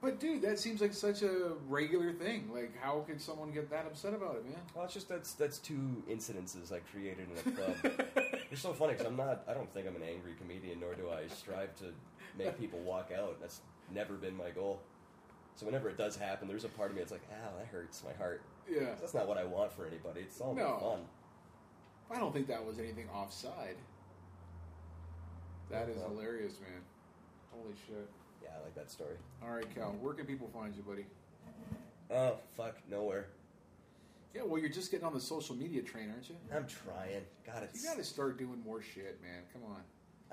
[SPEAKER 2] but dude, that seems like such a regular thing. Like, how could someone get that upset about it, man?
[SPEAKER 5] Well, it's just that's that's two incidences I created in a club. You're so funny because I'm not. I don't think I'm an angry comedian, nor do I strive to make people walk out. That's never been my goal. So whenever it does happen, there's a part of me that's like, "Ow, that hurts my heart."
[SPEAKER 2] Yeah.
[SPEAKER 5] That's not what I want for anybody. It's all
[SPEAKER 2] No.
[SPEAKER 5] fun.
[SPEAKER 2] I don't think that was anything offside. That is
[SPEAKER 5] Well.
[SPEAKER 2] hilarious, man. Holy shit.
[SPEAKER 5] Yeah, I like that story.
[SPEAKER 2] All right, Cal. Where can people find you, buddy?
[SPEAKER 5] Oh fuck, nowhere.
[SPEAKER 2] Yeah, well, you're just getting on the social media train, aren't you?
[SPEAKER 5] I'm trying. God, it's.
[SPEAKER 2] You got to start doing more shit, man. Come on.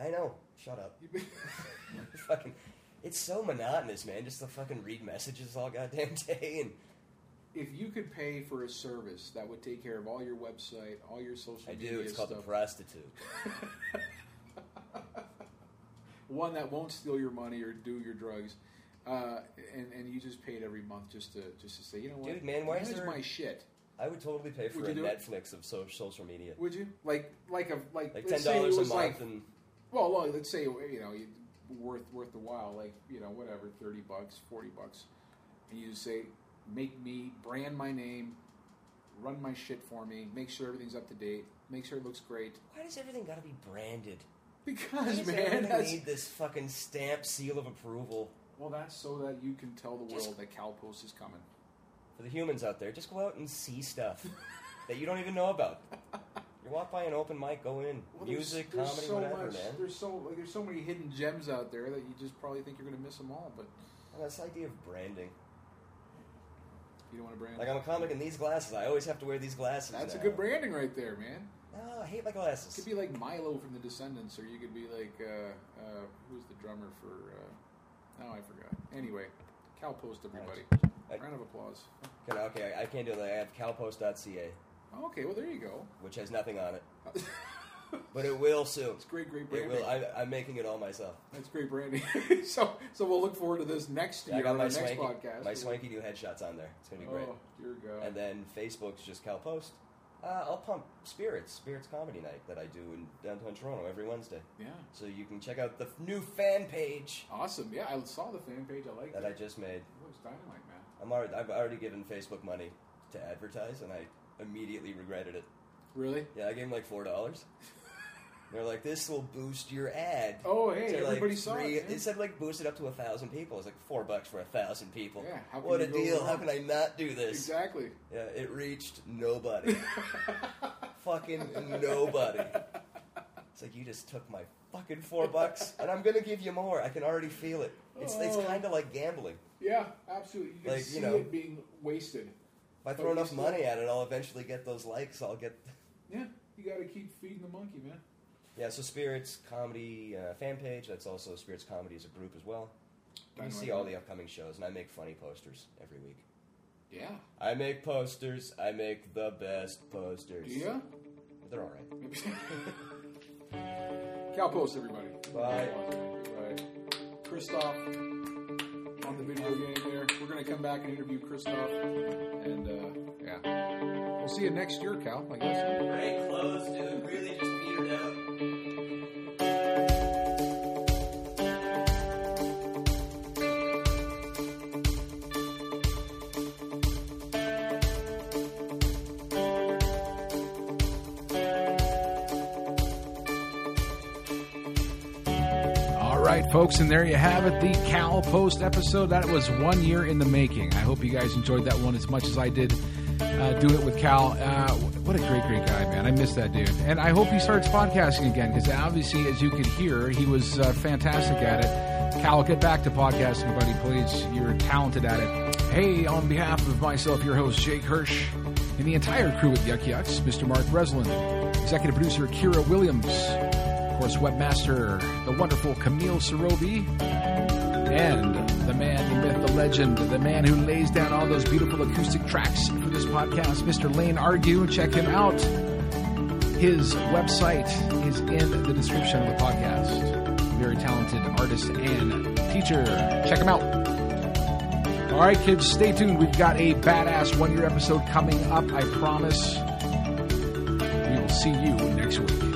[SPEAKER 5] I know. Shut up.
[SPEAKER 2] You be-
[SPEAKER 5] fucking. It's so monotonous, man. Just to fucking read messages all goddamn day and.
[SPEAKER 2] if you could pay for a service that would take care of all your website, all your social
[SPEAKER 5] I
[SPEAKER 2] media
[SPEAKER 5] do. It's
[SPEAKER 2] stuff,
[SPEAKER 5] called the prostitute.
[SPEAKER 2] one that won't steal your money or do your drugs, uh, and and you just pay it every month just to just to say, you know what,
[SPEAKER 5] Dude, man, why is
[SPEAKER 2] manage
[SPEAKER 5] there-
[SPEAKER 2] my shit?
[SPEAKER 5] I would totally pay for
[SPEAKER 2] Would
[SPEAKER 5] a
[SPEAKER 2] you do it?
[SPEAKER 5] Netflix of so- social media.
[SPEAKER 2] Would you like like a like,
[SPEAKER 5] Like ten
[SPEAKER 2] let's say it
[SPEAKER 5] dollars a
[SPEAKER 2] was
[SPEAKER 5] month,
[SPEAKER 2] like-
[SPEAKER 5] and
[SPEAKER 2] well, well, let's say you know you, worth worth the while, like you know whatever, thirty bucks, forty bucks, and you just say, make me brand my name, run my shit for me, make sure everything's up to date, make sure it looks great.
[SPEAKER 5] why does everything got to be branded? Why
[SPEAKER 2] Because
[SPEAKER 5] does
[SPEAKER 2] man,
[SPEAKER 5] everything
[SPEAKER 2] that's,
[SPEAKER 5] need this fucking stamp seal of approval?
[SPEAKER 2] well, that's so that you can tell the world
[SPEAKER 5] Just-
[SPEAKER 2] that Calpost is coming.
[SPEAKER 5] For the humans out there, just go out and see stuff that you don't even know about. You walk by an open mic, go in.
[SPEAKER 2] Well, there's-
[SPEAKER 5] Music,
[SPEAKER 2] there's
[SPEAKER 5] comedy,
[SPEAKER 2] so
[SPEAKER 5] whatever,
[SPEAKER 2] much,
[SPEAKER 5] man.
[SPEAKER 2] There's so like, there's so many hidden gems out there that you just probably think you're going to miss them all, but
[SPEAKER 5] And that's the idea of branding.
[SPEAKER 2] you don't want to brand.
[SPEAKER 5] Like I'm a comic in these glasses. I always have to wear these glasses.
[SPEAKER 2] That's
[SPEAKER 5] now.
[SPEAKER 2] a good branding right there, man.
[SPEAKER 5] No, I hate my
[SPEAKER 2] You
[SPEAKER 5] glasses.
[SPEAKER 2] could be like Milo from The Descendants, or you could be like uh, uh, who's the drummer for? Uh, oh, I forgot. Anyway, Calpost, everybody.
[SPEAKER 5] Right.
[SPEAKER 2] Round of applause.
[SPEAKER 5] Okay, no, okay, I, I can't do that. I have calpost.ca,
[SPEAKER 2] Okay, well there you go.
[SPEAKER 5] which has nothing on it. but it will soon. It's
[SPEAKER 9] great, great
[SPEAKER 5] It
[SPEAKER 9] branding.
[SPEAKER 5] will. I, I'm making it all myself.
[SPEAKER 9] That's great branding. so, so we'll look forward to this next year.
[SPEAKER 5] I got
[SPEAKER 9] on our next
[SPEAKER 5] my swanky,
[SPEAKER 9] podcast.
[SPEAKER 5] my swanky new headshots on there. It's gonna be
[SPEAKER 9] Oh,
[SPEAKER 5] great.
[SPEAKER 9] dear God.
[SPEAKER 5] And then Facebook's just Cal Post. Uh, I'll pump Spirits, Spirits Comedy Night that I do in downtown Toronto every Wednesday.
[SPEAKER 9] yeah,
[SPEAKER 5] So you can check out the f- new fan page
[SPEAKER 9] awesome. Yeah, I saw the fan page. I like
[SPEAKER 5] that I just made.
[SPEAKER 9] It was dynamite, man.
[SPEAKER 5] I'm already, I've already given Facebook money to advertise, and I immediately regretted it.
[SPEAKER 9] Really?
[SPEAKER 5] Yeah, I gave them like four dollars. They're like, "This will boost your ad."
[SPEAKER 9] Oh, hey,
[SPEAKER 5] to, like,
[SPEAKER 9] everybody saw
[SPEAKER 5] three-
[SPEAKER 9] it. man.
[SPEAKER 5] They said like boost it up to a thousand people. It's like four bucks for a thousand people.
[SPEAKER 9] Yeah, how can
[SPEAKER 5] what
[SPEAKER 9] you
[SPEAKER 5] a
[SPEAKER 9] go
[SPEAKER 5] deal! How
[SPEAKER 9] wrong?
[SPEAKER 5] can I not do this?
[SPEAKER 9] Exactly.
[SPEAKER 5] Yeah, it reached nobody. fucking nobody. It's like you just took my fucking four bucks, and I'm gonna give you more. I can already feel it. It's
[SPEAKER 9] Oh.
[SPEAKER 5] it's kind of like gambling.
[SPEAKER 9] Yeah, absolutely. You can
[SPEAKER 5] Like, you
[SPEAKER 9] see
[SPEAKER 5] know-
[SPEAKER 9] it being wasted.
[SPEAKER 5] If I
[SPEAKER 9] But
[SPEAKER 5] throw
[SPEAKER 9] Oh, you
[SPEAKER 5] enough
[SPEAKER 9] still-
[SPEAKER 5] money at it, I'll eventually get those likes. I'll get
[SPEAKER 9] Yeah, you got to keep feeding the monkey, man.
[SPEAKER 5] yeah. So spirits comedy uh, fan page. That's also spirits comedy as a group as well. You can see all the upcoming shows, and I make funny posters every week.
[SPEAKER 9] Yeah.
[SPEAKER 5] I make posters. I make the best posters.
[SPEAKER 9] Yeah.
[SPEAKER 5] they're all right.
[SPEAKER 9] Cowpost, everybody.
[SPEAKER 5] Bye.
[SPEAKER 9] Bye. Christoph on the video game there. We're going to come back and interview Christoph. And, uh, yeah. We'll see you next year, Cal, I guess.
[SPEAKER 5] Great clothes, dude. Really just petered out.
[SPEAKER 2] All right, folks, and there you have it the Cal Post episode. That was one year in the making. I hope you guys enjoyed that one as much as I did uh, do it with Cal. Uh, what a great, great guy, man. I miss that dude. And I hope he starts podcasting again because obviously, as you could hear, he was uh, fantastic at it. Cal, get back to podcasting, buddy, please. You're talented at it. Hey, on behalf of myself, your host, Jake Hirsch, and the entire crew at Yuck Yucks, Mr. Mark Breslin, executive producer Kira Williams, of course, webmaster, the wonderful Camille Sorobi, and the man, the myth, the legend, the man who lays down all those beautiful acoustic tracks for this podcast, Mr. Lane Argue. Check him out. His website is in the description of the podcast. Very talented artist and teacher. Check him out. All right, kids, stay tuned. We've got a badass one year episode coming up, I promise. We will see you next week.